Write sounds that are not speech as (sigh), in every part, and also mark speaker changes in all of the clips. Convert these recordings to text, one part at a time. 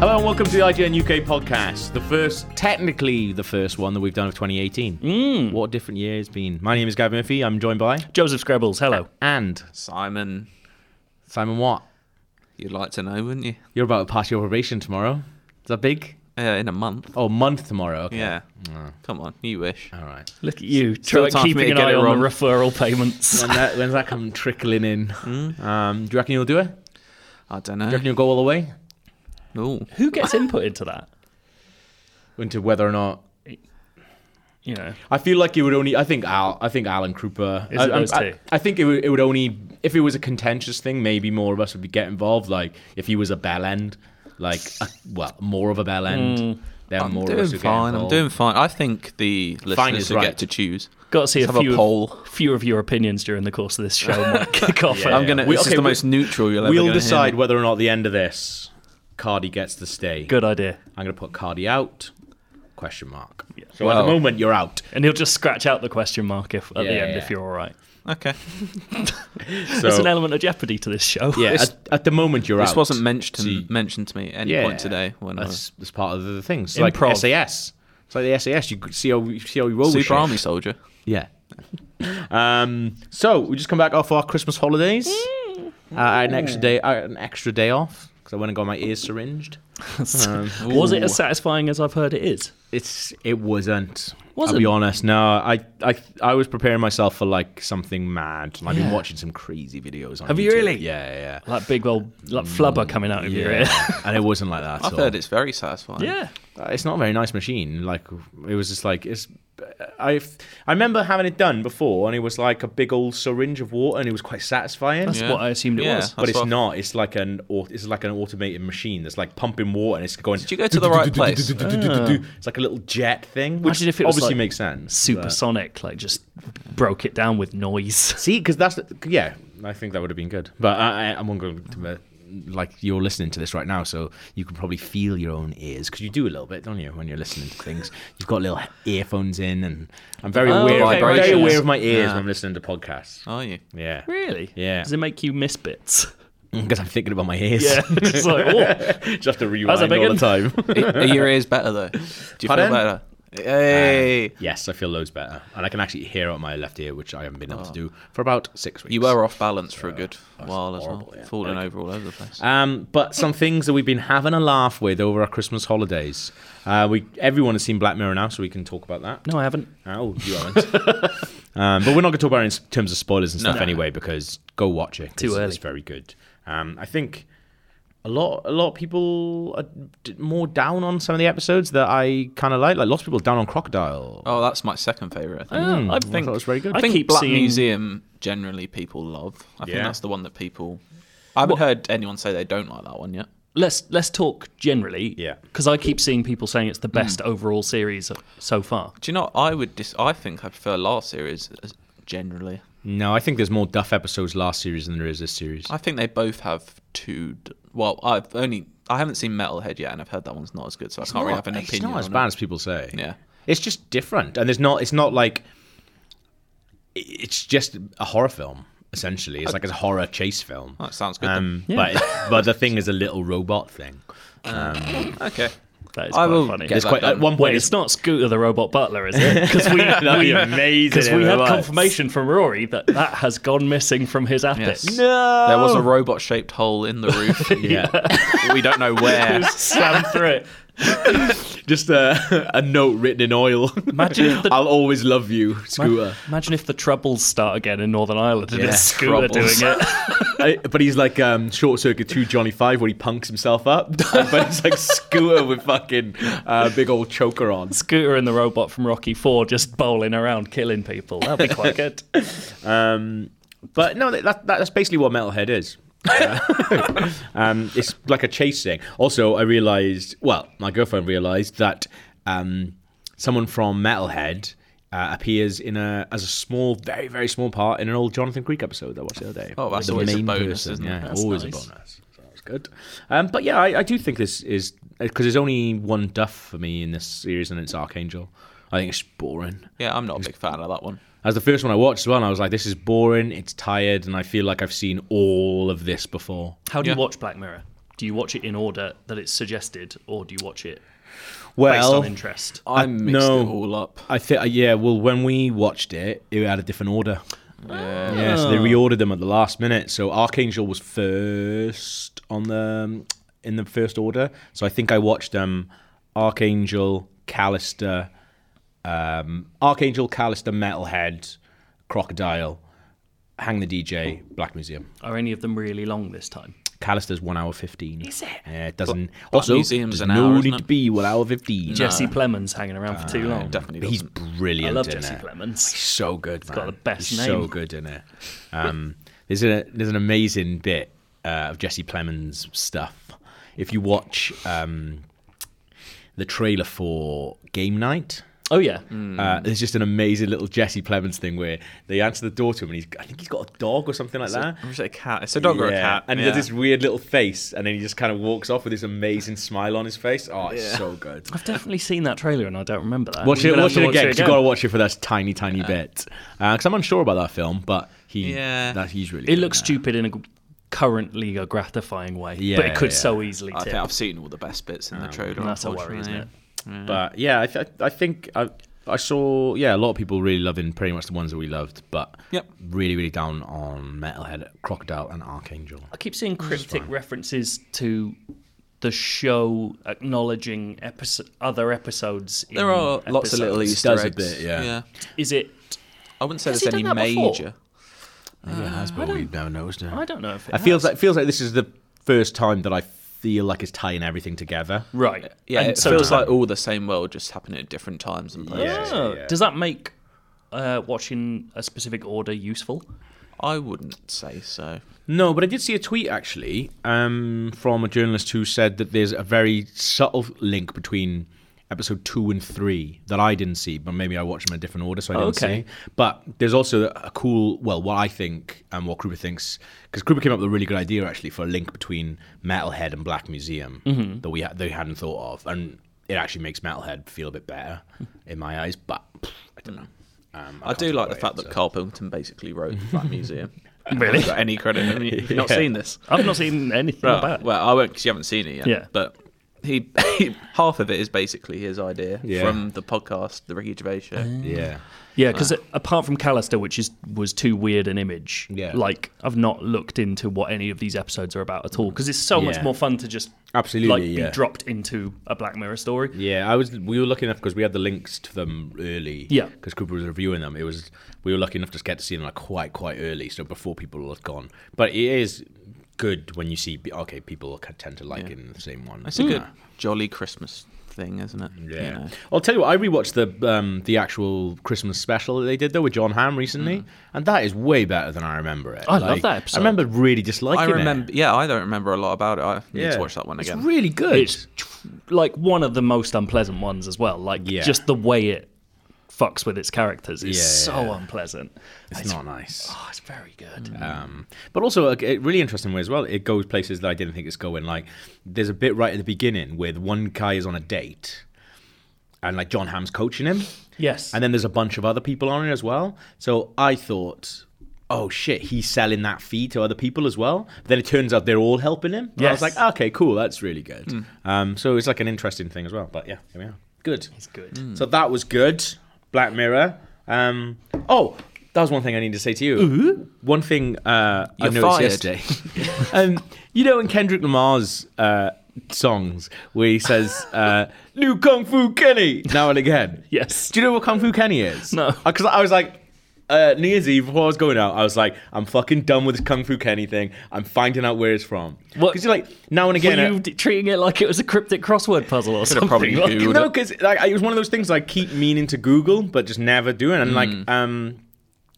Speaker 1: welcome to the IGN UK podcast, the first, technically the first one that we've done of 2018. Mm. What a different year it's been. My name is Gavin Murphy. I'm joined by
Speaker 2: Joseph Scrabbles, hello.
Speaker 1: and
Speaker 3: Simon,
Speaker 1: Simon Watt.
Speaker 3: you'd like to know, wouldn't you?
Speaker 1: You're about to pass your probation tomorrow. Is that big?
Speaker 3: Yeah, in a month.
Speaker 1: Oh, month tomorrow. Okay.
Speaker 3: Yeah. Come on, you wish.
Speaker 1: All right.
Speaker 2: Look at you, try-
Speaker 3: Still time for me
Speaker 2: keeping
Speaker 3: to
Speaker 2: an
Speaker 3: get
Speaker 2: eye
Speaker 3: it
Speaker 2: on
Speaker 3: wrong.
Speaker 2: the referral payments.
Speaker 1: When that, when's that come trickling in? Um, do you reckon you'll do it? Do
Speaker 3: I don't
Speaker 1: you
Speaker 3: know.
Speaker 1: reckon you'll go all the way?
Speaker 3: Ooh.
Speaker 2: (laughs) Who gets input into that?
Speaker 1: Into whether or not.
Speaker 2: You know,
Speaker 1: I feel like it would only. I think Al. I think Alan Krupa.
Speaker 2: Is it
Speaker 1: I, I'm-
Speaker 2: those
Speaker 1: I,
Speaker 2: two?
Speaker 1: I think it would, it would only if it was a contentious thing. Maybe more of us would be get involved. Like if he was a bell end, like a, well, more of a bell end.
Speaker 2: Hmm.
Speaker 1: Then
Speaker 3: I'm
Speaker 1: more of
Speaker 3: doing
Speaker 1: us would get
Speaker 3: fine. I'm
Speaker 1: involved.
Speaker 3: doing fine. I think the
Speaker 1: is
Speaker 3: listeners will
Speaker 1: right.
Speaker 3: get to choose.
Speaker 2: got to see a
Speaker 3: Let's have a
Speaker 2: few,
Speaker 3: poll.
Speaker 2: Of, few of your opinions during the course of this (laughs) show. might kick off.
Speaker 1: Yeah.
Speaker 3: I'm gonna.
Speaker 1: We-
Speaker 3: this
Speaker 1: okay,
Speaker 3: is the
Speaker 1: we-
Speaker 3: most neutral you'll ever.
Speaker 1: We'll
Speaker 3: gonna hear
Speaker 1: decide
Speaker 3: me.
Speaker 1: whether or not at the end of this, Cardi gets to stay.
Speaker 2: Good idea.
Speaker 1: I'm gonna put Cardi out. Question mark. So at
Speaker 3: Well-
Speaker 1: the moment you're out.
Speaker 2: And he'll just scratch out the question mark if, at
Speaker 1: Yeah,
Speaker 2: the end
Speaker 1: yeah.
Speaker 2: if you're all right.
Speaker 3: Okay.
Speaker 2: There's an
Speaker 1: So
Speaker 2: element of jeopardy to this show. (laughs)
Speaker 1: yeah,
Speaker 3: This-
Speaker 1: at, at the moment you're out.
Speaker 3: This wasn't mentioned to,
Speaker 1: See-
Speaker 3: mentioned to me at any
Speaker 1: yeah,
Speaker 3: point today. When I was
Speaker 1: that's, that's part of the thing. It's
Speaker 2: Improv.
Speaker 1: like SAS. It's like the SAS. You see how you see how you roll. with
Speaker 3: super
Speaker 1: shit.
Speaker 3: army soldier.
Speaker 1: Yeah. um, so we just come back off our Christmas holidays.
Speaker 2: Mm.
Speaker 1: Uh, I had an extra day, uh, an extra day off because I went and got my ears syringed.
Speaker 2: Was it as satisfying as I've heard it is?
Speaker 1: It's it wasn't. I'll
Speaker 2: Wasn't?
Speaker 1: be honest. No, I, I I was preparing myself for like something mad. and I've been
Speaker 2: Yeah.
Speaker 1: watching some crazy videos on
Speaker 2: Have
Speaker 1: YouTube.
Speaker 2: you really?
Speaker 1: Yeah, yeah, yeah.
Speaker 2: Like big old like flubber coming out of your ear.
Speaker 1: Yeah. and it wasn't like that. at
Speaker 3: I've
Speaker 1: all.
Speaker 3: heard it's very
Speaker 2: (laughs)
Speaker 3: satisfying.
Speaker 2: yeah.
Speaker 1: Uh, it's not a very nice machine. Like it was just like it's. I I remember having it done before, and it was like a big old syringe of water, and it was quite satisfying.
Speaker 2: That's
Speaker 3: Yeah.
Speaker 2: what I assumed it
Speaker 3: Yeah.
Speaker 2: was.
Speaker 1: but
Speaker 3: That's
Speaker 1: it's
Speaker 3: what I-
Speaker 1: not. It's like an au- it's like an automated machine that's like pumping water, and it's going.
Speaker 3: Did you go to the right place?
Speaker 1: It's like a little jet thing, which
Speaker 2: Imagine if it was,
Speaker 1: obviously
Speaker 2: like,
Speaker 1: makes sense. but-
Speaker 2: Supersonic, like just broke it down with noise.
Speaker 1: See, because that's yeah. I think that would have been good, but I, I, I'm not going to. uh, Like you're listening to this right now, so you can probably feel your own ears because you do a little bit, don't you, when you're listening to things? You've got little earphones in, and I'm very
Speaker 2: Oh,
Speaker 1: aware.
Speaker 2: okay,
Speaker 1: I'm very
Speaker 2: vibrations.
Speaker 1: aware of my ears
Speaker 3: Yeah.
Speaker 1: when I'm listening to podcasts.
Speaker 3: Are you? (laughs)
Speaker 1: Yeah,
Speaker 2: Really?
Speaker 1: Yeah.
Speaker 2: Does it make you miss (laughs) bits?
Speaker 1: because I'm thinking about my ears.
Speaker 2: Yeah. (laughs) It's like, oh,
Speaker 1: just to rewind all
Speaker 2: big
Speaker 1: the
Speaker 2: un.
Speaker 1: time.
Speaker 3: Are your ears better though? Do you
Speaker 1: Pardon?
Speaker 3: feel better? Hey.
Speaker 1: yes, I feel loads better, and I can actually hear out my left ear, which I haven't been able to do for about six weeks.
Speaker 3: you were off balance for a good while as well,
Speaker 1: horrible, yeah.
Speaker 3: falling
Speaker 1: Like-
Speaker 3: over all over the place.
Speaker 1: Um, but some things that we've been having a laugh with over our Christmas holidays. Uh, we everyone has seen Black Mirror now, so we can talk about that.
Speaker 2: no, I haven't.
Speaker 1: Oh, you haven't. um, but we're not going to talk about it in terms of spoilers and stuff
Speaker 3: No.
Speaker 1: anyway, because go watch it. 'cause
Speaker 2: Too early.
Speaker 1: It's very good. Um, I think a lot, a lot of people are d- more down on some of the episodes that I kind of like. Like lots of people down on Crocodile.
Speaker 3: Oh, that's my second favorite. I think.
Speaker 2: Oh, I
Speaker 1: I
Speaker 2: think
Speaker 1: thought it was very good.
Speaker 2: I
Speaker 3: I think
Speaker 2: keep
Speaker 3: Black
Speaker 2: seeing-
Speaker 3: Museum generally people love. I
Speaker 1: Yeah.
Speaker 3: think that's the one that people. I haven't heard anyone say they don't like that one yet.
Speaker 2: Let's let's talk generally.
Speaker 1: Yeah.
Speaker 2: Because I keep seeing people saying it's the best overall series so far.
Speaker 3: Do you know? I would. Dis- I think I prefer last series as- generally.
Speaker 1: No, I think there's more Duff episodes last series than there is this series.
Speaker 3: I think they both have two. d- Well, I've only. I haven't seen Metalhead yet, and I've heard that one's not as good, so I can't really have an
Speaker 1: it's
Speaker 3: opinion.
Speaker 1: not as
Speaker 3: on
Speaker 1: bad
Speaker 3: It.
Speaker 1: as people say.
Speaker 3: Yeah.
Speaker 1: it's just different, and there's not. It's not like it's just a horror film. Essentially, it's like a horror chase film.
Speaker 3: That sounds good.
Speaker 1: Um,
Speaker 3: (laughs)
Speaker 1: But but the thing is a little robot thing.
Speaker 3: then. Okay.
Speaker 2: That is
Speaker 3: I
Speaker 2: quite
Speaker 3: will
Speaker 2: funny.
Speaker 3: get
Speaker 1: It's quite at
Speaker 3: done.
Speaker 1: one point.
Speaker 2: Wait, it's not Scooter the Robot Butler, is it? Because we,
Speaker 1: That'd be
Speaker 2: we,
Speaker 1: amazing
Speaker 2: 'cause we
Speaker 1: if it
Speaker 2: had
Speaker 1: was.
Speaker 2: confirmation from Rory that that has gone missing from his app.
Speaker 3: Yes.
Speaker 1: No,
Speaker 3: There was a robot-shaped hole in the roof.
Speaker 1: (laughs)
Speaker 3: (laughs)
Speaker 1: yeah,
Speaker 3: we don't know where.
Speaker 2: Slam through (laughs) it.
Speaker 1: just a, (laughs) a note written in oil.
Speaker 2: Imagine if
Speaker 1: (laughs)
Speaker 2: the-
Speaker 1: I'll always love you, Scooter.
Speaker 2: Imagine if the troubles start again in Northern Ireland and
Speaker 1: Yeah,
Speaker 2: it's Scooter
Speaker 3: Troubles.
Speaker 2: doing it. (laughs)
Speaker 1: I- but he's like um, short circuit two Johnny Five where he punks himself up, (laughs) but it's like Scooter with fucking uh, big old choker on.
Speaker 2: Scooter and the robot from Rocky Four just bowling around, killing people. That'd be quite good.
Speaker 1: Um, but no, that, that, that's basically what Metalhead
Speaker 3: (laughs)
Speaker 1: is. Uh, um, it's like a chase thing. Also, I realized, well, my girlfriend realized that um, someone from Metalhead uh, appears in a as a small, very, very small part in an old Jonathan Creek episode that I watched the other day.
Speaker 3: Oh, that's
Speaker 1: The
Speaker 3: always a
Speaker 1: main
Speaker 3: bonus, isn't it?
Speaker 1: yeah,
Speaker 2: That's
Speaker 1: always
Speaker 2: nice.
Speaker 1: a bonus. So that was good. Um, but yeah, I, I do think this is because there's only one Duff for me in this series, and it's Archangel. I think it's boring.
Speaker 3: Yeah, I'm not a big fan of that one.
Speaker 1: That was the first one I watched as well, and I was like, this is boring, it's tired, and I feel like I've seen all of this before.
Speaker 2: How do
Speaker 3: Yeah.
Speaker 2: you watch Black Mirror? do you watch it in order that it's suggested, or do you watch it based
Speaker 1: Well,
Speaker 2: on interest?
Speaker 3: I
Speaker 1: I-
Speaker 3: mixed
Speaker 1: no.
Speaker 3: it all up.
Speaker 1: I think yeah. Well, when we watched it, it had a different order.
Speaker 3: Yeah.
Speaker 1: Yeah, so
Speaker 2: Oh.
Speaker 1: they reordered them at the last minute. So Archangel was first on the um, in the first order. So I think I watched um Archangel, Callister, um Archangel, Callister, Metalhead, Crocodile, Hang the DJ, Black Museum.
Speaker 2: Are any of them really long this time?
Speaker 1: Callister's one hour fifteen. Is it? Yeah, it doesn't.
Speaker 3: but
Speaker 1: also,
Speaker 3: Museum's
Speaker 1: there's
Speaker 3: an
Speaker 1: no
Speaker 3: hour,
Speaker 1: need
Speaker 3: isn't
Speaker 1: to
Speaker 3: it?
Speaker 1: be one hour fifteen.
Speaker 2: Jesse Plemons hanging around for too long.
Speaker 3: Definitely
Speaker 1: He's
Speaker 3: doesn't.
Speaker 1: brilliant.
Speaker 2: I love
Speaker 1: in
Speaker 2: Jesse
Speaker 1: it.
Speaker 2: Plemons.
Speaker 1: so good. man.
Speaker 2: got the best
Speaker 1: He's
Speaker 2: name.
Speaker 1: So good in it. Um, there's a there's an amazing bit uh, of Jesse Plemons stuff. If you watch um, the trailer for Game Night.
Speaker 2: Oh yeah,
Speaker 3: Hmm.
Speaker 1: Uh, there's just an amazing little Jesse Plemons thing where they answer the door to him, and he's, I think he's got a dog or something like that.
Speaker 3: Or is it a cat? It's a dog or a
Speaker 1: Yeah,
Speaker 3: cat.
Speaker 1: And he
Speaker 3: yeah.
Speaker 1: does this weird little face, and then he just kind of walks off with this amazing smile on his face. Oh, it's so good.
Speaker 2: I've definitely seen that trailer and I don't remember
Speaker 1: (laughs)
Speaker 2: that.
Speaker 1: Watch
Speaker 2: I'm
Speaker 1: it,
Speaker 2: gonna have
Speaker 1: watch
Speaker 2: to
Speaker 1: it again. Cause you gotta watch it for that tiny, tiny bit. Because I'm unsure about that film, but he,
Speaker 3: Yeah.
Speaker 1: that he's really.
Speaker 2: It
Speaker 1: good
Speaker 2: looks
Speaker 1: in
Speaker 2: stupid in a g- currently a gratifying way, but
Speaker 1: Yeah,
Speaker 2: it could
Speaker 1: yeah.
Speaker 2: so easily tip.
Speaker 3: I think I've seen all the best bits in the trailer.
Speaker 2: And that's a worry, isn't it?
Speaker 3: unfortunately.
Speaker 1: it. But yeah, I, th- I think I, I saw yeah a lot of people really loving pretty much the ones that we loved, but
Speaker 3: Yep.
Speaker 1: really, really down on Metalhead, Crocodile, and Archangel.
Speaker 2: I keep seeing cryptic references to the show acknowledging episo- other episodes. In
Speaker 3: There are lots of little
Speaker 2: Mm, episodes.
Speaker 3: Easter
Speaker 1: does a
Speaker 3: eggs.
Speaker 1: bit, yeah.
Speaker 2: Is it?
Speaker 3: I wouldn't say
Speaker 2: Has he
Speaker 3: there's any
Speaker 2: done that before?
Speaker 3: major.
Speaker 1: Maybe it has, but
Speaker 2: don't-
Speaker 1: we've never noticed it.
Speaker 2: I don't know if it
Speaker 1: It feels
Speaker 2: has.
Speaker 1: like feels like this is the first time that I feel like it's tying everything together.
Speaker 2: right.
Speaker 3: Yeah,
Speaker 2: And
Speaker 3: it
Speaker 2: so
Speaker 3: feels
Speaker 2: does that-
Speaker 3: like all the same world, just happening at different times and places.
Speaker 1: Yeah,
Speaker 2: Oh,
Speaker 1: yeah.
Speaker 2: Does that make uh, watching a specific order useful?
Speaker 3: I wouldn't say so.
Speaker 1: No, but I did see a tweet actually um, from a journalist who said that there's a very subtle link between episode two and three that I didn't see, but maybe I watched them in a different order, so I didn't
Speaker 2: Okay.
Speaker 1: see. But there's also a cool, well, what I think and what Kruber thinks, because Kruber came up with a really good idea actually for a link between Metalhead and Black Museum
Speaker 3: Mm-hmm.
Speaker 1: that we ha- they hadn't thought of, and it actually makes Metalhead feel a bit better in my eyes. But pff, I don't know. Um,
Speaker 3: I, do
Speaker 1: can't
Speaker 3: like the
Speaker 1: talk
Speaker 3: fact
Speaker 1: about
Speaker 3: that
Speaker 1: it, so-
Speaker 3: Carl Pilkington basically (laughs) wrote that museum.
Speaker 2: (laughs) Really?
Speaker 3: Got any credit? I mean, you've (laughs) not
Speaker 1: Yeah.
Speaker 3: seen this.
Speaker 2: I've not seen anything
Speaker 3: Right,
Speaker 2: about it.
Speaker 3: Well, I won't because you haven't seen it yet.
Speaker 2: Yeah.
Speaker 3: But he, (laughs) half of it is basically his idea
Speaker 1: Yeah.
Speaker 3: from the podcast, the Ricky Gervais show.
Speaker 1: yeah.
Speaker 2: Yeah, because apart from Callister, which is was too weird an image.
Speaker 1: Yeah.
Speaker 2: Like I've not looked into what any of these episodes are about at all because it's so much
Speaker 1: Yeah.
Speaker 2: more fun to just
Speaker 1: Absolutely,
Speaker 2: like
Speaker 1: yeah.
Speaker 2: be dropped into a Black Mirror story.
Speaker 1: Yeah, I was. We were lucky enough because we had the links to them early.
Speaker 2: Yeah.
Speaker 1: because Cooper was reviewing them. It was we were lucky enough to get to see them like quite quite early, so before people had gone. But it is good when you see okay, people can tend to like it in the same one.
Speaker 3: It's a good, jolly Christmas thing, isn't it? You
Speaker 1: Yeah,
Speaker 3: know.
Speaker 1: I'll tell you what. I rewatched the um, the actual Christmas special that they did though with John Hamm recently,
Speaker 3: Mm-hmm.
Speaker 1: and that is way better than I remember it.
Speaker 2: I love that episode.
Speaker 1: I remember really disliking
Speaker 3: I
Speaker 1: it.
Speaker 3: remember. Yeah, I don't remember a lot about it. I need
Speaker 1: Yeah.
Speaker 3: to watch that one again.
Speaker 1: It's really good.
Speaker 2: It's tr- like one of the most unpleasant ones as well. Like
Speaker 1: Yeah.
Speaker 2: just the way it fucks with its characters is
Speaker 1: Yeah,
Speaker 2: so
Speaker 1: yeah.
Speaker 2: unpleasant.
Speaker 1: it's, not nice.
Speaker 2: Oh, it's very good.
Speaker 1: Um, but also a, a really interesting way as well. It goes places that I didn't think it's going. Like there's a bit right at the beginning where the one guy is on a date, and like John Hamm's coaching him,
Speaker 2: yes.
Speaker 1: and then there's a bunch of other people on it as well. So I thought. Oh shit, he's selling that fee to other people as well. But then it turns out they're all helping him. And I was
Speaker 2: Yes.
Speaker 1: like, "Ah, okay, cool, that's really good. Um, so it's like an interesting thing as well. But yeah, here we are. Good.
Speaker 2: it's good.
Speaker 1: Hmm. So that was good. Black Mirror. Um, oh, that was one thing I needed to say to you. One thing uh, I
Speaker 3: You're
Speaker 1: noticed
Speaker 3: fired.
Speaker 1: yesterday. (laughs) um, you know, in Kendrick Lamar's uh, songs, where he says, uh, New Kung Fu Kenny, now and again.
Speaker 2: (laughs) Yes.
Speaker 1: Do you know what Kung Fu Kenny is?
Speaker 2: No.
Speaker 1: Because I was like, uh, New Year's Eve, before I was going out, I was like, I'm fucking done with this Kung Fu Kenny thing. I'm finding out where it's from.
Speaker 2: What-
Speaker 1: Because you're like, now and again.
Speaker 2: Were
Speaker 1: uh,
Speaker 2: you d- treating it like it was a cryptic crossword puzzle or something?
Speaker 3: probably
Speaker 2: Like-
Speaker 3: Googled
Speaker 1: no, because like, it was one of those things I keep meaning to Google but just never do it. And like, um,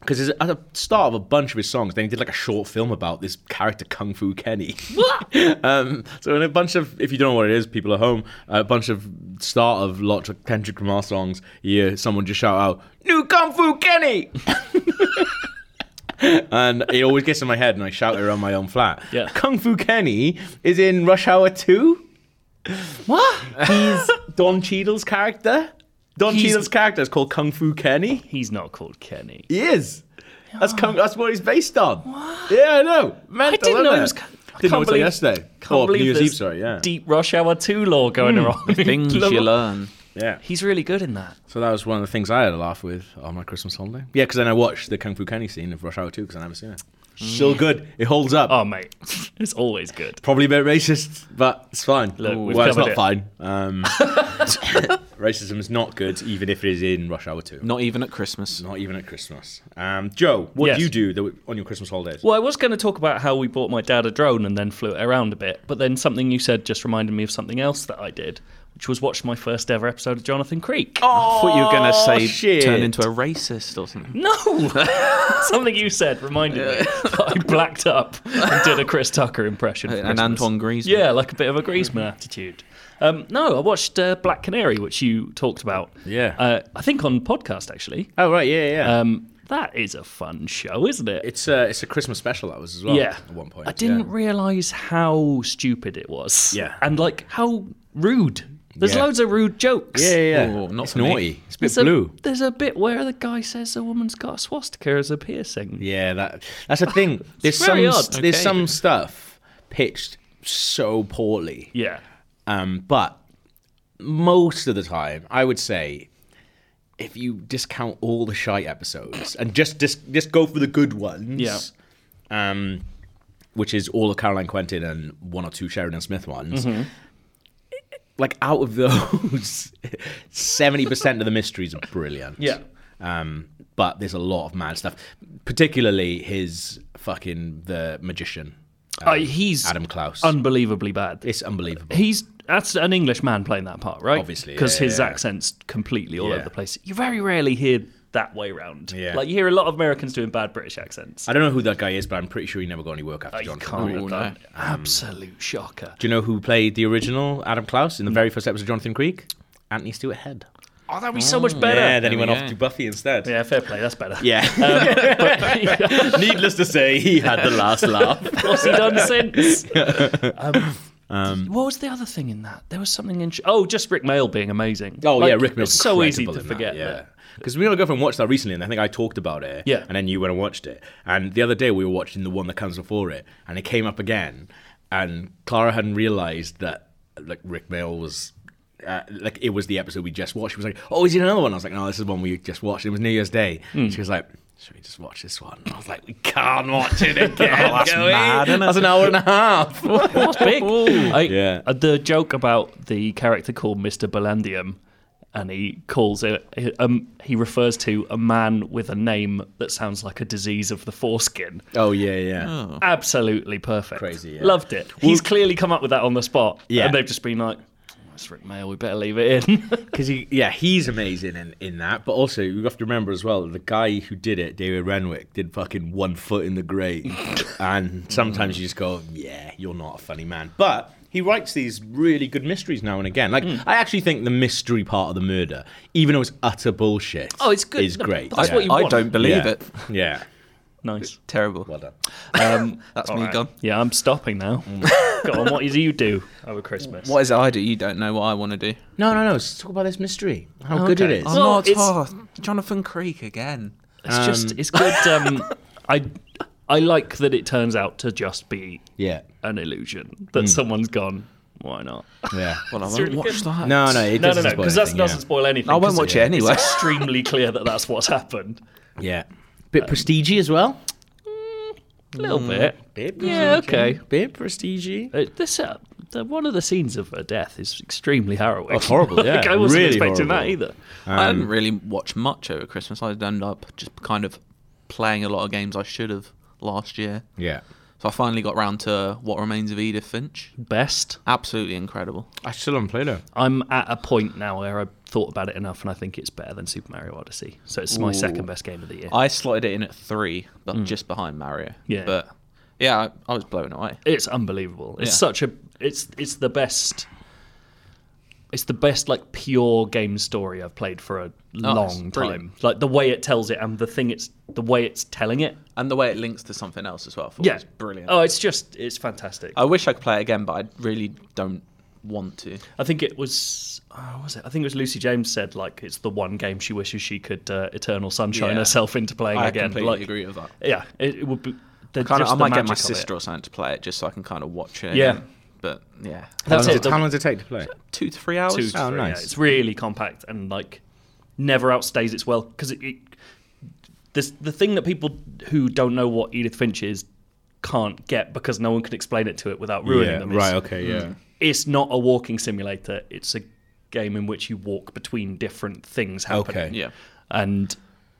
Speaker 1: because at the start of a bunch of his songs, then he did like a short film about this character Kung Fu Kenny. (laughs) um, so in a bunch of, if you don't know what it is, people at home, a bunch of start of lots of Kendrick Lamar songs, you hear someone just shout out, "New Kung Fu Kenny." (laughs) And it always gets in my head, and I shout it around my own flat.
Speaker 2: Yeah.
Speaker 1: Kung Fu Kenny is in Rush Hour Two.
Speaker 2: What?
Speaker 1: He's Don Cheadle's character. Don
Speaker 2: He's-
Speaker 1: Cheadle's character is called Kung Fu Kenny.
Speaker 2: He's not called Kenny.
Speaker 1: He is. That's Kung, that's what he's based on. Yeah, I know. Mental,
Speaker 2: I didn't know
Speaker 1: isn't
Speaker 2: it was. Ken-
Speaker 1: Didn't know
Speaker 2: Can't
Speaker 1: until
Speaker 2: believe-
Speaker 1: yesterday.
Speaker 2: Can't
Speaker 1: oh,
Speaker 2: believe
Speaker 1: New Year's
Speaker 2: there's
Speaker 1: Eve, sorry, yeah.
Speaker 2: Deep Rush Hour 2 lore going around. (laughs)
Speaker 3: Things you learn.
Speaker 1: Yeah.
Speaker 2: He's really good in that.
Speaker 1: So that was one of the things I had a laugh with on my Christmas holiday. Yeah, because then I watched the Kung Fu Kenny scene of Rush Hour 2 because I never seen it. Still good. It holds up.
Speaker 2: Mm. Oh, mate. (laughs) It's always good.
Speaker 1: Probably a bit racist, but it's fine.
Speaker 2: Look, we've
Speaker 1: well, it's
Speaker 2: covered
Speaker 1: not
Speaker 2: it.
Speaker 1: fine.
Speaker 2: (laughs)
Speaker 1: Um, racism is not good, even if it is in Rush Hour 2.
Speaker 3: Not even at Christmas.
Speaker 1: Not even at Christmas. Um, Joe, what
Speaker 2: Yes.
Speaker 1: do you do that, on your Christmas holidays?
Speaker 2: Well, I was going to talk about how we bought my dad a drone and then flew it around a bit, but then something you said just reminded me of something else that I did, which was watch my first ever episode of Jonathan Creek.
Speaker 3: I thought you were going to say
Speaker 1: Oh, shit.
Speaker 3: turn into a racist or something.
Speaker 1: (laughs)
Speaker 2: No! Something you said reminded me that I blacked up and did a Chris Tucker impression. for
Speaker 3: And
Speaker 2: Christmas.
Speaker 3: Antoine Griezmann.
Speaker 2: Yeah, like a bit of a Griezmann attitude. Um, no, I watched uh, Black Canary, which you talked about.
Speaker 1: Yeah.
Speaker 2: Uh, I think on podcast, actually.
Speaker 1: Oh, right, yeah, yeah.
Speaker 2: Um, that is a fun show, isn't it?
Speaker 1: it's, a, it's a Christmas special that was as well
Speaker 2: yeah.
Speaker 1: at one point.
Speaker 2: I didn't
Speaker 1: yeah.
Speaker 2: realize how stupid it was.
Speaker 1: Yeah.
Speaker 2: And like how rude. There's
Speaker 1: Yeah.
Speaker 2: loads of rude jokes.
Speaker 1: Yeah, yeah, yeah.
Speaker 3: Oh, not
Speaker 1: it's
Speaker 3: for me.
Speaker 1: naughty. It's a bit
Speaker 2: There's a,
Speaker 1: blue.
Speaker 2: there's a bit where the guy says the woman's got a swastika as a piercing.
Speaker 1: Yeah, that that's the
Speaker 3: (laughs)
Speaker 1: thing. There's some
Speaker 2: very odd.
Speaker 1: there's
Speaker 3: Okay.
Speaker 1: some stuff pitched so poorly,
Speaker 2: Yeah.
Speaker 1: um, but most of the time, I would say, if you discount all the shite episodes and just just, just go for the good ones,
Speaker 2: Yeah.
Speaker 1: um, which is all of Caroline Quentin and one or two Sheridan Smith ones.
Speaker 2: Mm-hmm.
Speaker 1: Like out of those, (laughs) seventy percent of the mysteries are brilliant.
Speaker 2: Yeah.
Speaker 1: Um, but there's a lot of mad stuff, particularly his fucking the magician. um,
Speaker 2: Uh, he's
Speaker 1: Adam Klaus.
Speaker 2: unbelievably bad.
Speaker 1: it's unbelievable.
Speaker 2: He's that's an English man playing that part, right?
Speaker 1: Obviously,
Speaker 2: because
Speaker 1: yeah,
Speaker 2: his
Speaker 1: yeah.
Speaker 2: accent's completely all
Speaker 1: Yeah.
Speaker 2: over the place. You very rarely hear that way round.
Speaker 1: Yeah.
Speaker 2: Like you hear a lot of Americans doing bad British accents.
Speaker 1: I don't know who that guy is, but I'm pretty sure he never got any work after
Speaker 2: you
Speaker 1: Jonathan.
Speaker 2: can't
Speaker 1: Creek.
Speaker 2: have done it. absolute shocker.
Speaker 1: Do you know who played the original Adam Klaus in the very first episode of Jonathan Creek? Anthony Stewart Head.
Speaker 2: Oh, that'd be so much
Speaker 1: Yeah,
Speaker 2: better.
Speaker 1: then he
Speaker 3: There
Speaker 1: went
Speaker 3: we
Speaker 1: off
Speaker 3: go.
Speaker 1: to Buffy instead.
Speaker 2: Yeah, fair play. That's better.
Speaker 1: (laughs) Yeah.
Speaker 2: Yeah.
Speaker 1: Needless to say, he had the last laugh.
Speaker 2: (laughs) What's he
Speaker 1: (laughs)
Speaker 2: done since? Um, what was the other thing in that? There was something in. Oh, just Rick Mail being amazing.
Speaker 1: Oh
Speaker 2: Like,
Speaker 1: yeah, Rick Mills.
Speaker 2: It's so easy to
Speaker 1: incredible in
Speaker 2: forget.
Speaker 1: That, yeah,
Speaker 2: that.
Speaker 1: because me and my girlfriend watched that recently, and I think I talked about it.
Speaker 2: Yeah.
Speaker 1: and then you went and watched it. And the other day we were watching the one that comes before it, and it came up again, and Clara hadn't realised that like Rick Mail was. Uh, like it was the episode we just watched. She was like, "Oh, is it another one?" I was like, "No, this is one we just watched. It was New Year's Day." She was like, "Should we just watch this one?" I was like, "We can't watch (laughs) it again.
Speaker 3: that's
Speaker 1: can we?
Speaker 3: mad, isn't it?
Speaker 1: Oh, That's an hour and a half." (laughs)
Speaker 2: That's big. I,
Speaker 1: Yeah.
Speaker 2: uh, the joke about the character called Mr. Belandium, and he calls it, um, he refers to a man with a name that sounds like a disease of the foreskin.
Speaker 1: oh yeah, yeah.
Speaker 2: Absolutely perfect.
Speaker 1: Crazy, yeah.
Speaker 2: Loved it. He's clearly come up with that on the spot.
Speaker 1: Yeah.
Speaker 2: And they've just been like, that's Rick Mail, we better leave it in. (laughs)
Speaker 1: Because he, yeah, he's amazing in, in that. But also, you have to remember as well, the guy who did it, David Renwick, did fucking one foot in the
Speaker 2: (laughs)
Speaker 1: grave. and sometimes you just go, yeah, you're not a funny man. But he writes these really good mysteries now and again.
Speaker 2: Hmm.
Speaker 1: Like, I actually think the mystery part of the murder, even though it's utter bullshit,
Speaker 2: Oh, it's good.
Speaker 1: is
Speaker 2: No,
Speaker 1: great.
Speaker 2: that's
Speaker 1: yeah.
Speaker 2: what you
Speaker 3: I
Speaker 2: want.
Speaker 3: don't believe
Speaker 1: Yeah.
Speaker 3: it.
Speaker 1: Yeah.
Speaker 2: nice.
Speaker 3: Terrible.
Speaker 1: Well done.
Speaker 2: Um,
Speaker 3: That's
Speaker 2: all
Speaker 3: me
Speaker 2: right.
Speaker 3: gone.
Speaker 2: Yeah, I'm stopping now.
Speaker 1: Oh
Speaker 2: (laughs) Go on, what do you do over Christmas?
Speaker 3: What is it I do? You don't know what I want to do.
Speaker 1: No, no, no. Let's talk about this mystery. How good it
Speaker 2: Okay.
Speaker 1: is.
Speaker 2: Oh, Well, it's-
Speaker 3: Jonathan Creek again.
Speaker 2: It's just it's good.
Speaker 1: (laughs)
Speaker 2: Um, I I like that it turns out to just be
Speaker 1: Yeah.
Speaker 2: an illusion that someone's gone. Why not?
Speaker 1: Yeah.
Speaker 3: Well, Hmm. I
Speaker 2: really
Speaker 3: won't watch
Speaker 2: good.
Speaker 3: that.
Speaker 1: No, no, it
Speaker 2: No, no,
Speaker 1: doesn't
Speaker 2: no,
Speaker 1: spoil
Speaker 2: because that
Speaker 1: anything, yeah.
Speaker 2: doesn't spoil anything.
Speaker 3: I won't
Speaker 2: 'cause
Speaker 3: watch it anyway.
Speaker 2: It's extremely clear that that's what's happened.
Speaker 1: Yeah.
Speaker 2: Uh,
Speaker 1: Bit prestige as well.
Speaker 2: A little
Speaker 3: Hmm.
Speaker 2: bit.
Speaker 1: Bit
Speaker 2: Yeah, okay.
Speaker 1: Bit prestige.
Speaker 2: Uh, this uh, the, one of the scenes of her death is extremely harrowing.
Speaker 1: it's horrible,
Speaker 2: (laughs) like,
Speaker 1: yeah.
Speaker 2: I wasn't
Speaker 1: Really
Speaker 2: expecting that
Speaker 1: horrible.
Speaker 2: either.
Speaker 3: I didn't
Speaker 2: Um,
Speaker 3: really watch much over Christmas. I ended up just kind of playing a lot of games I should have last year.
Speaker 1: Yeah.
Speaker 3: So I finally got round to What Remains of Edith Finch.
Speaker 2: Best.
Speaker 3: Absolutely incredible.
Speaker 1: I still haven't played it.
Speaker 2: I'm at a point now where I've thought about it enough, and I think it's better than Super Mario Odyssey. So it's my second best game of the year.
Speaker 3: I slotted it in at three, but just behind Mario.
Speaker 2: Mm. Yeah.
Speaker 3: But yeah, I, I was blown away.
Speaker 2: it's unbelievable. It's
Speaker 3: Yeah.
Speaker 2: such a it's it's the best. It's the best like pure game story I've played for a long
Speaker 3: brilliant.
Speaker 2: time. Like the way it tells it and the thing it's the way it's telling it.
Speaker 3: And the way it links to something else as well, I thought
Speaker 2: Yeah,
Speaker 3: was brilliant. Uh,
Speaker 2: Oh, it's just it's fantastic.
Speaker 3: I wish I could play it again, but I really don't want to.
Speaker 2: I think it was oh, was it? I think it was Lucy James said like it's the one game she wishes she could uh, Eternal Sunshine
Speaker 3: Yeah.
Speaker 2: herself into playing
Speaker 3: I
Speaker 2: again.
Speaker 3: completely
Speaker 2: Like,
Speaker 3: agree with that.
Speaker 2: Yeah, it, it would be They're
Speaker 3: Kind of,
Speaker 2: just
Speaker 3: I
Speaker 2: the
Speaker 3: might get
Speaker 2: magic
Speaker 3: my
Speaker 2: of it.
Speaker 3: sister or something to play it just so I can kind of watch it.
Speaker 2: Yeah.
Speaker 3: again. But yeah,
Speaker 2: That's
Speaker 1: how long does
Speaker 2: it.
Speaker 1: it. How
Speaker 2: The
Speaker 1: long does it take to play?
Speaker 3: two to three hours.
Speaker 2: two to
Speaker 1: Oh,
Speaker 2: three,
Speaker 1: nice.
Speaker 2: yeah. It's really compact and like never outstays its well because it, it this the thing that people who don't know what Edith Finch is can't get because no one can explain it to it without ruining
Speaker 1: Yeah,
Speaker 2: them. It's-
Speaker 1: right. Okay. Yeah.
Speaker 2: it's not a walking simulator. It's a game in which you walk between different things happening.
Speaker 1: Okay.
Speaker 3: Yeah.
Speaker 2: And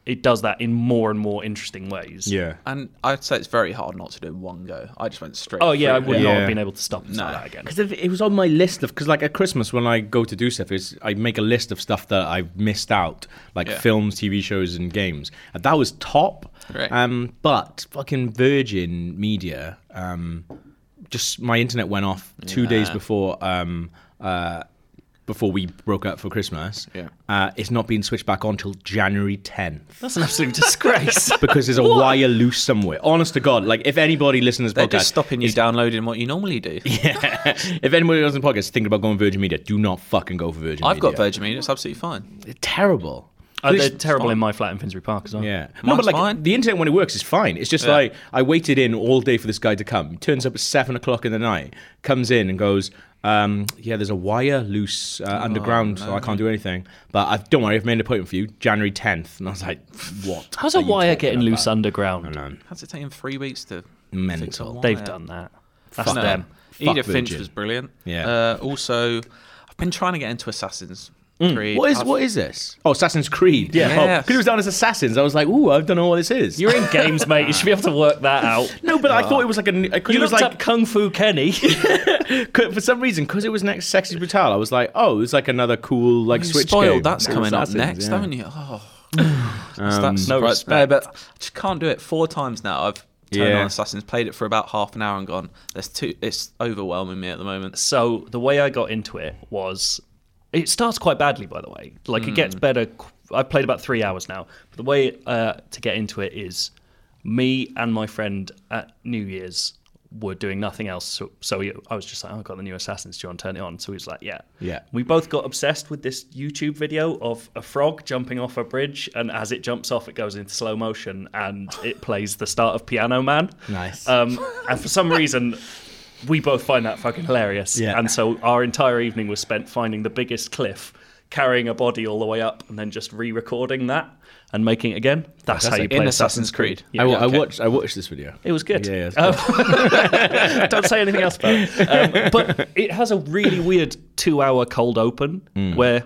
Speaker 2: it does that in more and more interesting ways.
Speaker 1: Yeah.
Speaker 3: And I'd say it's very hard not to do in one go. I just went straight.
Speaker 2: Oh yeah, I
Speaker 3: through
Speaker 2: would
Speaker 3: it.
Speaker 2: not
Speaker 1: Yeah.
Speaker 2: have been able to stop and start
Speaker 3: No.
Speaker 2: that again.
Speaker 1: (laughs) Because if- it was on my list of because like at Christmas when I go to do stuff is I make a list of stuff that I've missed out like
Speaker 3: Yeah.
Speaker 1: films, TV shows, and games. And that was top.
Speaker 3: Right.
Speaker 1: Um, but fucking Virgin Media, um, just my internet went off two days
Speaker 3: Yeah.
Speaker 1: before um, uh, before we broke up for Christmas.
Speaker 3: Yeah.
Speaker 1: Uh, it's not been switched back on till January tenth.
Speaker 2: That's an absolute (laughs) disgrace.
Speaker 1: Because there's a wire loose somewhere. Honest to God, like if anybody listens to this
Speaker 3: They're
Speaker 1: podcast,
Speaker 3: just stopping you downloading what you
Speaker 1: (laughs)
Speaker 3: normally do.
Speaker 1: if anybody else in the podcast is thinking about going Virgin Media, do not fucking go for Virgin
Speaker 3: I've
Speaker 1: Media.
Speaker 3: got Virgin Media. It's absolutely fine.
Speaker 1: They're terrible.
Speaker 2: Oh, they're
Speaker 1: This-
Speaker 2: terrible in my flat in Finsbury Park as well.
Speaker 1: yeah. no,
Speaker 3: Mine's
Speaker 1: but like
Speaker 3: fine.
Speaker 1: the internet when it works is fine. It's just
Speaker 3: Yeah.
Speaker 1: like I waited in all day for this guy to come. He turns up at seven o'clock in the night, comes in and goes, um, "Yeah, there's a wire loose uh,
Speaker 3: Oh,
Speaker 1: underground, so I can't do anything." But I, don't worry, I've made an appointment for you, January tenth. And I was like, "What?
Speaker 2: How's
Speaker 1: are
Speaker 2: a
Speaker 1: Oh, you
Speaker 2: wire
Speaker 1: talking
Speaker 2: getting
Speaker 1: about?"
Speaker 2: loose underground?
Speaker 1: Um,
Speaker 3: How's it taking three weeks to? fix a
Speaker 1: Mental.
Speaker 3: wire?
Speaker 2: They've done that. That's
Speaker 1: Fuck
Speaker 3: No.
Speaker 2: them.
Speaker 1: Fuck
Speaker 3: Edith Finch
Speaker 1: Virgin.
Speaker 3: was brilliant.
Speaker 1: Yeah. Mm.
Speaker 3: Uh, also, I've been trying to get into Assassin's Creed.
Speaker 1: What is
Speaker 3: I've-
Speaker 1: what is this? Oh, Assassin's Creed. Yeah,
Speaker 3: Yes.
Speaker 1: because it was down as Assassins. I was like, "Ooh, I don't know what this is."
Speaker 2: You're in games, mate. You should be able to work that out.
Speaker 1: (laughs) no, but I thought it was like a. n- uh, 'cause
Speaker 2: You
Speaker 1: it was
Speaker 2: looked
Speaker 1: like
Speaker 2: up Kung Fu Kenny.
Speaker 1: Could- for some reason, because it was next Sexy Brutal, I was like, oh, it's like another cool like
Speaker 3: You
Speaker 1: Switch
Speaker 3: spoiled.
Speaker 1: game.
Speaker 3: That's
Speaker 1: Yeah.
Speaker 3: coming up
Speaker 1: Assassins,
Speaker 3: next,
Speaker 1: yeah. Um,
Speaker 3: haven't you? Oh,
Speaker 1: (sighs)
Speaker 3: that's
Speaker 2: no
Speaker 3: no
Speaker 2: respect.
Speaker 3: But I just can't do it. Four times now. I've turned
Speaker 1: Yeah.
Speaker 3: on Assassin's, played it for about half an hour, and gone. There's two. It's overwhelming me at the moment.
Speaker 2: So the way I got into it was, it starts quite badly, by the way. Like it
Speaker 1: Hmm.
Speaker 2: gets better. qu- I've played about three hours now. But the way uh, to get into it is, me and my friend at New Year's were doing nothing else. So, so we- I was just like, oh, I got the new Assassin's. Do you want to turn it on? So he was like, yeah.
Speaker 1: Yeah.
Speaker 2: We both got obsessed with this YouTube video of a frog jumping off a bridge, and as it jumps off, it goes into slow motion and it plays the start of Piano Man.
Speaker 1: Nice.
Speaker 2: Um, and for some reason, we both find that fucking hilarious.
Speaker 1: Yeah.
Speaker 2: And so our entire evening was spent finding the biggest cliff, carrying a body all the way up, and then just re-recording that and making it again. That's how you
Speaker 1: Fantastic.
Speaker 2: play
Speaker 3: In
Speaker 2: Assassin's
Speaker 3: Assassin's
Speaker 2: Creed.
Speaker 3: Creed.
Speaker 1: I, wa-
Speaker 3: Yeah,
Speaker 1: I
Speaker 3: okay.
Speaker 1: watched. I watched this video.
Speaker 2: It was good.
Speaker 1: Yeah, yeah, it's
Speaker 2: Um, (laughs) don't say anything else about it. Um, but it has a really weird two-hour cold open
Speaker 1: Hmm.
Speaker 2: where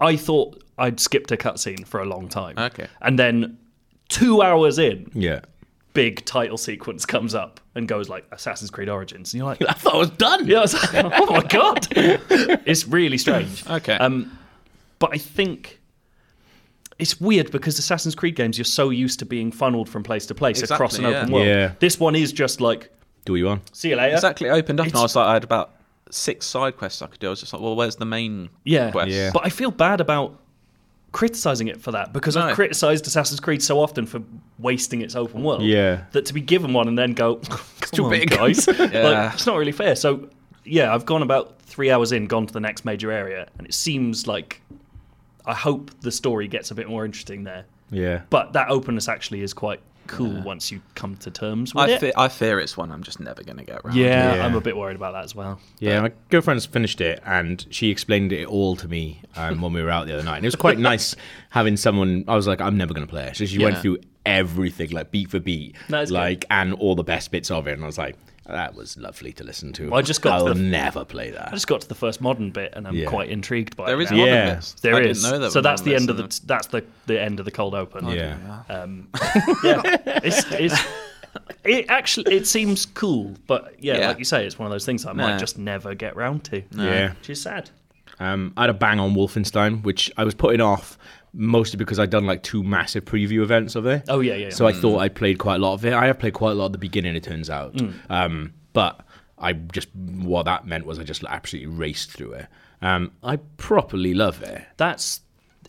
Speaker 2: I thought I'd skipped a cutscene for a long time.
Speaker 3: Okay.
Speaker 2: And then two hours in,
Speaker 1: Yeah.
Speaker 2: big title sequence comes up and goes like Assassin's Creed Origins, and you're like,
Speaker 1: I thought I was done.
Speaker 2: yeah, (laughs) I was like, oh my god, (laughs) it's really strange.
Speaker 3: Okay.
Speaker 2: um, but I think it's weird because Assassin's Creed games you're so used to being funneled from place to place
Speaker 3: Exactly,
Speaker 2: across an open
Speaker 3: yeah.
Speaker 2: world.
Speaker 1: Yeah.
Speaker 2: This one is just like,
Speaker 1: Do what you want?
Speaker 2: see you later.
Speaker 3: Exactly. Opened up, and
Speaker 2: It's-
Speaker 3: I was like, I had about six side quests I could do. I was just like, well, where's the main
Speaker 2: Yeah.
Speaker 3: quest?
Speaker 1: Yeah.
Speaker 2: But I feel bad about criticizing it for that because I've
Speaker 3: No.
Speaker 2: criticized Assassin's Creed so often for wasting its open world.
Speaker 1: Yeah.
Speaker 2: That to be given one and then go, (laughs) it's
Speaker 1: too big."
Speaker 2: guys.
Speaker 3: (laughs) Yeah.
Speaker 2: Like, it's not really fair. So, yeah, I've gone about three hours in, gone to the next major area, and it seems like I hope the story gets a bit more interesting there.
Speaker 1: Yeah.
Speaker 2: But that openness actually is quite cool once you come to terms with
Speaker 3: I
Speaker 2: it.
Speaker 3: fear, I fear it's one I'm just never going to get around.
Speaker 2: yeah,
Speaker 1: Yeah.
Speaker 2: I'm a bit worried about that as well.
Speaker 1: Yeah, my girlfriend's finished it, and she explained it all to me um, when we were out the other night. And it was
Speaker 2: (laughs)
Speaker 1: quite nice having someone. I was like, I'm never going to play it. So she went
Speaker 3: Yeah.
Speaker 1: through everything, like beat for beat,
Speaker 2: That's good.
Speaker 1: like and all the best bits of it. And I was like, that was lovely to listen to.
Speaker 2: I just got
Speaker 1: I'll
Speaker 2: the-
Speaker 1: never play that.
Speaker 2: I just got to the first modern bit, and I'm
Speaker 1: Yeah.
Speaker 2: quite intrigued by
Speaker 3: There
Speaker 2: it.
Speaker 3: is
Speaker 2: now.
Speaker 3: one
Speaker 1: Yeah.
Speaker 3: of this.
Speaker 2: There
Speaker 3: I
Speaker 2: is.
Speaker 3: didn't know there
Speaker 2: so
Speaker 3: was
Speaker 2: that's
Speaker 3: one
Speaker 2: the end of
Speaker 3: this,
Speaker 2: the that's the the end of the cold open.
Speaker 1: yeah.
Speaker 2: Um,
Speaker 1: (laughs)
Speaker 2: yeah. It's, it's it actually it seems cool, but yeah,
Speaker 3: Yeah.
Speaker 2: like you say, it's one of those things I
Speaker 3: Nah.
Speaker 2: might just never get round to.
Speaker 1: Yeah.
Speaker 2: Which is sad.
Speaker 1: Um, I had a bang on Wolfenstein, which I was putting off mostly because I'd done like two massive preview events of it.
Speaker 2: Oh, yeah, yeah, yeah.
Speaker 1: So I thought I played quite a lot of it. I have played quite a lot at the beginning, it turns out. Um, but I just what that meant was I just absolutely raced through it. Um, I properly love it.
Speaker 2: That's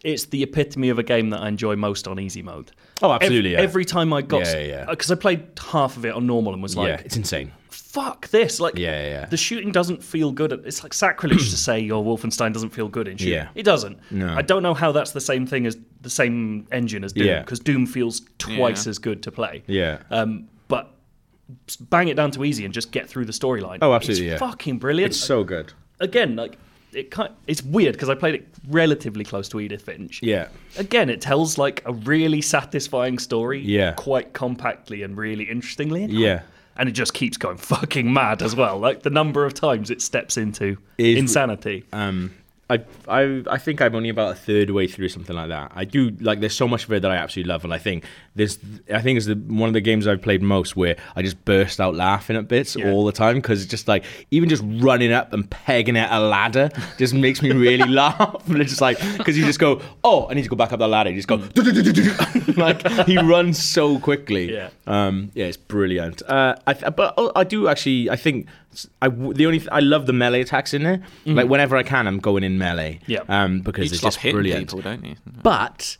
Speaker 2: it's the epitome of a game that I enjoy most on easy mode.
Speaker 1: Oh,
Speaker 2: Ev-
Speaker 1: absolutely. yeah.
Speaker 2: Every time I got,
Speaker 1: Yeah, yeah, yeah.
Speaker 2: because I played half of it on normal and was
Speaker 1: yeah,
Speaker 2: like,
Speaker 1: it's insane.
Speaker 2: "Fuck this!" Like,
Speaker 1: Yeah, yeah, yeah.
Speaker 2: the shooting doesn't feel good. at- It's like sacrilege
Speaker 1: (clears throat)
Speaker 2: to say your Wolfenstein doesn't feel good in shooting.
Speaker 1: Yeah.
Speaker 2: It doesn't.
Speaker 1: No.
Speaker 2: I don't know how that's the same thing as the same engine as Doom
Speaker 1: Yeah.
Speaker 2: because Doom feels twice
Speaker 3: Yeah.
Speaker 2: as good to play.
Speaker 1: Yeah.
Speaker 2: Um, but s- bang it down to easy and just get through the storyline.
Speaker 1: Oh, absolutely,
Speaker 2: It's
Speaker 1: yeah.
Speaker 2: fucking brilliant.
Speaker 1: It's so good.
Speaker 2: Again, like it kind it's weird because I played it relatively close to Edith Finch.
Speaker 1: Yeah.
Speaker 2: Again, it tells like a really satisfying story.
Speaker 1: Yeah.
Speaker 2: Quite compactly and really interestingly.
Speaker 1: Yeah.
Speaker 2: And it just keeps going (laughs) fucking mad as well. Like the number of times it steps into
Speaker 1: Is-
Speaker 2: insanity.
Speaker 1: Um, I, I, I think I'm only about a third way through something like that. I do like. There's so much of it that I absolutely love, and I think this. I think it's the, one of the games I've played most where I just burst out laughing at bits
Speaker 2: Yeah.
Speaker 1: all the time because it's just like even just running up and pegging at a ladder just makes me
Speaker 2: (laughs)
Speaker 1: really laugh. And it's just like because you just go, oh, I need to go back up that ladder. You just go, (laughs) like he runs so quickly.
Speaker 2: Yeah.
Speaker 1: Um, yeah, it's brilliant. Uh, I th- but oh, I do actually. I think I w- the only th- I love the melee attacks in there. Like whenever I can, I'm going in melee.
Speaker 2: Yeah.
Speaker 1: Um, because
Speaker 3: Mm-hmm. You just
Speaker 1: it's
Speaker 3: love
Speaker 1: just
Speaker 3: hitting
Speaker 1: brilliant.
Speaker 3: people, don't you?
Speaker 1: But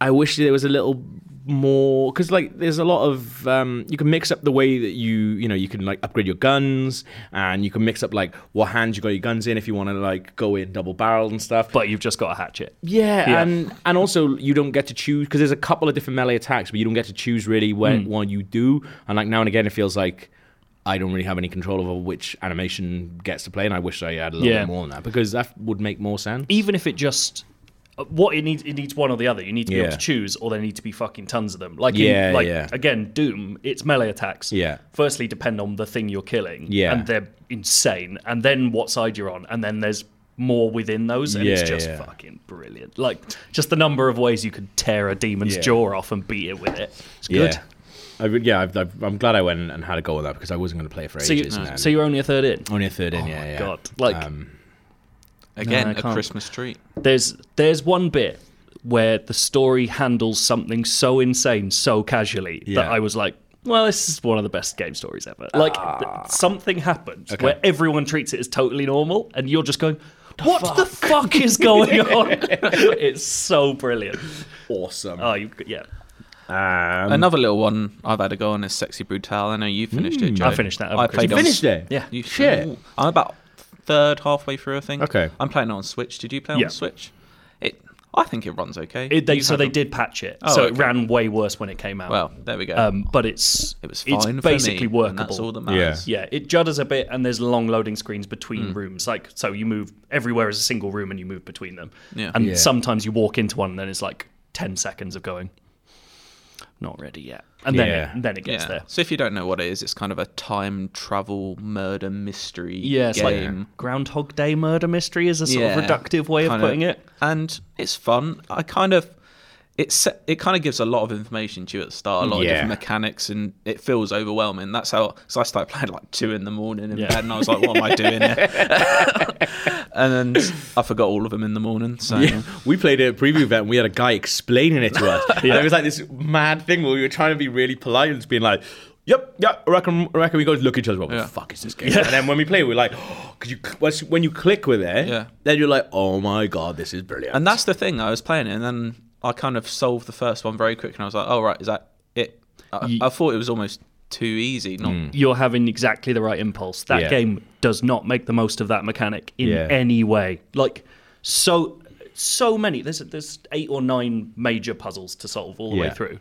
Speaker 1: I wish there was a little more because like there's a lot of um, you can mix up the way that you you know you can like upgrade your guns and you can mix up like what hand you got your guns in if you want to like go in double barreled and stuff.
Speaker 2: But you've just got a hatchet.
Speaker 1: Yeah,
Speaker 2: Yeah.
Speaker 1: and and also you don't get to choose because there's a couple of different melee attacks, but you don't get to choose really
Speaker 2: Hmm.
Speaker 1: when one you do. And like now and again, it feels like I don't really have any control over which animation gets to play, and I wish I had a little
Speaker 2: Yeah.
Speaker 1: bit
Speaker 2: E,
Speaker 1: more than that because that would make more sense.
Speaker 2: even if it just uh, what it needs it needs one or the other you need to be
Speaker 1: Yeah.
Speaker 2: able to choose or there need to be fucking tons of them like
Speaker 1: Yeah,
Speaker 2: in, like
Speaker 1: yeah.
Speaker 2: again doom it's melee attacks
Speaker 1: Yeah.
Speaker 2: firstly depend on the thing you're killing
Speaker 1: Yeah.
Speaker 2: and they're insane and then what side you're on and then there's more within those and it's
Speaker 1: Yeah,
Speaker 2: just
Speaker 1: yeah.
Speaker 2: fucking brilliant like just the number of ways you could tear a demon's
Speaker 1: Yeah.
Speaker 2: jaw off and beat it with it it's good
Speaker 1: Yeah, I, re- yeah I've, I've, I'm glad I went and had a go at that because I wasn't going to play it for
Speaker 2: so, you, uh,
Speaker 1: ages. and
Speaker 2: so you're only a third in
Speaker 1: only a third in, yeah,
Speaker 2: my
Speaker 1: yeah. Um,
Speaker 2: God, like-
Speaker 3: Again,
Speaker 2: I
Speaker 3: a
Speaker 2: can't.
Speaker 3: Christmas treat.
Speaker 2: there's there's one bit where the story handles something so insane so casually
Speaker 1: Yeah.
Speaker 2: that I was like, well, this is one of the best game stories ever. Like th- something happens where everyone treats it as totally normal, and you're just going, what the fuck is (laughs) going on? it's so brilliant.
Speaker 1: awesome.
Speaker 2: Oh, you, yeah,
Speaker 1: um,
Speaker 3: Another little one I've had a go on is Sexy Brutal. I know you finished it, Joe.
Speaker 2: I finished that.
Speaker 3: I played
Speaker 1: Mm. you
Speaker 3: on-
Speaker 1: finished it.
Speaker 2: Yeah.
Speaker 3: You
Speaker 1: Shit.
Speaker 3: Ooh, I'm about third halfway through, I think.
Speaker 1: Okay.
Speaker 3: I'm playing it on Switch. Did you play
Speaker 2: Yeah.
Speaker 3: on Switch? It. I think it runs okay.
Speaker 2: It, they,
Speaker 3: You've
Speaker 2: so
Speaker 3: had
Speaker 2: they
Speaker 3: a-
Speaker 2: did patch it,
Speaker 3: Oh,
Speaker 2: so it
Speaker 3: okay.
Speaker 2: ran way worse when it came out.
Speaker 3: Well, there we go.
Speaker 2: um, but it's
Speaker 3: it was fine
Speaker 2: it's
Speaker 3: for me,
Speaker 2: basically
Speaker 3: and
Speaker 2: workable.
Speaker 3: That's all that
Speaker 1: Yeah.
Speaker 3: matters.
Speaker 2: Yeah, it judders a bit, and there's long loading screens between
Speaker 3: Hmm.
Speaker 2: rooms. Like, so you move everywhere is a single room, and you move between them.
Speaker 3: Yeah.
Speaker 2: And
Speaker 1: Yeah.
Speaker 2: sometimes you walk into one, and then it's like ten seconds of going, not ready yet, and then
Speaker 1: Yeah.
Speaker 2: it, then it gets there.
Speaker 3: So if you don't know what it is, it's kind of a time travel murder mystery
Speaker 2: Yeah, it's like
Speaker 3: game.
Speaker 2: Groundhog Day murder mystery is a sort of
Speaker 3: Yeah.
Speaker 2: reductive way of
Speaker 3: Kinda-
Speaker 2: putting it.
Speaker 3: and it's fun. I kind of it se- it kind of gives a lot of information to you at the start, a
Speaker 1: Yeah.
Speaker 3: lot of different mechanics, and it feels overwhelming. That's how because I started playing at like two in the morning in
Speaker 2: Yeah.
Speaker 3: bed, and I was like, "What am I
Speaker 2: (laughs)
Speaker 3: doing?" here? (laughs) and then I forgot all of them in the morning. So
Speaker 1: Yeah, we played a preview event. and We had a guy explaining it to (laughs) us. and it was like this mad thing where we were trying to be really polite and just being like, "Yep, yep." I reckon, I reckon we go look at each other. What
Speaker 3: Yeah.
Speaker 1: the fuck is this game? And then when we play, we're like, (gasps) because you once- when you click with it,
Speaker 3: Yeah.
Speaker 1: then you're like, "Oh my god, this is brilliant."
Speaker 3: And that's the thing. I was playing it, and then I kind of solved the first one very quick, and I was like, "Oh right, is that it?" I,
Speaker 2: Ye- Mm.
Speaker 3: I thought it was almost too easy. Not
Speaker 2: You're having exactly the right impulse. That
Speaker 1: Yeah.
Speaker 2: game does not make the most of that mechanic in
Speaker 1: Yeah.
Speaker 2: any way. Like, so so many. There's there's eight or nine major puzzles to solve all the way
Speaker 1: Yeah.
Speaker 2: through.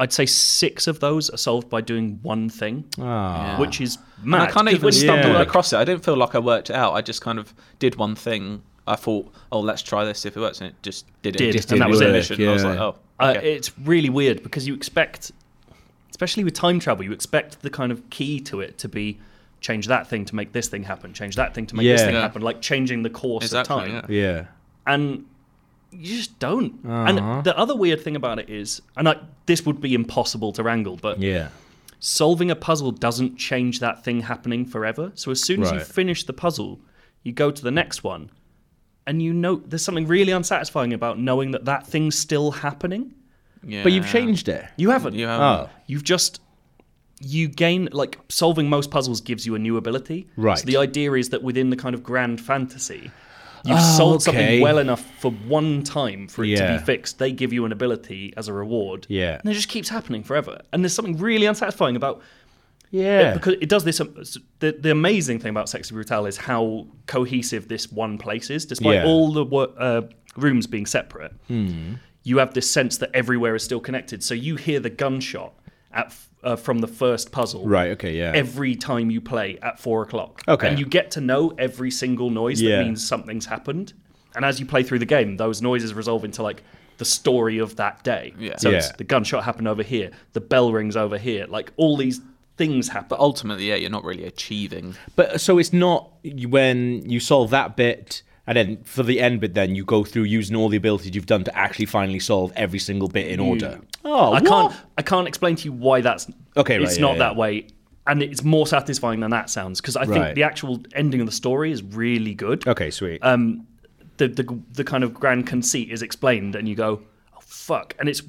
Speaker 2: I'd say six of those are solved by doing one thing,
Speaker 1: Ah.
Speaker 2: which is mad.
Speaker 3: And I kind
Speaker 2: 'cause
Speaker 3: of even
Speaker 2: when you-
Speaker 3: stumbled
Speaker 1: Yeah.
Speaker 3: across it. I didn't feel like I worked it out. I just kind of did one thing. I thought, oh, let's try this see if it works, and it just did it.
Speaker 2: Did,
Speaker 3: just
Speaker 2: and that
Speaker 3: did
Speaker 2: was
Speaker 3: the
Speaker 2: it.
Speaker 3: mission. I was
Speaker 1: Yeah.
Speaker 3: like, oh,
Speaker 2: Uh,
Speaker 3: okay.
Speaker 2: It's really weird because you expect, especially with time travel, you expect the kind of key to it to be change that thing to make this thing happen, change that thing to make this
Speaker 1: Yeah.
Speaker 2: thing
Speaker 1: Yeah.
Speaker 2: happen, like changing the course
Speaker 3: Exactly,
Speaker 2: of time.
Speaker 3: yeah.
Speaker 1: yeah,
Speaker 2: and you just don't.
Speaker 1: Uh-huh.
Speaker 2: And the other weird thing about it is, and I, this would be impossible to wrangle, but
Speaker 1: yeah,
Speaker 2: solving a puzzle doesn't change that thing happening forever. So as soon as you
Speaker 1: Right.
Speaker 2: finish the puzzle, you go to the next one, and you know there's something really unsatisfying about knowing that that thing's still happening.
Speaker 3: Yeah.
Speaker 1: But you've changed it.
Speaker 2: You haven't.
Speaker 3: You haven't.
Speaker 1: Oh,
Speaker 2: You've just you gain like solving most puzzles gives you a new ability.
Speaker 1: Right.
Speaker 2: So the idea is that within the kind of grand fantasy, you've solved
Speaker 1: Oh, okay.
Speaker 2: something well enough for one time for it to
Speaker 1: Yeah.
Speaker 2: be fixed. They give you an ability as a reward.
Speaker 1: Yeah.
Speaker 2: And it just keeps happening forever. And there's something really unsatisfying about
Speaker 1: yeah,
Speaker 2: because it does this. um, The, the amazing thing about Sexy Brutal is how cohesive this one place is, despite
Speaker 1: Yeah. Hmm.
Speaker 2: all the wor- uh, rooms being separate. You have this sense that everywhere is still connected. So you hear the gunshot, at f- uh, from the first puzzle.
Speaker 1: Right, okay, yeah.
Speaker 2: Every time you play at four o'clock.
Speaker 1: Okay.
Speaker 2: And you get to know every single noise
Speaker 1: Yeah.
Speaker 2: that means something's happened. And as you play through the game, those noises resolve into like the story of that day.
Speaker 3: Yeah.
Speaker 2: So it's
Speaker 1: Yeah.
Speaker 2: the gunshot happened over here, the bell rings over here, like all these things happen. Oh,
Speaker 3: But ultimately, yeah, you're not really achieving.
Speaker 1: But so it's not you- when you solve that bit, and then for the end bit, then you go through using all the abilities you've done to actually finally solve every single bit in order. Oh,
Speaker 2: I
Speaker 1: what?
Speaker 2: can't I can't explain to you why that's
Speaker 1: Okay, right,
Speaker 2: It's
Speaker 1: yeah,
Speaker 2: not
Speaker 1: yeah.
Speaker 2: that way, and it's more satisfying than that sounds because I
Speaker 1: Right.
Speaker 2: think the actual ending of the story is really good.
Speaker 1: Okay, sweet.
Speaker 2: um, the, the the kind of grand conceit is explained, and you go, "Oh fuck!" And it's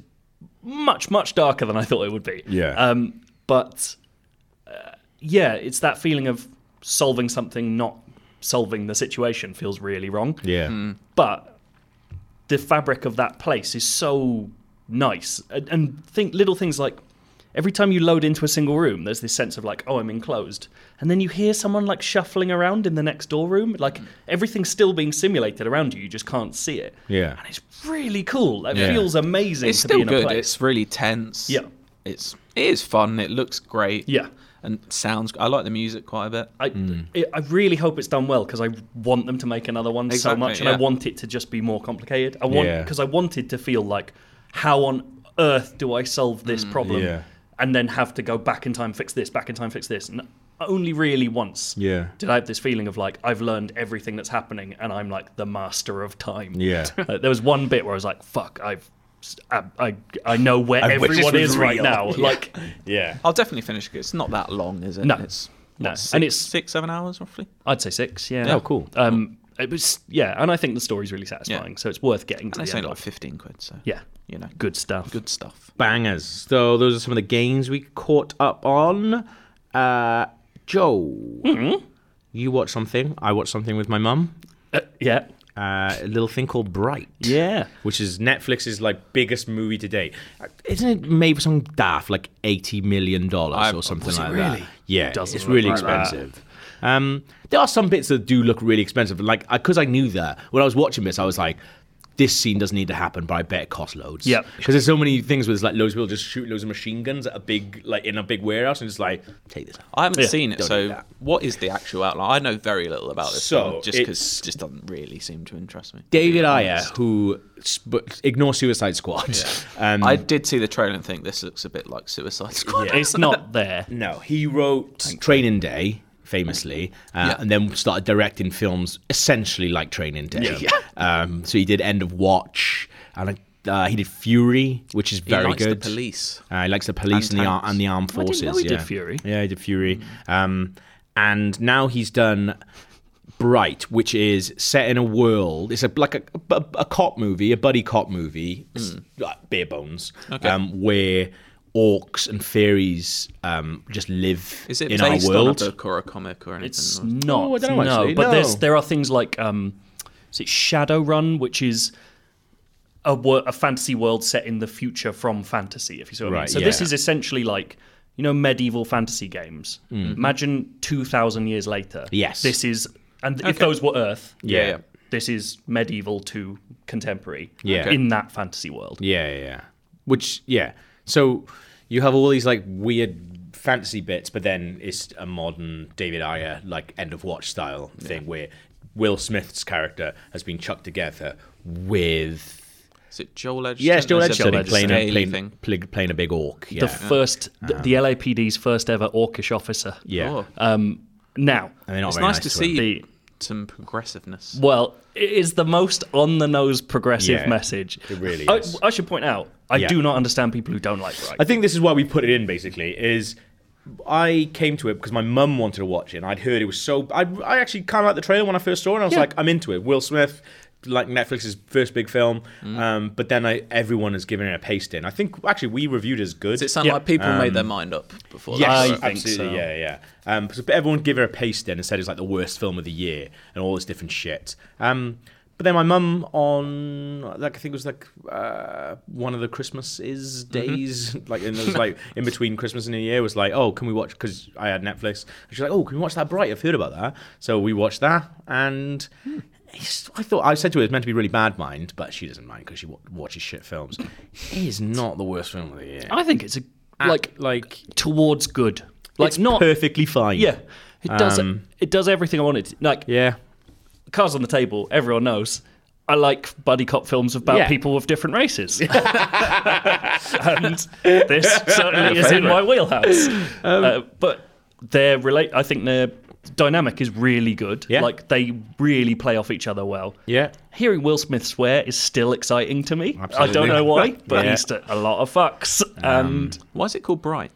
Speaker 2: much much darker than I thought it would be.
Speaker 1: Yeah.
Speaker 2: Um, but uh, yeah, it's that feeling of solving something, not solving the situation, feels really wrong.
Speaker 1: yeah.
Speaker 2: But the fabric of that place is so nice, and, and think little things like. Every time you load into a single room, there's this sense of like, oh, I'm enclosed. And then you hear someone like shuffling around in the next door room. Like everything's still being simulated around you, you just can't see it.
Speaker 1: Yeah.
Speaker 2: And it's really cool. It
Speaker 1: Yeah.
Speaker 2: feels amazing
Speaker 3: It's
Speaker 2: to
Speaker 3: still
Speaker 2: be in a
Speaker 3: good.
Speaker 2: place.
Speaker 3: It's really tense.
Speaker 2: Yeah.
Speaker 3: It's it is fun. It looks great.
Speaker 2: Yeah.
Speaker 3: And sounds. I like the music quite a bit.
Speaker 2: I,
Speaker 1: Mm.
Speaker 2: I I really hope it's done well because I want them to make another one so
Speaker 3: Exactly,
Speaker 2: much, and
Speaker 3: yeah.
Speaker 2: I want it to just be more complicated. I want
Speaker 1: Yeah.
Speaker 2: because I wanted to feel like how on earth do I solve
Speaker 3: Mm.
Speaker 2: this problem,
Speaker 1: yeah.
Speaker 2: and then have to go back in time fix this, back in time fix this, and only really once
Speaker 1: Yeah.
Speaker 2: did I have this feeling of like I've learned everything that's happening, and I'm like the master of time.
Speaker 1: Yeah.
Speaker 2: (laughs) Like, there was one bit where I was like, "Fuck, I've." I, I, I know where
Speaker 1: I wish this
Speaker 2: everyone
Speaker 1: was
Speaker 2: is right
Speaker 1: real.
Speaker 2: now.
Speaker 1: (laughs) Yeah.
Speaker 2: Like,
Speaker 1: yeah.
Speaker 3: I'll definitely finish it. It's not that long, is it?
Speaker 2: No.
Speaker 3: It's
Speaker 2: No.
Speaker 3: what, six,
Speaker 2: And it's-
Speaker 3: six, seven hours roughly.
Speaker 2: I'd say six. Yeah.
Speaker 1: Oh, cool.
Speaker 2: Um, it was yeah, and I think the story's really satisfying, so it's worth getting to
Speaker 3: And it's
Speaker 2: the end
Speaker 3: only like
Speaker 2: of.
Speaker 3: fifteen quid. So
Speaker 2: Yeah,
Speaker 3: you know, good,
Speaker 2: good stuff.
Speaker 3: good stuff.
Speaker 1: Bangers. So those are some of the games we caught up on. Uh, Joe,
Speaker 2: Mm-hmm.
Speaker 1: you watched something. I watched something with my mum.
Speaker 2: Uh, yeah,
Speaker 1: Uh, a little thing called Bright.
Speaker 2: yeah.
Speaker 1: which is Netflix's like biggest movie to date. Uh, Isn't it made for some daft like eighty million
Speaker 3: I-
Speaker 1: dollars or something
Speaker 3: was it
Speaker 1: like that?
Speaker 3: really?
Speaker 1: Yeah,
Speaker 2: Doesn't
Speaker 1: it's
Speaker 2: look
Speaker 1: really
Speaker 2: like that.
Speaker 1: expensive. Um, there are some bits that do look really expensive. Like because I knew that when I was watching this, I was like. This scene doesn't need to happen, but I bet it costs loads.
Speaker 2: Yep.
Speaker 1: because there's so many things where there's like loads of people just shoot loads of machine guns at a big like in a big warehouse and just like take this out.
Speaker 3: I haven't
Speaker 2: Yeah.
Speaker 3: seen it,
Speaker 1: Don't do
Speaker 3: so
Speaker 1: that.
Speaker 3: what is the actual outline? I know very little about this.
Speaker 1: So,
Speaker 3: film, just because
Speaker 1: it's-
Speaker 3: it just doesn't really seem to interest me.
Speaker 1: David Ayer, who sp- ignore Suicide Squad, um,
Speaker 3: I did see the trailer and think this looks a bit like Suicide Squad.
Speaker 2: It's not there.
Speaker 1: No, he wrote Training Day famously, uh,
Speaker 3: Yeah.
Speaker 1: and then started directing films essentially like Training Day.
Speaker 2: Yeah.
Speaker 1: Um, so he did End of Watch, and uh, he did Fury, which is (laughs) very
Speaker 3: likes the
Speaker 1: good.
Speaker 3: police.
Speaker 1: Uh, he likes the police and,
Speaker 3: And
Speaker 1: the ar-
Speaker 3: tanks.
Speaker 1: and the armed
Speaker 2: I
Speaker 1: forces.
Speaker 2: didn't know he
Speaker 1: yeah.
Speaker 2: did Fury.
Speaker 1: Yeah, he did Fury. Um, and now he's done Bright, which is set in a world. It's a like a, a, a cop movie, a buddy cop movie, s- like bare bones, um, where orcs and fairies um, just live
Speaker 3: Is it
Speaker 1: in our
Speaker 3: based on a
Speaker 1: world.
Speaker 3: book or a comic or anything?
Speaker 2: It's
Speaker 3: or-
Speaker 2: not.
Speaker 1: (laughs) Oh, I don't know,
Speaker 2: no,
Speaker 1: actually.
Speaker 2: but there's
Speaker 1: No.
Speaker 2: there are things like um, is it Shadowrun, which is a, wor- a fantasy world set in the future from fantasy. If you see what I mean.
Speaker 1: Right,
Speaker 2: So this
Speaker 1: yeah.
Speaker 2: is essentially like you know medieval fantasy games. Imagine two thousand years later.
Speaker 1: Mm-hmm. Yes.
Speaker 2: This is and if those were Earth.
Speaker 1: Yeah.
Speaker 3: yeah.
Speaker 2: This is medieval to contemporary.
Speaker 1: Yeah.
Speaker 2: In that fantasy world.
Speaker 1: Yeah, yeah, yeah. Which, yeah. So you have all these like weird fantasy bits, but then it's a modern David Ayer like end of watch style thing where Will Smith's character has been chucked together with.
Speaker 3: Is it Joel Edgerton?
Speaker 1: Yeah, it's Joel
Speaker 3: Is it
Speaker 1: Edgerton
Speaker 2: Joel
Speaker 1: playing, a,
Speaker 3: Scaly
Speaker 1: playing,
Speaker 3: thing?
Speaker 1: pl- playing a big orc. Yeah. Uh-huh.
Speaker 2: The first, the, the LAPD's first ever orcish officer.
Speaker 1: yeah.
Speaker 3: Oh,
Speaker 2: Um, now,
Speaker 1: And they're not
Speaker 3: it's
Speaker 1: very
Speaker 3: nice to
Speaker 1: him.
Speaker 3: see
Speaker 2: The-
Speaker 3: some progressiveness.
Speaker 2: well, it is the most on the nose progressive
Speaker 1: Yeah,
Speaker 2: message.
Speaker 1: it really
Speaker 2: I,
Speaker 1: is.
Speaker 2: I should point out, I
Speaker 1: Yeah.
Speaker 2: do not understand people who don't like Bright.
Speaker 1: I think this is why we put it in. Basically, is I came to it because my mum wanted to watch it, and I'd heard it was so. I, I actually kind of liked the trailer when I first saw it. and I was
Speaker 2: Yeah.
Speaker 1: like, I'm into it. Will Smith, like Netflix's first big film. Um, but then I, everyone has given it a paste in. I think actually we reviewed it as good.
Speaker 3: Does it sound
Speaker 2: Yeah.
Speaker 3: like people made their mind up before?
Speaker 1: Um, Yes,
Speaker 2: I
Speaker 3: that?
Speaker 2: think
Speaker 1: absolutely.
Speaker 2: so.
Speaker 1: Yeah, yeah. Um, so everyone gave her a paste then and said it's like the worst film of the year and all this different shit. Um, but then my mum on like I think it was like uh, one of the Christmases
Speaker 2: Mm-hmm.
Speaker 1: days, (laughs) like in
Speaker 2: (laughs)
Speaker 1: those like in between Christmas and New Year, was like, oh, can we watch? Because I had Netflix. And she's like, oh, can we watch that Bright? I've heard about that. So we watched that, and
Speaker 2: Hmm.
Speaker 1: it's- I thought I said to her it's meant to be really bad mind, but she doesn't mind because she wa- watches shit films. It is not the worst film of the year.
Speaker 2: I think it's a like
Speaker 1: like
Speaker 2: towards good. Like
Speaker 1: Ah. it's
Speaker 2: not
Speaker 1: perfectly fine.
Speaker 2: yeah. It does
Speaker 1: Um,
Speaker 2: it does everything I want it to. Like
Speaker 1: yeah.
Speaker 2: Cars on the Table, everyone knows. I like buddy cop films about
Speaker 1: Yeah.
Speaker 2: people of
Speaker 1: (laughs)
Speaker 2: different races. and this certainly is in
Speaker 3: favourite.
Speaker 2: my wheelhouse.
Speaker 1: Um,
Speaker 2: Uh, but their relate I think their dynamic is really good.
Speaker 1: Yeah.
Speaker 2: Like they really play off each other well.
Speaker 1: Yeah.
Speaker 2: Hearing Will Smith swear is still exciting to me. I
Speaker 1: Absolutely.
Speaker 2: don't know
Speaker 1: (laughs)
Speaker 2: why, but
Speaker 1: Yeah. Um,
Speaker 2: he's t- a lot of fucks. and
Speaker 3: Why is it called Bright?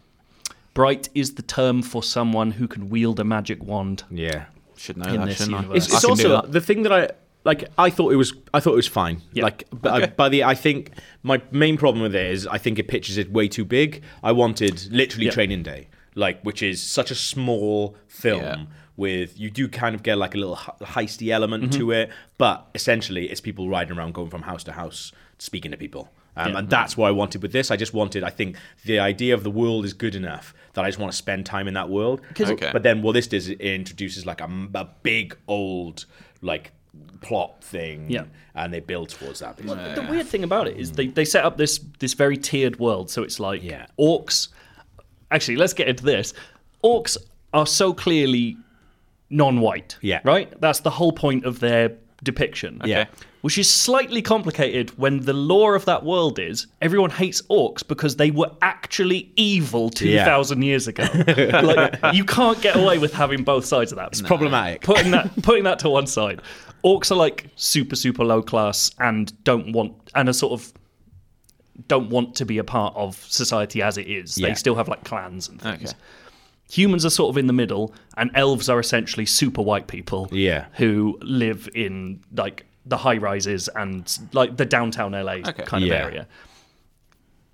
Speaker 2: bright is the term for someone who can wield a magic wand.
Speaker 1: Yeah.
Speaker 3: Should know
Speaker 2: In
Speaker 3: that,
Speaker 2: this
Speaker 3: shouldn't I?
Speaker 2: universe.
Speaker 1: It's,
Speaker 3: I
Speaker 1: it's
Speaker 3: can do
Speaker 1: also
Speaker 3: that.
Speaker 1: the thing that I like. I thought it was. I thought it was fine.
Speaker 2: Yeah.
Speaker 1: Like, but uh,
Speaker 3: Okay.
Speaker 1: by the I think my main problem with it is I think it pitches it way too big. I wanted literally
Speaker 2: Yeah.
Speaker 1: Training Day, like which is such a small film.
Speaker 3: Yeah.
Speaker 1: With you do kind of get like a little he- heisty element
Speaker 3: Mm-hmm.
Speaker 1: to it, but essentially it's people riding around, going from house to house, speaking to people, um,
Speaker 2: Yeah.
Speaker 1: and that's what I wanted with this. I just wanted, I think, the idea of the world is good enough that I just want to spend time in that world.
Speaker 2: 'Cause-
Speaker 3: Okay.
Speaker 1: But then what this does is it introduces like a, m- a big old like plot thing
Speaker 2: Yeah.
Speaker 1: and they build towards that basically.
Speaker 2: The weird thing about it is they, they set up this this very tiered world. So it's like
Speaker 1: Yeah.
Speaker 2: orcs. Actually, let's get into this. Orcs are so clearly non-white.
Speaker 1: Yeah.
Speaker 2: Right. That's the whole point of their depiction.
Speaker 1: Yeah.
Speaker 2: Which is slightly complicated when the lore of that world is everyone hates orcs because they were actually evil
Speaker 1: Yeah.
Speaker 2: 2,000 years ago. (laughs) like, you can't get away with having both sides of that.
Speaker 1: It's problematic
Speaker 2: putting that putting that to one side orcs are like super super low class and don't want and are sort of don't want to be a part of society as it is
Speaker 1: Yeah.
Speaker 2: they still have like clans and things
Speaker 3: Okay.
Speaker 2: humans are sort of in the middle and elves are essentially super white people
Speaker 1: Yeah.
Speaker 2: who live in like the high rises and like the downtown la
Speaker 3: Okay.
Speaker 2: kind of
Speaker 1: Yeah.
Speaker 2: area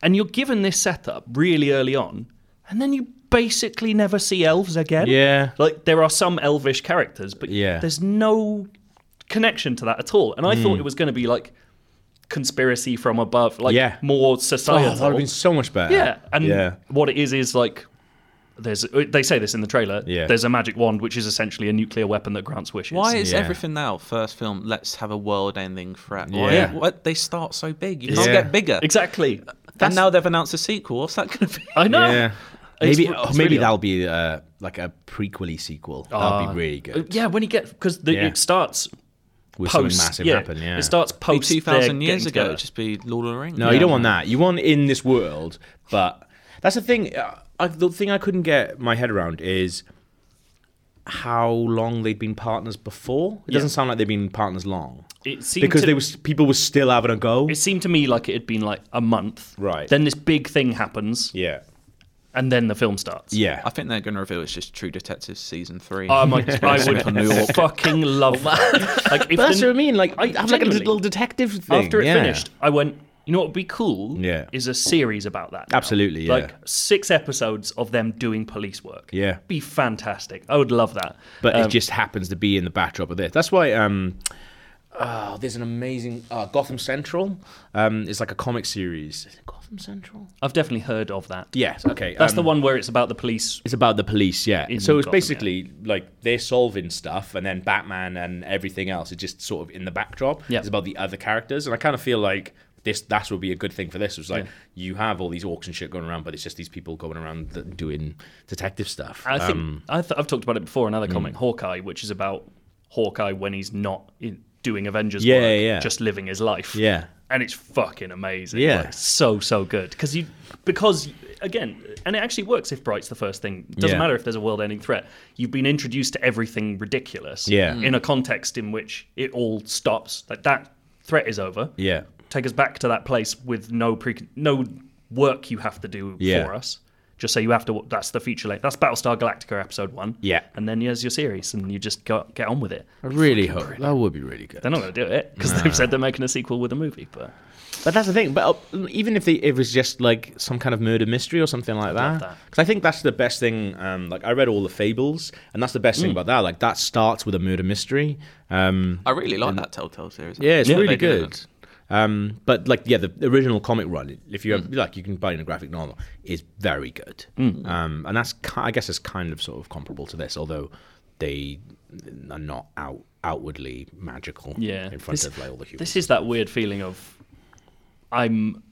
Speaker 2: and you're given this setup really early on and then you basically never see elves again
Speaker 1: Yeah.
Speaker 2: like there are some elvish characters but
Speaker 1: Yeah.
Speaker 2: there's no connection to that at all and i
Speaker 1: Hmm.
Speaker 2: thought it was going to be like conspiracy from above like
Speaker 1: Yeah.
Speaker 2: more
Speaker 1: oh, that
Speaker 2: societal
Speaker 1: would have been so much better
Speaker 2: yeah, and
Speaker 1: Uh, yeah
Speaker 2: what it is is like there's uh, they say this in the trailer.
Speaker 1: Yeah.
Speaker 2: There's a magic wand which is essentially a nuclear weapon that grants wishes.
Speaker 3: Why is
Speaker 1: Yeah.
Speaker 3: everything now first film? Let's have a world-ending threat.
Speaker 1: Yeah.
Speaker 3: Why, why they start so big? You can't
Speaker 1: Yeah.
Speaker 3: get bigger.
Speaker 2: exactly?
Speaker 3: And now they've announced a sequel. What's that going
Speaker 2: (laughs)
Speaker 3: to be?
Speaker 2: I know.
Speaker 1: yeah
Speaker 2: It's-
Speaker 1: maybe
Speaker 2: it's
Speaker 1: oh, maybe
Speaker 2: really
Speaker 1: that'll be uh, like a prequely sequel that'd be really
Speaker 2: Uh,
Speaker 1: good
Speaker 2: Yeah, when you get because
Speaker 1: Yeah.
Speaker 2: it starts
Speaker 1: with
Speaker 2: post
Speaker 1: something massive
Speaker 2: yeah,
Speaker 1: happen yeah
Speaker 2: it starts post
Speaker 3: Two thousand
Speaker 2: their
Speaker 3: years
Speaker 2: getting
Speaker 3: ago,
Speaker 2: together.
Speaker 3: it'd just be Lord of the Rings.
Speaker 1: No, you don't want that. You want in this world, but that's the thing. uh, I, the thing I couldn't get my head around is how long they'd been partners before. It doesn't sound like they've been partners long
Speaker 2: it seemed
Speaker 1: because
Speaker 2: to,
Speaker 1: they was people were still having a go.
Speaker 2: It seemed to me like it had been like a month.
Speaker 1: Right.
Speaker 2: Then this big thing happens,
Speaker 1: Yeah,
Speaker 2: and then the film starts.
Speaker 1: yeah.
Speaker 3: I think they're going to reveal it's just True Detective season three.
Speaker 1: (laughs)
Speaker 2: Oh
Speaker 3: (laughs)
Speaker 2: my! I (laughs)
Speaker 3: Smith and
Speaker 2: would
Speaker 3: Newark.
Speaker 2: fucking
Speaker 3: (laughs)
Speaker 2: love that. Like, if
Speaker 1: but that's
Speaker 2: the-
Speaker 1: what I mean. Like I have like a
Speaker 2: Genuinely.
Speaker 1: little detective thing
Speaker 2: after it
Speaker 1: yeah.
Speaker 2: finished, I went, you know what would be cool?
Speaker 1: Yeah.
Speaker 2: Is a series about that. now.
Speaker 1: Absolutely, yeah.
Speaker 2: Like six episodes of them doing police work.
Speaker 1: Yeah.
Speaker 2: Be fantastic. I would love that.
Speaker 1: but
Speaker 2: Um,
Speaker 1: it just happens to be in the backdrop of this. That's why um, oh, there's an amazing uh, Gotham Central. Um, it's like a comic series. Is it Gotham Central?
Speaker 2: I've definitely heard of that.
Speaker 1: Yes. Okay.
Speaker 2: That's
Speaker 1: um,
Speaker 2: the one where it's about the police.
Speaker 1: It's about the police, yeah.
Speaker 2: In
Speaker 1: so it's
Speaker 2: Gotham,
Speaker 1: basically like they're solving stuff, and then Batman and everything else is just sort of in the backdrop.
Speaker 2: Yeah.
Speaker 1: It's about the other characters, and I kind of feel like this that would be a good thing for this. It was like
Speaker 2: Yeah.
Speaker 1: you have all these auction shit going around, but it's just these people going around th- doing detective stuff.
Speaker 2: I think
Speaker 1: Um, hmm.
Speaker 2: I th- I've talked about it before. Another comic, Hawkeye, which is about Hawkeye when he's not in, doing Avengers
Speaker 1: Yeah,
Speaker 2: work,
Speaker 1: yeah, yeah.
Speaker 2: just living his life.
Speaker 1: yeah,
Speaker 2: and it's fucking amazing.
Speaker 1: Yeah.
Speaker 2: Like, so so good because you because again, and it actually works if Bright's the first thing. It doesn't
Speaker 1: Yeah.
Speaker 2: matter if there's a world-ending threat. You've been introduced to everything ridiculous.
Speaker 1: Yeah. Mm.
Speaker 2: in a context in which it all stops. Like that threat is over.
Speaker 1: yeah,
Speaker 2: Take us back to that place with no pre no work you have to do
Speaker 1: Yeah.
Speaker 2: for us. Just so you have to. That's the feature length. That's Battlestar Galactica episode one.
Speaker 1: Yeah.
Speaker 2: and then there's your series, and you just go, get on with it.
Speaker 1: I really hope that would be really good.
Speaker 2: They're not going to do it because they've said they're making a sequel with a movie, but.
Speaker 1: But that's the thing. But uh, even if they, if it's just like some kind of murder mystery or something like that,
Speaker 2: that.
Speaker 1: because I think that's the best thing. Um, like I read all the fables, and that's the best thing about that. Like that starts with a murder mystery. Um,
Speaker 3: I really like that Telltale series.
Speaker 1: yeah, it's
Speaker 2: Yeah.
Speaker 1: really
Speaker 3: They did
Speaker 1: good. Um, but like yeah, the original comic run, if you have,
Speaker 2: Mm.
Speaker 1: like, you can buy it in a graphic novel, is very good. Um, and that's ki- I guess it's kind of sort of comparable to this, although they are not out outwardly magical.
Speaker 2: yeah.
Speaker 1: in front
Speaker 2: this,
Speaker 1: of like all the humans.
Speaker 2: This is that weird feeling of I'm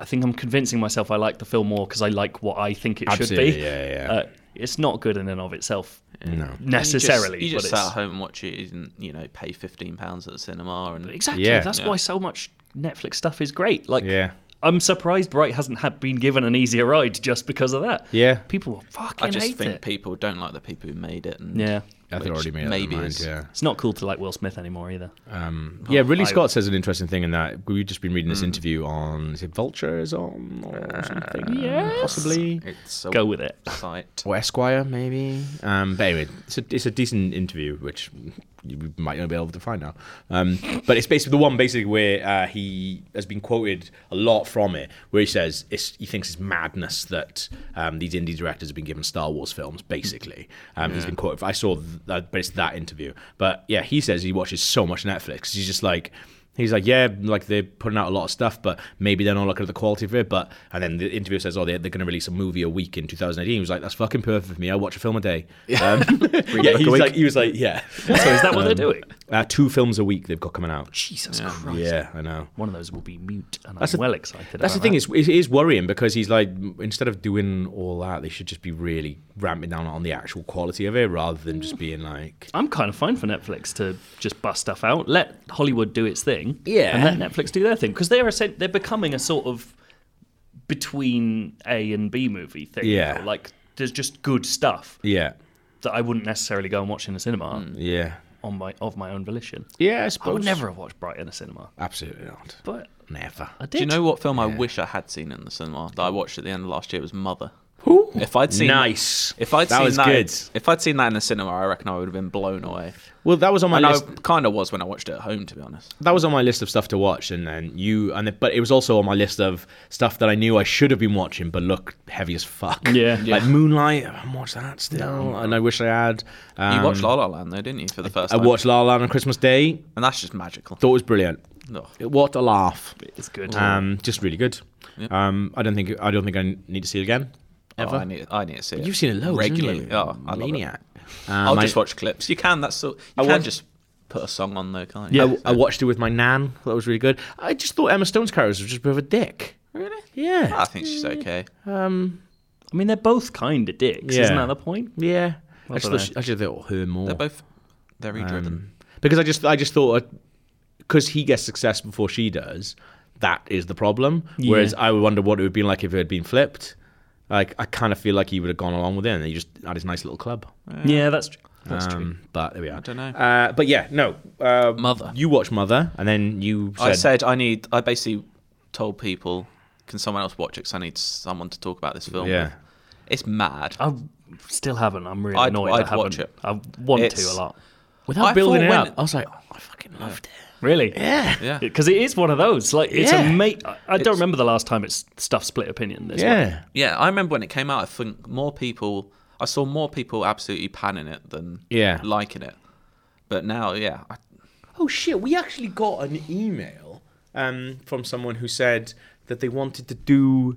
Speaker 2: I think I'm convincing myself I like the film more because I like what I think it should
Speaker 1: Absolutely,
Speaker 2: be.
Speaker 1: yeah, yeah, yeah.
Speaker 2: Uh, it's not good in and of itself
Speaker 1: No.
Speaker 2: necessarily.
Speaker 3: You just,
Speaker 2: but
Speaker 3: sat at
Speaker 2: it's,
Speaker 3: home and watch it, and you know, pay fifteen pounds at the cinema, and
Speaker 2: exactly.
Speaker 1: Yeah.
Speaker 2: That's
Speaker 3: Yeah.
Speaker 2: why so much Netflix stuff is great. Like,
Speaker 1: Yeah.
Speaker 2: I'm surprised Bright hasn't had been given an easier ride just because of that.
Speaker 1: Yeah.
Speaker 2: people fucking
Speaker 3: I just
Speaker 2: hate
Speaker 3: think
Speaker 2: it.
Speaker 3: people don't like the people who made it. And
Speaker 2: yeah,
Speaker 1: I think
Speaker 3: Which
Speaker 1: already made up
Speaker 3: maybe
Speaker 1: their mind,
Speaker 3: is-
Speaker 1: yeah.
Speaker 2: it's not cool to like Will Smith anymore either.
Speaker 1: yeah, really,
Speaker 2: I-
Speaker 1: Scott says an interesting thing in that we've just been
Speaker 2: Mm.
Speaker 1: reading this interview on is it Vulture is on or something,
Speaker 2: Uh, yes.
Speaker 1: possibly
Speaker 3: it's a
Speaker 2: Go with it.
Speaker 3: (laughs) site.
Speaker 1: or Esquire maybe. Um, but anyway, it's a, it's a decent interview which you might not be able to find now. Um, but it's basically the one basically where uh, he has been quoted a lot from it, where he says it's, he thinks it's madness that um, these indie directors have been given Star Wars films. Basically, um, he's been quoted. I saw that, but it's that interview. But yeah, he says he watches so much Netflix. He's just like. He's like, yeah, like they're putting out a lot of stuff, but maybe they're not looking at the quality of it. But and then the interviewer says, oh, they're, they're going to release a movie a week in 2018. He was like, that's fucking perfect for me. I watch a film a day. Um, (laughs) yeah,
Speaker 3: book a
Speaker 1: he was
Speaker 3: week.
Speaker 1: like, he was like, yeah,
Speaker 2: (laughs) so is that what they're doing?
Speaker 1: uh, two films a week they've got coming out.
Speaker 2: Jesus Christ!
Speaker 1: Yeah, I know.
Speaker 2: One of those will be mute, and
Speaker 1: That's
Speaker 2: I'm
Speaker 1: the-
Speaker 2: well excited.
Speaker 1: That's the
Speaker 2: about
Speaker 1: thing
Speaker 2: that.
Speaker 1: is, it is worrying because he's like, instead of doing all that, they should just be really ramping down on the actual quality of it rather than just being like,
Speaker 2: I'm kind of fine for Netflix to just bust stuff out. Let Hollywood do its thing,
Speaker 1: Yeah.
Speaker 2: and let Netflix do their thing because they're essen- they're becoming a sort of between A and B movie thing.
Speaker 1: Yeah.
Speaker 2: now. like there's just good stuff
Speaker 1: yeah,
Speaker 2: that I wouldn't necessarily go and watch in the cinema
Speaker 3: Hmm.
Speaker 1: yeah,
Speaker 2: on my of my own volition.
Speaker 1: yeah. I
Speaker 2: I
Speaker 1: suppose
Speaker 2: would never have watched Bright in a cinema,
Speaker 1: Absolutely not.
Speaker 2: but
Speaker 1: Never.
Speaker 2: I did.
Speaker 3: Do you know what film I wish I had seen in the cinema that I watched at the end of last year was Mother.
Speaker 1: Ooh.
Speaker 3: If I'd seen
Speaker 1: nice.
Speaker 3: if I'd
Speaker 1: that
Speaker 3: seen
Speaker 1: was
Speaker 3: that,
Speaker 1: good.
Speaker 3: if I'd seen that in the cinema, I reckon I would have been blown away.
Speaker 1: Well, that was on my
Speaker 3: And I
Speaker 1: list.
Speaker 3: kind of was when I watched it at home, to be honest.
Speaker 1: that was on my list of stuff to watch, and then you and it- but it was also on my list of stuff that I knew I should have been watching, but look heavy as fuck.
Speaker 2: Yeah.
Speaker 1: like Moonlight. I haven't watched that still, and I wish I had.
Speaker 3: You
Speaker 1: Um,
Speaker 3: watched La La Land though, didn't you, for the first
Speaker 1: I
Speaker 3: time?
Speaker 1: watched La La Land on Christmas Day.
Speaker 3: and that's just magical.
Speaker 1: Thought it was brilliant.
Speaker 3: Ugh.
Speaker 1: What a laugh!
Speaker 2: It's good.
Speaker 3: Ah.
Speaker 1: Um, just really good. Um, I don't think I don't think I need to see it again. Ever.
Speaker 3: Oh, I need, I need to see it.
Speaker 1: You've seen it loads
Speaker 3: regularly.
Speaker 1: Haven't you?
Speaker 3: Oh, I love it.
Speaker 1: maniac.
Speaker 3: I'll
Speaker 1: Um, I-
Speaker 3: just watch clips. You can. That's so, you
Speaker 1: I
Speaker 3: can
Speaker 1: watch-
Speaker 3: just put a song on though, can't
Speaker 1: I,
Speaker 3: you?
Speaker 1: I watched it with my nan. That was really good. I just thought Emma Stone's character was just a bit of a dick.
Speaker 3: really? Ah.
Speaker 1: Yeah. Um,
Speaker 3: I think she's okay.
Speaker 2: I mean, they're both kind of dicks.
Speaker 1: Yeah.
Speaker 2: Isn't that the point?
Speaker 1: Yeah. I
Speaker 2: I
Speaker 1: just,
Speaker 2: dunno.
Speaker 1: thought she, I just thought her more.
Speaker 3: They're both very
Speaker 1: Um,
Speaker 3: driven.
Speaker 1: because I just I just thought because he gets success before she does, that is the problem. Whereas I would wonder what it would have been like if it had been flipped. Like I kind of feel like he would have gone along with it, and he just had his nice little club.
Speaker 2: Yeah, that's tr- that's true.
Speaker 1: Um, but there we are. I
Speaker 3: dunno.
Speaker 1: Uh, but yeah, no. Uh,
Speaker 3: Mother.
Speaker 1: You watch Mother, and then you said,
Speaker 3: I said I need. I basically told people, "Can someone else watch it? Because I need someone to talk about this film."
Speaker 1: Yeah.
Speaker 3: with." It's mad.
Speaker 2: I still haven't. I'm really
Speaker 3: I'd-
Speaker 2: annoyed.
Speaker 3: I'd
Speaker 2: I haven't.
Speaker 3: watch it.
Speaker 2: I want to
Speaker 3: It's-
Speaker 2: a lot.
Speaker 1: without
Speaker 3: I
Speaker 1: building it
Speaker 3: thought
Speaker 1: up,
Speaker 3: when-
Speaker 1: I was like, "Oh, I fucking loved it.
Speaker 2: Really?
Speaker 1: Yeah.
Speaker 3: yeah.
Speaker 2: Because it is one of those. Like it's
Speaker 1: Yeah.
Speaker 2: a mate. I I
Speaker 3: It's-
Speaker 2: don't remember the last time it's stuff split opinion. This way.
Speaker 1: Yeah.
Speaker 3: Yeah. I remember when it came out. I think more people. I saw more people absolutely panning it than
Speaker 1: Yeah.
Speaker 3: liking it. But now, yeah, I,
Speaker 1: Oh shit! We actually got an email um, from someone who said that they wanted to do.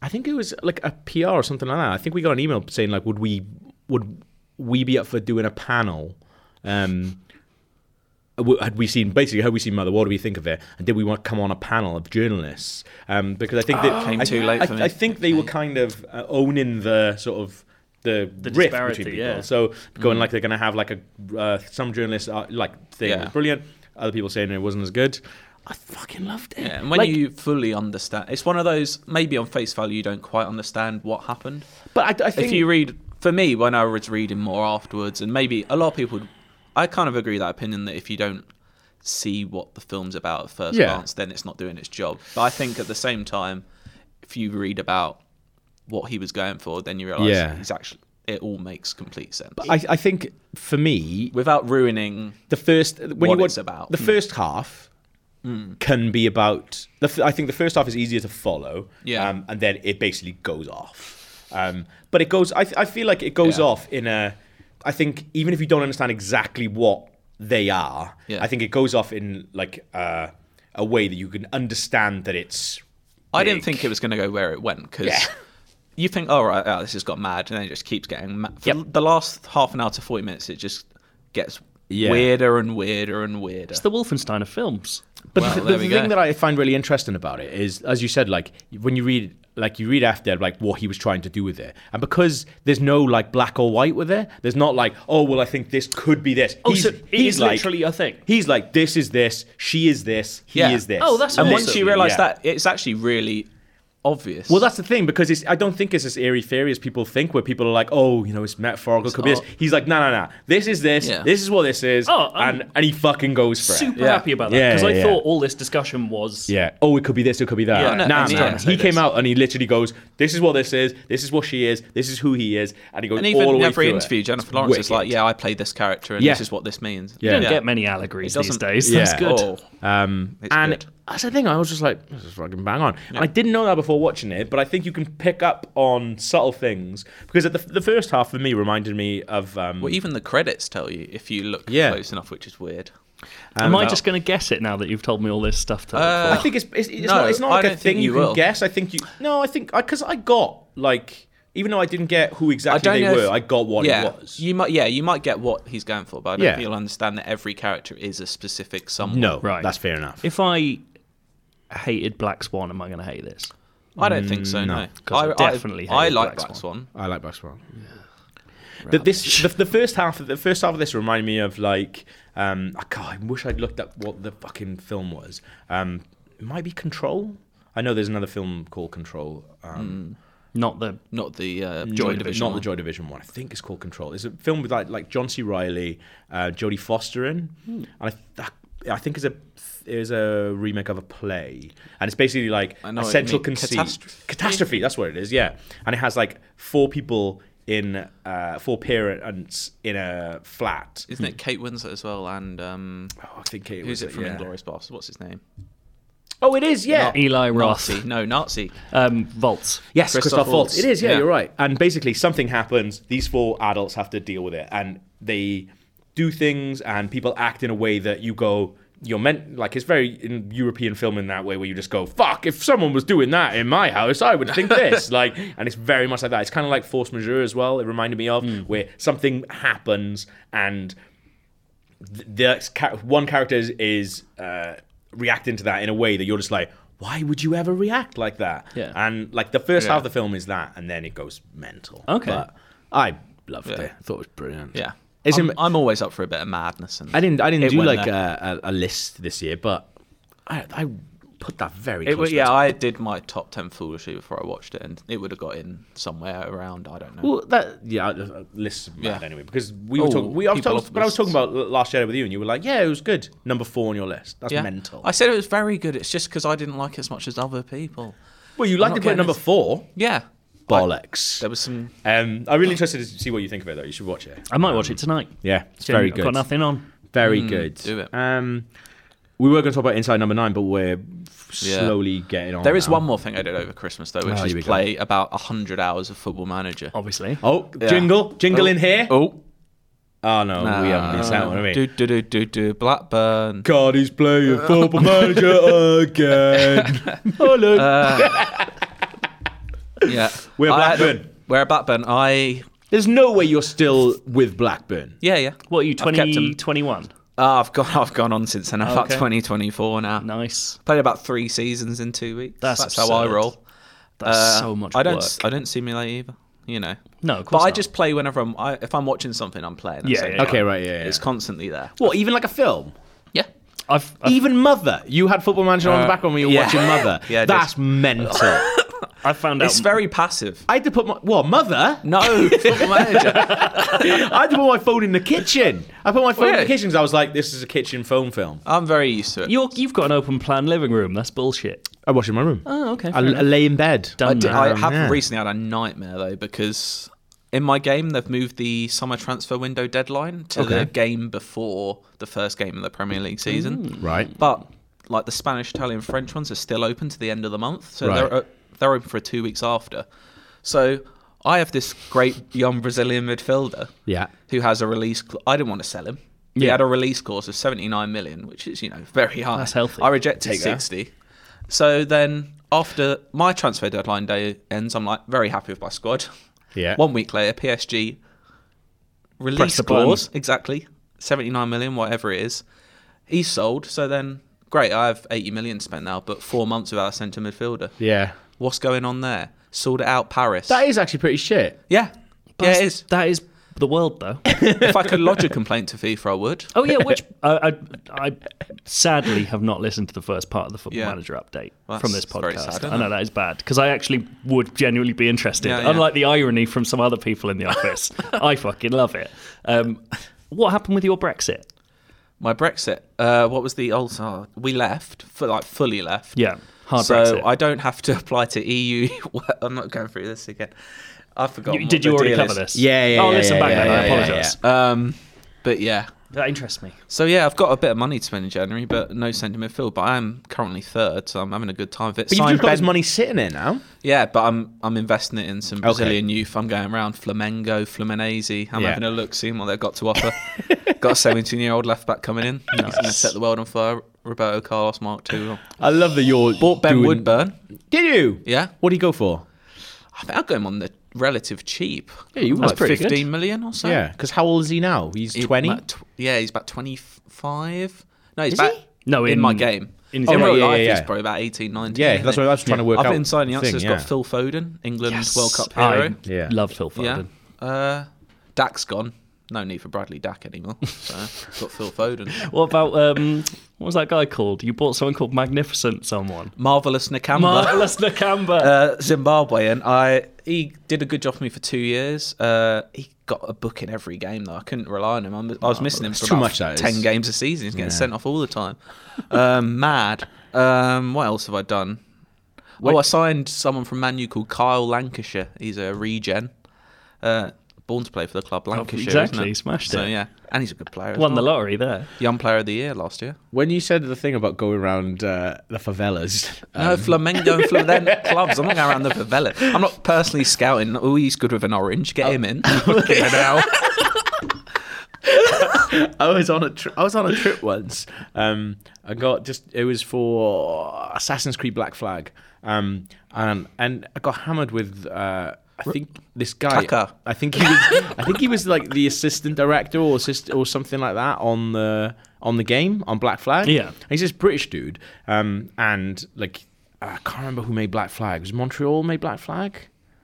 Speaker 1: I think it was like a PR or something like that. I think we got an email saying like, would we would we be up for doing a panel? Um, w- had we seen basically had we seen Mother? What do we think of it? And did we want to come on a panel of journalists? Um, because I think that
Speaker 3: Oh, Came
Speaker 1: I,
Speaker 3: too late
Speaker 1: I,
Speaker 3: for me.
Speaker 1: I think they were kind of uh, owning the sort of the, rift
Speaker 2: disparity,
Speaker 1: between people.
Speaker 2: yeah.
Speaker 1: So
Speaker 3: Mm.
Speaker 1: going like they're going to have like a uh, some journalists are, like thing
Speaker 3: Yeah.
Speaker 1: was brilliant. Other people saying it wasn't as good. I fucking loved it.
Speaker 3: yeah. And when
Speaker 1: Like,
Speaker 3: you fully understand, it's one of those. Maybe on face value, you don't quite understand what happened.
Speaker 1: but I, I think
Speaker 3: if you read for me when i was reading more afterwards and maybe a lot of people i kind of agree with that opinion that if you don't see what the film's about at first
Speaker 1: Yeah.
Speaker 3: glance then it's not doing its job but i think at the same time if you read about what he was going for then you realize
Speaker 1: Yeah.
Speaker 3: he's actually it all makes complete sense
Speaker 1: I, I think for me,
Speaker 3: without ruining
Speaker 1: the first when you
Speaker 3: What
Speaker 1: watch
Speaker 3: it's about. Hmm.
Speaker 1: the
Speaker 3: Mm.
Speaker 1: first half can be about the f- I think the first half is easier to follow
Speaker 3: Yeah.
Speaker 1: um, and then it basically goes off um, but it goes I, th- I feel like it goes
Speaker 3: Yeah.
Speaker 1: off in a I think even if you don't understand exactly what they are
Speaker 3: Yeah.
Speaker 1: I think it goes off in like uh, a way that you can understand that it's
Speaker 3: i didn't
Speaker 1: big.
Speaker 3: think it was going to go where it went because
Speaker 1: Yeah.
Speaker 3: you think all right, oh, this has got mad and then it just keeps getting mad for
Speaker 1: Yep.
Speaker 3: the last half an hour to 40 minutes it just gets
Speaker 1: Yeah.
Speaker 3: weirder and weirder and weirder
Speaker 2: It's the Wolfenstein of films.
Speaker 1: But
Speaker 3: Well,
Speaker 1: the,
Speaker 3: there
Speaker 1: the
Speaker 3: we
Speaker 1: thing
Speaker 3: go.
Speaker 1: that I find really interesting about it is, as you said, like when you read, like you read after, like what he was trying to do with it, and because there's no like black or white with it, there's not like, oh well, I think this could be this.
Speaker 2: Oh, so it is literally a thing.
Speaker 1: He's like, this is this, she is this, he is this.
Speaker 2: Oh, that's
Speaker 1: and
Speaker 3: And
Speaker 2: awesome.
Speaker 3: once you realise
Speaker 1: Yeah.
Speaker 3: that, it's actually really obvious.
Speaker 1: Well, that's the thing because it's, I don't think it's as eerie theory as people think, where people are like, "Oh, you know, it's metaphorical, could be
Speaker 3: all-
Speaker 1: this." He's like, "No, no, no. This is this.
Speaker 3: Yeah.
Speaker 1: This is what this is."
Speaker 2: Oh, I'm
Speaker 1: and and he fucking goes for it.
Speaker 2: Super
Speaker 3: Yeah.
Speaker 2: happy about that
Speaker 1: Yeah,
Speaker 2: because I
Speaker 1: yeah.
Speaker 2: thought all this discussion was
Speaker 1: Yeah. Oh, it could be this. It could be that.
Speaker 2: Yeah, no,
Speaker 1: nah,
Speaker 3: it's
Speaker 1: man.
Speaker 3: trying to
Speaker 1: He
Speaker 2: say
Speaker 1: came
Speaker 2: this.
Speaker 1: out and he literally goes, "This is what this is. This is what she is. This is who he is," and he goes
Speaker 3: and
Speaker 1: all the
Speaker 3: even in
Speaker 1: way
Speaker 3: every
Speaker 1: through it.
Speaker 3: interview, Jennifer
Speaker 1: It's
Speaker 3: Lawrence
Speaker 1: wicked.
Speaker 3: is like, "Yeah, I played this character, and
Speaker 1: Yeah.
Speaker 3: this is what this means."
Speaker 1: Yeah.
Speaker 2: You don't
Speaker 1: Yeah.
Speaker 2: get many allegories
Speaker 3: It
Speaker 2: these
Speaker 3: doesn't-
Speaker 2: days.
Speaker 1: Yeah.
Speaker 2: That's good.
Speaker 3: Oh.
Speaker 1: Um,
Speaker 3: It's
Speaker 1: and
Speaker 3: good.
Speaker 1: that's the thing. I was just like, this is fucking bang on. And I didn't know that before watching it, but I think you can pick up on subtle things because at the, the first half for me reminded me of. Um,
Speaker 3: Well, even the credits tell you if you look
Speaker 1: Yeah.
Speaker 3: close enough, which is weird.
Speaker 2: Am I
Speaker 1: about-
Speaker 2: just going to guess it now that you've told me all this stuff? To look
Speaker 3: Uh,
Speaker 2: for?
Speaker 1: um, I think it's it's, it's
Speaker 3: No,
Speaker 1: not it's not
Speaker 3: I
Speaker 1: like a
Speaker 3: don't
Speaker 1: thing
Speaker 3: think
Speaker 1: you,
Speaker 3: you
Speaker 1: can
Speaker 3: will.
Speaker 1: guess. I think you no. I think because I, got like even though I didn't get who exactly they
Speaker 3: know
Speaker 1: were,
Speaker 3: if-
Speaker 1: I got what
Speaker 3: yeah,
Speaker 1: it was.
Speaker 3: You might, yeah, you might get what he's going for, but I don't
Speaker 1: Yeah.
Speaker 3: think you'll understand that every character is a specific someone.
Speaker 1: No,
Speaker 2: Right.
Speaker 1: That's fair enough.
Speaker 2: If I hated Black Swan, am I going to hate this?
Speaker 3: I don't think
Speaker 1: Mm,
Speaker 3: so. No,
Speaker 2: 'Cause I
Speaker 3: I
Speaker 2: definitely
Speaker 3: I, I
Speaker 2: hated
Speaker 3: like
Speaker 2: Black
Speaker 3: Black
Speaker 2: Swan.
Speaker 3: Swan.
Speaker 1: I like basketball. The, this the, the first half of the first half of this reminded me of like um oh God, I wish I'd looked up what the fucking film was. Um, it might be Control. I know there's another film called Control. Um,
Speaker 2: Not the
Speaker 3: not the uh, Joy
Speaker 1: not-
Speaker 3: Division.
Speaker 1: not
Speaker 3: one.
Speaker 1: the Joy Division one. I think it's called Control. It's a film with like like John C. Riley, uh, Jodie Foster in,
Speaker 3: Hmm.
Speaker 1: and I, th- I think is a is a remake of a play, and it's basically like
Speaker 3: I know
Speaker 1: a
Speaker 3: what you
Speaker 1: central
Speaker 3: mean.
Speaker 1: conceit.
Speaker 3: Catastrophe?
Speaker 1: Catastrophe, That's what it is. Yeah, and it has like four people in uh, four parents in a flat.
Speaker 3: Isn't it Kate Winslet as well? And um,
Speaker 1: Oh, I think it was
Speaker 3: who's it from
Speaker 1: yeah.
Speaker 3: Inglorious Bastards? What's his name?
Speaker 1: Oh, it is. Yeah,
Speaker 2: Eli Roth
Speaker 3: Nazi. No, Nazi.
Speaker 2: um, vaults.
Speaker 1: Yes,
Speaker 3: Christoph
Speaker 1: Christoph Waltz.
Speaker 3: Waltz.
Speaker 1: It is, yeah,
Speaker 3: Yeah.
Speaker 1: you're right. And basically, something happens. These four adults have to deal with it, and they do things, and people act in a way that you go, you're meant like it's very in European film in that way, where you just go, "Fuck! If someone was doing that in my house, I would (laughs) think this." like, and it's very much like that. It's kind of like force majeure as well. It reminded me of where something happens and the char- one character is, is uh, reacting to that in a way that you're just like, why would you ever react like that?
Speaker 2: Yeah.
Speaker 1: And like the first
Speaker 3: Yeah.
Speaker 1: half of the film is that, and then it goes mental.
Speaker 2: Okay.
Speaker 1: But I loved
Speaker 3: Yeah.
Speaker 1: it. I thought it was brilliant.
Speaker 3: Yeah,
Speaker 1: It's
Speaker 3: I'm,
Speaker 1: im-
Speaker 3: I'm always up for a bit of madness. And
Speaker 1: I didn't. I didn't
Speaker 3: It
Speaker 1: do
Speaker 3: went
Speaker 1: like
Speaker 3: there.
Speaker 1: a, a, a list this year, but I, I put that very.
Speaker 3: It
Speaker 1: close
Speaker 3: was,
Speaker 1: to
Speaker 3: yeah,
Speaker 1: the-
Speaker 3: I did my top ten foolishly before I watched it, and it would have got in somewhere around. I don't know.
Speaker 1: Well, that yeah, uh, lists matter
Speaker 3: Yeah.
Speaker 1: anyway because we were
Speaker 3: Oh,
Speaker 1: talking. We I was
Speaker 3: people
Speaker 1: talking,
Speaker 3: love
Speaker 1: when I was talking
Speaker 3: lists.
Speaker 1: about l- last year with you, and you were like, "Yeah, it was good." Number four on your list. That's
Speaker 3: yeah.
Speaker 1: mental.
Speaker 3: I said it was very good. It's just because I didn't like it as much as other people.
Speaker 1: well, you
Speaker 3: I'm
Speaker 1: liked
Speaker 3: not
Speaker 1: it at
Speaker 3: getting
Speaker 1: number
Speaker 3: this-
Speaker 1: four.
Speaker 3: Yeah,
Speaker 1: Bollocks.
Speaker 3: there was some.
Speaker 1: Um, I'm really interested to see what you think of it, though. You should watch it.
Speaker 2: I might watch it tonight.
Speaker 1: Yeah, it's
Speaker 2: Jim,
Speaker 1: very
Speaker 2: I've
Speaker 1: good.
Speaker 2: Got nothing on.
Speaker 1: Very good.
Speaker 3: Mm, do it.
Speaker 1: Um, we were going to talk about Inside Number Nine, but we're
Speaker 3: Yeah.
Speaker 1: slowly getting on.
Speaker 3: There is
Speaker 1: now.
Speaker 3: one more thing I did over Christmas though, which
Speaker 1: Oh,
Speaker 3: is
Speaker 1: here we go.
Speaker 3: play about about hundred hours of Football Manager.
Speaker 2: Obviously.
Speaker 1: Oh,
Speaker 3: Yeah.
Speaker 1: jingle, jingle in here. Oh,
Speaker 3: Oh,
Speaker 1: no, we haven't been sat one, have we?
Speaker 3: Do do do do
Speaker 1: (laughs)
Speaker 3: do Blackburn.
Speaker 1: God, he's
Speaker 3: (laughs)
Speaker 1: playing football manager again. oh look,
Speaker 3: Uh, Yeah,
Speaker 1: We're
Speaker 3: I had a-
Speaker 1: Blackburn.
Speaker 3: We're Blackburn. I
Speaker 1: there's no way you're still with Blackburn.
Speaker 3: yeah yeah.
Speaker 2: What are you,
Speaker 3: I've kept
Speaker 2: 20,
Speaker 3: 'em.
Speaker 2: 21?
Speaker 3: Oh, I've gone. I've gone on since then. I'm
Speaker 2: Okay.
Speaker 3: at 2024 now.
Speaker 2: Nice.
Speaker 3: Played about three seasons in two weeks.
Speaker 2: That's
Speaker 3: That's, how I
Speaker 2: absurd.
Speaker 3: roll.
Speaker 2: That's
Speaker 3: Uh,
Speaker 2: so much
Speaker 3: I don't.
Speaker 2: work.
Speaker 3: I don't simulate either. You know.
Speaker 2: No, of
Speaker 3: But
Speaker 2: course
Speaker 3: I
Speaker 2: not.
Speaker 3: just play whenever I'm. I, if I'm watching something, I'm playing. at the
Speaker 2: Yeah,
Speaker 3: same
Speaker 2: yeah,
Speaker 3: time.
Speaker 1: Okay, right, yeah, yeah.
Speaker 3: It's constantly there.
Speaker 1: What, even like a film?
Speaker 3: Yeah.
Speaker 2: I've, I've,
Speaker 1: Even Mother. You had football manager on the background when you were
Speaker 3: Uh, yeah.
Speaker 1: watching Mother.
Speaker 3: (laughs) Yeah, I did.
Speaker 1: that's
Speaker 3: (laughs)
Speaker 1: mental.
Speaker 2: I've found out.
Speaker 3: It's very passive.
Speaker 1: I had to put my well, Mother.
Speaker 3: (laughs) No, football manager.
Speaker 1: I had to put my phone in the kitchen. I put my phone in the
Speaker 3: Really?
Speaker 1: kitchen because I was like, this is a kitchen phone film.
Speaker 3: I'm very used to it.
Speaker 2: You're, you've got an open plan living room. That's bullshit.
Speaker 1: I watch it in my room.
Speaker 2: Oh, okay.
Speaker 1: I, I lay in bed.
Speaker 2: Done.
Speaker 3: I, did, I
Speaker 1: Um,
Speaker 3: have
Speaker 1: yeah.
Speaker 3: recently had a nightmare though because in my game they've moved the summer transfer window deadline to
Speaker 1: Okay.
Speaker 3: the game before the first game of the Premier League season.
Speaker 1: Right.
Speaker 3: But like the Spanish, Italian, French ones are still open to the end of the month, so
Speaker 1: Right.
Speaker 3: they're o- they're open for two weeks after. So I have this great young Brazilian midfielder
Speaker 1: Yeah.
Speaker 3: who has a release. Cl- I didn't want to sell him. He
Speaker 1: Yeah.
Speaker 3: had a release clause of 79 million, which is you know very high.
Speaker 2: That's healthy.
Speaker 3: I rejected
Speaker 1: Take that.
Speaker 3: 60. So then after my transfer deadline day ends, I'm like very happy with my squad.
Speaker 1: Yeah.
Speaker 3: One week later, PSG
Speaker 2: Press
Speaker 3: release
Speaker 2: the button.
Speaker 3: clause exactly 79 million, whatever it is. He's sold. So then great, I have 80 million spent now, but four months without a centre midfielder.
Speaker 1: Yeah.
Speaker 3: What's going on there? Sort it out, Paris.
Speaker 1: That is actually pretty shit.
Speaker 3: yeah. Yeah, it
Speaker 2: That's-
Speaker 3: is.
Speaker 2: That is the world,
Speaker 3: (laughs)
Speaker 2: though.
Speaker 3: if I could
Speaker 2: (laughs)
Speaker 3: lodge a complaint to FIFA, I would.
Speaker 2: oh yeah, which I, I, I sadly have not listened to the first part of the Football
Speaker 3: Yeah.
Speaker 2: Manager update
Speaker 3: Well,
Speaker 2: from this
Speaker 3: that's very
Speaker 2: podcast.
Speaker 3: sad, isn't
Speaker 2: I know that is bad because I actually would genuinely be interested.
Speaker 3: Yeah, yeah.
Speaker 2: Unlike the irony from some other people in the
Speaker 3: (laughs)
Speaker 2: office, I fucking love it. Um, what happened with your Brexit?
Speaker 3: My Brexit. Uh, what was the old? Oh, we left, for, like fully left.
Speaker 2: Yeah, hard
Speaker 3: so
Speaker 2: Brexit.
Speaker 3: I don't have to (laughs) apply to EU. (laughs) I'm not going through this again. I forgot.
Speaker 2: You- did you already cover this?
Speaker 1: Yeah, yeah,
Speaker 2: Oh,
Speaker 1: yeah,
Speaker 2: listen
Speaker 1: yeah,
Speaker 2: back
Speaker 1: yeah,
Speaker 2: then. I
Speaker 1: yeah, yeah,
Speaker 2: apologise.
Speaker 3: Um, but yeah.
Speaker 2: That interests me.
Speaker 3: So yeah, I've got a bit of money to spend in January, but no centre midfield. But I'm currently third, so I'm having a good time of it.
Speaker 1: But you've
Speaker 3: Signed
Speaker 1: just got this
Speaker 3: Ben-
Speaker 1: money sitting there now.
Speaker 3: Yeah, but I'm I'm investing it in some Brazilian youth. I'm going around Flamengo, Fluminense. I'm
Speaker 1: Yeah.
Speaker 3: having a look, seeing what they've got
Speaker 1: (laughs)
Speaker 3: to offer. got a 17 year old left back coming in. He's going to set the world on fire. Roberto Carlos Mark
Speaker 1: (sighs)
Speaker 3: II.
Speaker 1: I love that you're
Speaker 3: Bought Ben
Speaker 1: doing-
Speaker 3: Woodburn.
Speaker 1: Did you?
Speaker 3: Yeah,
Speaker 1: What do you go for?
Speaker 3: I think I got him on the relative cheap.
Speaker 1: Yeah, you
Speaker 2: That's
Speaker 1: would.
Speaker 2: pretty- good.
Speaker 3: Fifteen million or so.
Speaker 1: Yeah, because how old is he now? He's
Speaker 3: He's
Speaker 1: twenty.
Speaker 3: about tw- yeah, he's about 25. No, he's
Speaker 1: Is
Speaker 3: about
Speaker 1: he?
Speaker 2: No,
Speaker 3: in,
Speaker 2: in-
Speaker 3: my game. Oh,
Speaker 2: in his
Speaker 3: in
Speaker 2: game.
Speaker 3: real
Speaker 1: Yeah, yeah,
Speaker 3: life,
Speaker 1: yeah.
Speaker 3: he's probably about 18, 19.
Speaker 1: Yeah, that's what I was trying to work
Speaker 3: I've
Speaker 1: out
Speaker 3: been signing up.
Speaker 1: thing,
Speaker 3: So it's
Speaker 1: yeah.
Speaker 3: got Phil Foden, England's
Speaker 2: Yes.
Speaker 3: World Cup
Speaker 2: I
Speaker 3: hero.
Speaker 1: Yeah.
Speaker 2: love Phil Foden.
Speaker 3: Yeah. Uh, Dak's gone. No need for Bradley Dak anymore. (laughs) So got Phil Foden.
Speaker 2: What about um, what was that guy called? You bought someone called Magnificent someone.
Speaker 3: Marvelous
Speaker 2: (laughs)
Speaker 3: Nakamba.
Speaker 2: Marvelous Nakamba.
Speaker 3: uh, Zimbabwean. I he did a good job for me for two years. Uh, he got a book in every game though. I couldn't rely on him. I'm, I was
Speaker 2: Oh,
Speaker 3: missing him
Speaker 1: that's
Speaker 3: for
Speaker 1: too
Speaker 3: about
Speaker 1: much, that is.
Speaker 3: ten games a season. He's getting sent off all the time. Um, (laughs) mad. Um, what else have I done? Well, I signed someone from Manu called Kyle Lancashire. He's a regen. Uh, born to play for the club Lancashire. isn't
Speaker 2: Oh, exactly,
Speaker 3: it?
Speaker 2: he smashed
Speaker 3: So
Speaker 2: it.
Speaker 3: yeah, and he's a good player. as
Speaker 2: Won the
Speaker 3: well.
Speaker 2: lottery there.
Speaker 3: Young player of the year last year.
Speaker 1: When you said the thing about going around uh, the favelas,
Speaker 3: No, Flamengo and Flu- then clubs. I'm not going around the favela. I'm not personally scouting. Oh, he's good with an orange. Get him in. (laughs)
Speaker 1: (laughs) I was on a tri- I was on a trip once. Um, I got just it was for Assassin's Creed Black Flag, um, and and I got hammered with. Uh, I think this guy.
Speaker 3: Tucker.
Speaker 1: I think he was. (laughs) I think he was like the assistant director or assist or something like that on the on the game on Black Flag.
Speaker 2: Yeah.
Speaker 1: he's this British dude, um, and like I can't remember who made Black Flag. Was Montreal made Black Flag?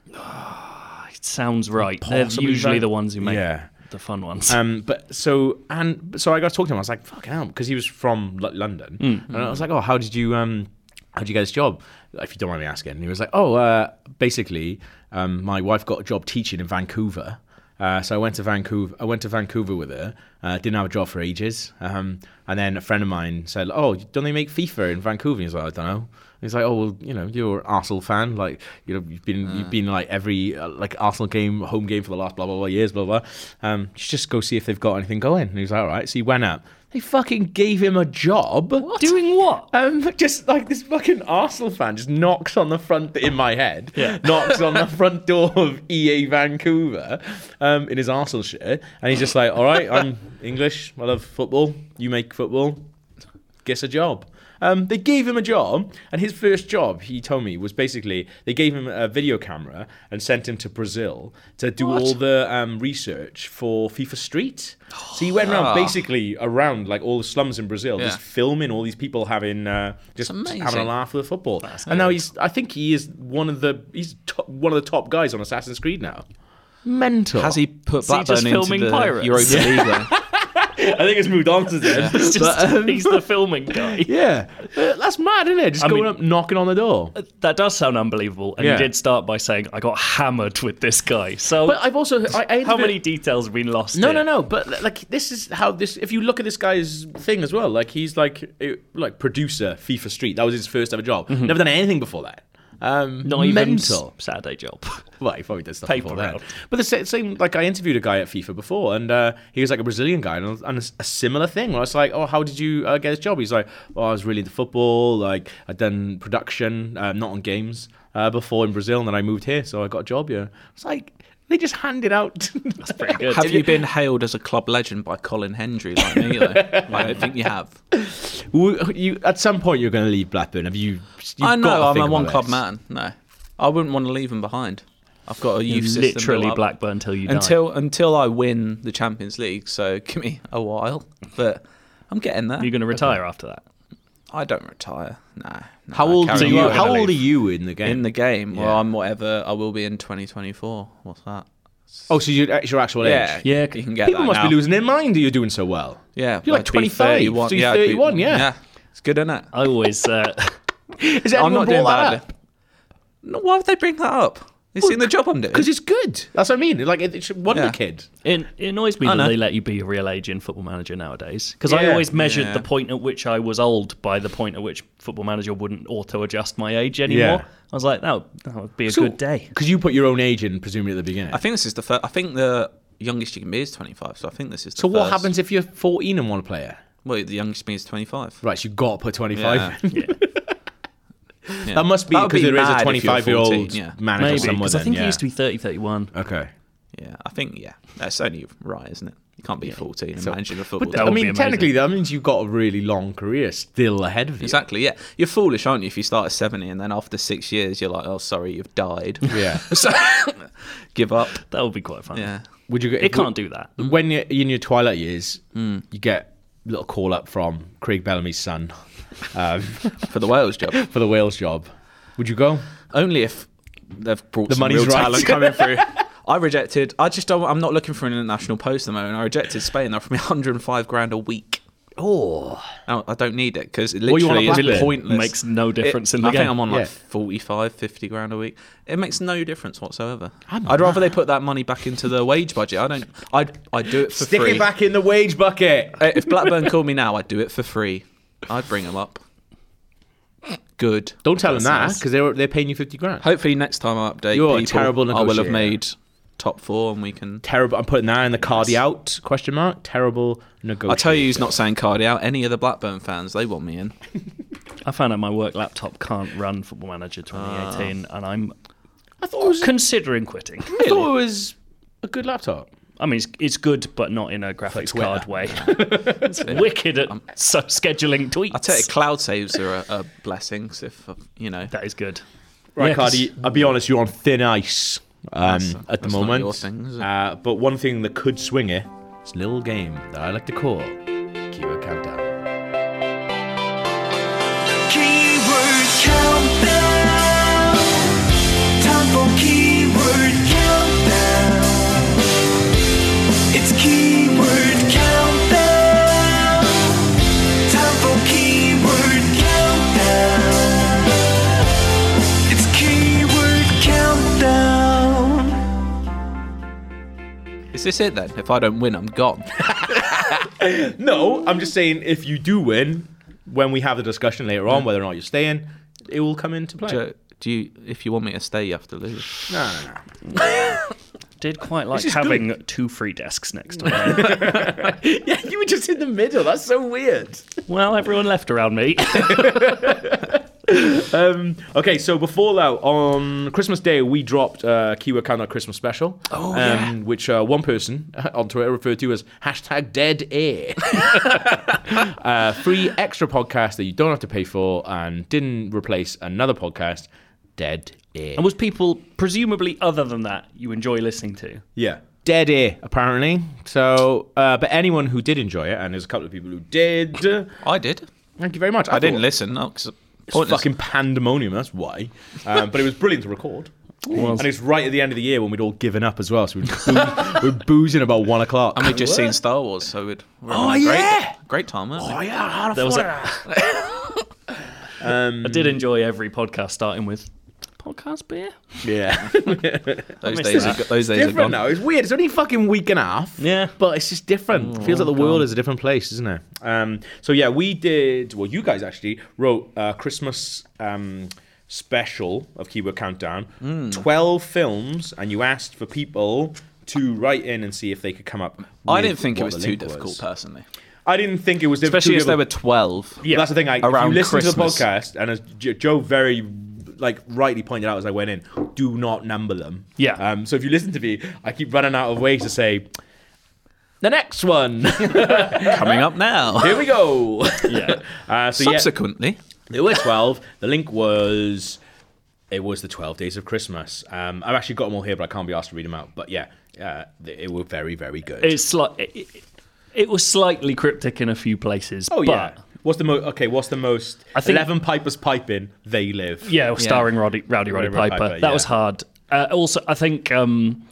Speaker 2: It sounds right. They're
Speaker 1: Possibly
Speaker 2: usually
Speaker 1: that-
Speaker 2: the ones who make
Speaker 1: Yeah.
Speaker 2: the fun ones.
Speaker 1: Um, but so and so I got to talk to him. I was like, "Fucking hell," because he was from L- London, and I was like, "Oh, how did you um, how did you get this job?" If you don't mind me asking, and he was like, "Oh, uh, basically, um, my wife got a job teaching in Vancouver." Uh, so I went to Vancouver. I went to Vancouver with her. Uh, didn't have a job for ages. Um, and then a friend of mine said, "Oh, don't they make FIFA in Vancouver?" And he's like, "I don't know." He's like, "Oh well, you know, you're an Arsenal fan. Like, you know, you've been you've been like every uh, like Arsenal game, home game for the last blah blah blah years, blah blah. Um, you should just go see if they've got anything going." And he's like, "All right." So he went up. They fucking gave him a job.
Speaker 2: Doing what?
Speaker 1: Um, just like this fucking Arsenal fan just knocks on the front in my head,
Speaker 2: Yeah.
Speaker 1: (laughs) knocks on the front door of EA Vancouver, um, in his Arsenal shirt, and he's just like, "All right, I'm English. I love football. You make football. Guess a job." Um, they gave him a job, and his first job, he told me, was basically they gave him a video camera and sent him to Brazil to do all the um, research for FIFA Street. So he went around
Speaker 3: Ah.
Speaker 1: basically around like all the slums in Brazil, just
Speaker 3: Yeah.
Speaker 1: filming all these people having uh, just
Speaker 3: That's amazing.
Speaker 1: having a laugh with football. and now he's, I think he is one of the he's top, one of the top guys on Assassin's Creed now. Mental.
Speaker 3: Has he put
Speaker 2: he just
Speaker 3: Blackburn into
Speaker 2: filming
Speaker 3: the
Speaker 2: pirates?
Speaker 3: Europa League? then?
Speaker 1: I think (laughs) it's moved on to then.
Speaker 2: It's just-
Speaker 1: But, um,
Speaker 2: (laughs) he's the (laughs) filming guy.
Speaker 1: yeah, Uh, that's mad, isn't it? Just
Speaker 2: I
Speaker 1: going
Speaker 2: mean-
Speaker 1: up, knocking on the door.
Speaker 2: That does sound unbelievable. And
Speaker 1: Yeah.
Speaker 2: you did start by saying, I got hammered with this guy. So,
Speaker 1: But I've also I, I
Speaker 2: how many details have been lost?
Speaker 1: No, no,
Speaker 2: here?
Speaker 1: no. But like, this is how this. If you look at this guy's thing as well, like he's like it, like producer FIFA Street. That was his first ever job. Never done anything before that. Um,
Speaker 2: Not even
Speaker 1: mental.
Speaker 2: s- Saturday job. (laughs)
Speaker 1: Well, he probably did stuff
Speaker 2: Paper
Speaker 1: before that.
Speaker 2: route.
Speaker 1: But the sa- same, like I interviewed a guy at FIFA before, and uh, he was like a Brazilian guy, and, and a, a similar thing. Where I was like, "Oh, how did you uh, get this job?" He's like, "Well, I was really into football. Like, I'd done production, uh, not on games, uh, before in Brazil, and then I moved here, so I got a job here." It's like they just handed out. (laughs)
Speaker 2: That's pretty good.
Speaker 3: have you been hailed as a club legend by Colin Hendry like me? Though? I don't think you have.
Speaker 1: Who- you at some point you're going to leave Blackburn. Have you? you've got
Speaker 3: I
Speaker 1: to
Speaker 3: know. I'm
Speaker 1: think
Speaker 3: a
Speaker 1: about
Speaker 3: one club
Speaker 1: this.
Speaker 3: man. No, I wouldn't want to leave him behind. I've got a youth system.
Speaker 2: Literally
Speaker 3: built up.
Speaker 2: Blackburn till you die.
Speaker 3: until until I win the Champions League. So give me a while, but I'm getting there.
Speaker 2: You're going to retire after that.
Speaker 3: I don't retire. Nah. nah,
Speaker 1: How
Speaker 3: I
Speaker 1: old
Speaker 3: carry
Speaker 1: are
Speaker 2: So
Speaker 3: on.
Speaker 1: you?
Speaker 2: you are
Speaker 1: How
Speaker 2: gonna
Speaker 1: old are
Speaker 2: leave.
Speaker 1: you in the game?
Speaker 3: in the game?
Speaker 1: Yeah.
Speaker 3: Well, I'm whatever I will be in 2024. What's that?
Speaker 1: oh, so you're at your actual
Speaker 3: Yeah,
Speaker 1: age.
Speaker 2: Yeah,
Speaker 3: you can get
Speaker 1: People
Speaker 3: that
Speaker 1: must
Speaker 3: now.
Speaker 1: be losing their mind that you're doing so well.
Speaker 3: Yeah,
Speaker 1: You're like
Speaker 3: I'd be
Speaker 1: 25,
Speaker 3: 31.
Speaker 1: so you're
Speaker 3: I'd be-
Speaker 1: 31, yeah.
Speaker 3: it's good, isn't it?
Speaker 2: I always. Uh,
Speaker 1: (laughs)
Speaker 2: (laughs)
Speaker 1: Is everyone
Speaker 3: I'm not
Speaker 1: brought
Speaker 3: doing
Speaker 1: that
Speaker 3: badly. No, why would they bring that up? They seen the job I'm doing.
Speaker 1: Because it's good. That's what I mean. Like, it- it's Wonder
Speaker 3: Yeah.
Speaker 1: Kid.
Speaker 2: it, it annoys me
Speaker 3: I
Speaker 2: that
Speaker 3: know.
Speaker 2: they let you be a real age in Football Manager nowadays. Because I
Speaker 1: Yeah.
Speaker 2: always measured
Speaker 3: Yeah.
Speaker 2: the point at which I was old by the point at which Football Manager wouldn't auto adjust my age anymore.
Speaker 1: Yeah.
Speaker 2: I was like, that would, that would be a good day.
Speaker 1: Because you put your own age in, presumably, at the beginning.
Speaker 3: I think this is the first. I think the youngest you can be is 25. So I think this is. The
Speaker 1: so, what
Speaker 3: first-
Speaker 1: happens if you're 14 and one player?
Speaker 3: Well, the youngest me is 25.
Speaker 1: Right, so you've got to put 25.
Speaker 3: Yeah.
Speaker 1: in. (laughs) That must be
Speaker 3: That would
Speaker 1: because there is a
Speaker 3: mad if you're
Speaker 1: 25 year old
Speaker 3: 14, yeah.
Speaker 1: manager
Speaker 2: Maybe.
Speaker 1: somewhere.
Speaker 2: Because I
Speaker 1: then,
Speaker 2: think
Speaker 1: yeah.
Speaker 2: it used to be 30, 31.
Speaker 1: Okay.
Speaker 3: Yeah, I think yeah. That's only right, isn't it? You can't be 14 and
Speaker 1: So-
Speaker 3: managing a football
Speaker 1: But
Speaker 3: team.
Speaker 1: I
Speaker 2: would be
Speaker 1: mean,
Speaker 2: amazing.
Speaker 1: technically, that means you've got a really long career still ahead of you.
Speaker 3: Exactly. Yeah, you're foolish, aren't you? If you start at 70 and then after six years you're like, oh, sorry,
Speaker 1: (laughs)
Speaker 3: you've died.
Speaker 2: (laughs)
Speaker 1: Yeah.
Speaker 3: so (laughs) give up.
Speaker 2: That would be quite fun.
Speaker 3: Yeah.
Speaker 1: Would you get?
Speaker 2: It can't do Hmm. that.
Speaker 1: When you're in your twilight years, you get a little call up from Craig Bellamy's son um, (laughs)
Speaker 3: For the Wales job.
Speaker 1: for the Wales job. Would you go?
Speaker 3: Only if they've brought
Speaker 1: The
Speaker 3: some
Speaker 1: money's
Speaker 3: real
Speaker 1: right.
Speaker 3: talent coming through. I rejected. I just don't. I'm not looking for an international post at the moment. I rejected Spain. They offered me 105 grand a week.
Speaker 1: Oh,
Speaker 3: No, I don't need it because it
Speaker 1: What, you want a
Speaker 3: literally is
Speaker 1: Blackburn?
Speaker 3: pointless.
Speaker 2: Makes no difference
Speaker 3: It-
Speaker 2: in the
Speaker 3: I
Speaker 2: game.
Speaker 3: think I'm on like
Speaker 1: Yeah.
Speaker 3: 45, 50 grand a week. It makes no difference whatsoever.
Speaker 1: I'm
Speaker 3: i would rather they put that money back into the wage budget. I don't. I'd I'd do it for
Speaker 1: stick
Speaker 3: free.
Speaker 1: it back in the wage bucket.
Speaker 3: Uh, If Blackburn called me now, I'd do it for free. I'd bring them up. Good.
Speaker 1: Don't tell them that
Speaker 3: That's nice.
Speaker 1: because they're they're paying you fifty grand.
Speaker 3: Hopefully next time I update,
Speaker 1: You're a
Speaker 3: people,
Speaker 1: terrible
Speaker 3: I will have
Speaker 1: negotiator.
Speaker 3: made top four, and we can.
Speaker 1: Terrible. I'm putting that in the cardi out question mark. Terrible negotiation.
Speaker 3: I tell you, who's not saying Cardi out. Any of the Blackburn fans, they want me in.
Speaker 2: I found out my work laptop can't run Football Manager 2018, and I'm
Speaker 1: Ah. I thought it was.
Speaker 2: considering quitting.
Speaker 1: I thought it was a good laptop.
Speaker 2: I mean, it's, it's good, but not in a graphics
Speaker 1: Twitter. (laughs)
Speaker 2: card way. it's wicked at so scheduling tweets.
Speaker 3: I tell you, cloud saves are a, a blessing. 'cause if uh, you know,
Speaker 2: that is good.
Speaker 1: Right,
Speaker 2: Yeah, 'cause-
Speaker 1: Cardi, I'll be honest, you're on thin ice um,
Speaker 3: That's-
Speaker 1: at the
Speaker 3: that's not
Speaker 1: moment.
Speaker 3: your thing, is it?
Speaker 1: Uh, but one thing that could swing it is a little game that I like to call Keyword Countdown.
Speaker 4: Keyword countdown. Time for keyword countdown. It's keyword countdown. Time for keyword countdown. It's keyword countdown.
Speaker 3: is this it then? If I don't win, I'm
Speaker 1: (laughs)
Speaker 3: gone.
Speaker 1: No, I'm just saying if you do win, when we have the discussion later on whether or not you're staying, it will come into play.
Speaker 3: do, do you? If you want me to stay, you have to lose.
Speaker 1: no, no, no.
Speaker 2: Did quite like
Speaker 1: is
Speaker 2: having two free desks next to me.
Speaker 1: Yeah, (laughs) you were just in the middle. That's so weird.
Speaker 2: well, everyone left around
Speaker 1: (laughs)
Speaker 2: me.
Speaker 1: Um, okay, so before that, on Christmas Day, we dropped uh, Keyword Countdown Christmas Special, oh, um,
Speaker 3: yeah.
Speaker 1: which uh, one person (laughs) on Twitter referred to as hashtag dead air. (laughs) uh, free extra podcast that you don't have to pay for and didn't replace another podcast, Dead Air.
Speaker 2: and was people, presumably other than that, you enjoy listening to?
Speaker 1: Yeah. Dead air, apparently. So, uh, but anyone who did enjoy it, and there's a couple of people who did, thank
Speaker 3: I did.
Speaker 1: you very much.
Speaker 3: I didn't
Speaker 1: thought-
Speaker 3: listen. No, 'cause
Speaker 1: It's
Speaker 3: pointless.
Speaker 1: fucking pandemonium. That's why. Um, but it was brilliant to record. And it's right at the end of the year when we'd all given up as well. So we'd boo- (laughs) we're boozing about one o'clock.
Speaker 3: And we just
Speaker 1: What?
Speaker 3: seen Star Wars, so we'd. We're
Speaker 1: Oh,
Speaker 3: having a great,
Speaker 1: yeah!
Speaker 3: Great time, weren't we?
Speaker 1: Oh yeah, hard
Speaker 2: There was a-
Speaker 1: um,
Speaker 2: I did enjoy every podcast starting with podcast beer.
Speaker 1: yeah.
Speaker 3: Those
Speaker 2: missed
Speaker 3: days,
Speaker 2: that.
Speaker 3: are, go- those days are
Speaker 1: different
Speaker 3: gone.
Speaker 1: now. It's weird. It's only a fucking week and a half. (laughs)
Speaker 2: Yeah.
Speaker 1: But it's just different. Feels like the world is a different place, isn't it? Um, so yeah, we did. Well, you guys actually wrote a Christmas um, special of Keyword Countdown. Twelve films, and you asked for people to write in and see if they could come up.
Speaker 3: I
Speaker 1: with
Speaker 3: didn't think it
Speaker 1: what the
Speaker 3: was too
Speaker 1: link
Speaker 3: difficult, personally.
Speaker 1: I didn't think it was diff-
Speaker 3: Especially
Speaker 1: too
Speaker 3: as they
Speaker 1: difficult.
Speaker 3: were 12.
Speaker 2: Yeah.
Speaker 1: That's the thing. I, if
Speaker 3: Around
Speaker 1: you listen to the
Speaker 3: Christmas.
Speaker 1: podcast, and as Jo- Joe very like rightly pointed out as I went in, do not number them.
Speaker 2: Yeah.
Speaker 1: Um, so if you listen to me, I keep running out of ways to say the next
Speaker 3: (laughs)
Speaker 1: one.
Speaker 3: Coming up now.
Speaker 1: Here we go.
Speaker 2: Yeah.
Speaker 1: Uh, so yeah,
Speaker 3: Subsequently,
Speaker 1: there were twelve. The link was it was the twelve days of Christmas. Um, I've actually got them all here, but I can't be asked to read them out. But yeah, uh, they, they were very very good.
Speaker 2: It's like, it, it was slightly cryptic in a few places.
Speaker 1: oh
Speaker 2: but
Speaker 1: yeah. What's the most? Okay, what's the most?
Speaker 2: I think-
Speaker 1: eleven pipers piping. They live.
Speaker 2: Yeah, starring Roddy, Rowdy Roddy
Speaker 1: Roddy
Speaker 2: Piper.
Speaker 1: Piper,
Speaker 2: That was
Speaker 1: yeah.
Speaker 2: hard. Uh, also, I think um,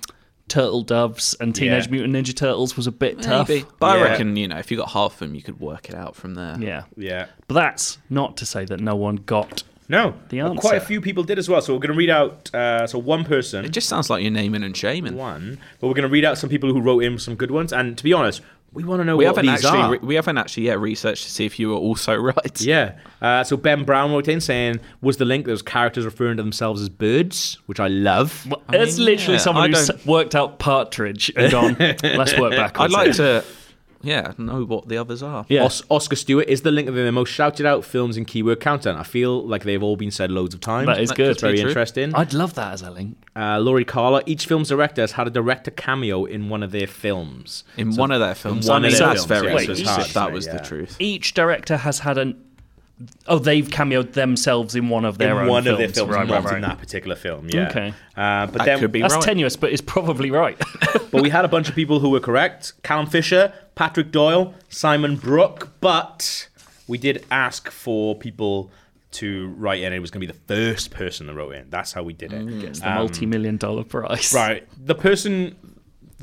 Speaker 2: Turtle Doves and Teenage
Speaker 1: Yeah.
Speaker 2: Mutant Ninja Turtles was a bit tough.
Speaker 3: Maybe. But I
Speaker 1: Yeah.
Speaker 3: reckon, you know, if you got half of them, you could work it out from there.
Speaker 2: Yeah.
Speaker 1: yeah.
Speaker 2: But that's not to say that no one got.
Speaker 1: No,
Speaker 2: The
Speaker 1: But quite a
Speaker 2: answer.
Speaker 1: few people did as well. So we're going to read out. Uh, so one person,
Speaker 3: It just sounds like you're naming and shaming.
Speaker 1: one, but we're going to read out some people who wrote in some good ones. And to be honest, we want to know
Speaker 3: We
Speaker 1: what
Speaker 3: haven't
Speaker 1: these are.
Speaker 3: actually, re- we haven't actually yet researched to see if you were also (laughs) right.
Speaker 1: yeah. Uh, so Ben Brown wrote in saying, "Was the link those characters referring to themselves as birds?" Which I love.
Speaker 2: Well,
Speaker 3: mean,
Speaker 2: it's literally
Speaker 3: yeah, I
Speaker 2: someone who's
Speaker 3: don't-
Speaker 2: worked out partridge and gone. Let's work
Speaker 3: I'd
Speaker 2: backwards.
Speaker 3: like
Speaker 2: here."
Speaker 3: to, yeah, know what the others are.
Speaker 2: Yeah.
Speaker 1: Os- Oscar Stewart is the link of the most shouted out films in keyword countdown. I feel like they've all been said loads of times.
Speaker 2: That is That good.
Speaker 1: It's very
Speaker 3: could be true.
Speaker 1: interesting.
Speaker 2: I'd love that as a link.
Speaker 1: Uh, Laurie Carla. Each film's director has had a director cameo in one of their films.
Speaker 3: In one of their films.
Speaker 1: one
Speaker 3: I
Speaker 1: of
Speaker 3: mean,
Speaker 1: their
Speaker 3: that's
Speaker 1: films,
Speaker 3: very
Speaker 1: yeah,
Speaker 2: so it's
Speaker 3: specific
Speaker 2: hard
Speaker 3: if
Speaker 1: to
Speaker 3: that
Speaker 1: say,
Speaker 3: was
Speaker 1: yeah. Uh,
Speaker 3: the truth.
Speaker 2: Each director has had an. Oh, they've cameoed themselves in one of their
Speaker 1: in
Speaker 2: own
Speaker 1: one
Speaker 2: films.
Speaker 1: of their films,
Speaker 2: right,
Speaker 1: not
Speaker 2: right,
Speaker 1: in
Speaker 2: right.
Speaker 1: that particular film. Yeah.
Speaker 2: Okay.
Speaker 1: Uh, but
Speaker 3: That
Speaker 1: then
Speaker 3: could be
Speaker 2: That's
Speaker 3: right.
Speaker 2: tenuous, but it's probably right. (laughs)
Speaker 1: but we had a bunch of people who were correct Callum Fisher, Patrick Doyle, Simon Brook, but we did ask for people to write in. It was going to be the first person that wrote in. That's how we did it.
Speaker 3: Mm.
Speaker 1: Uh,
Speaker 2: it's the multi-million dollar prize.
Speaker 1: Right. The person's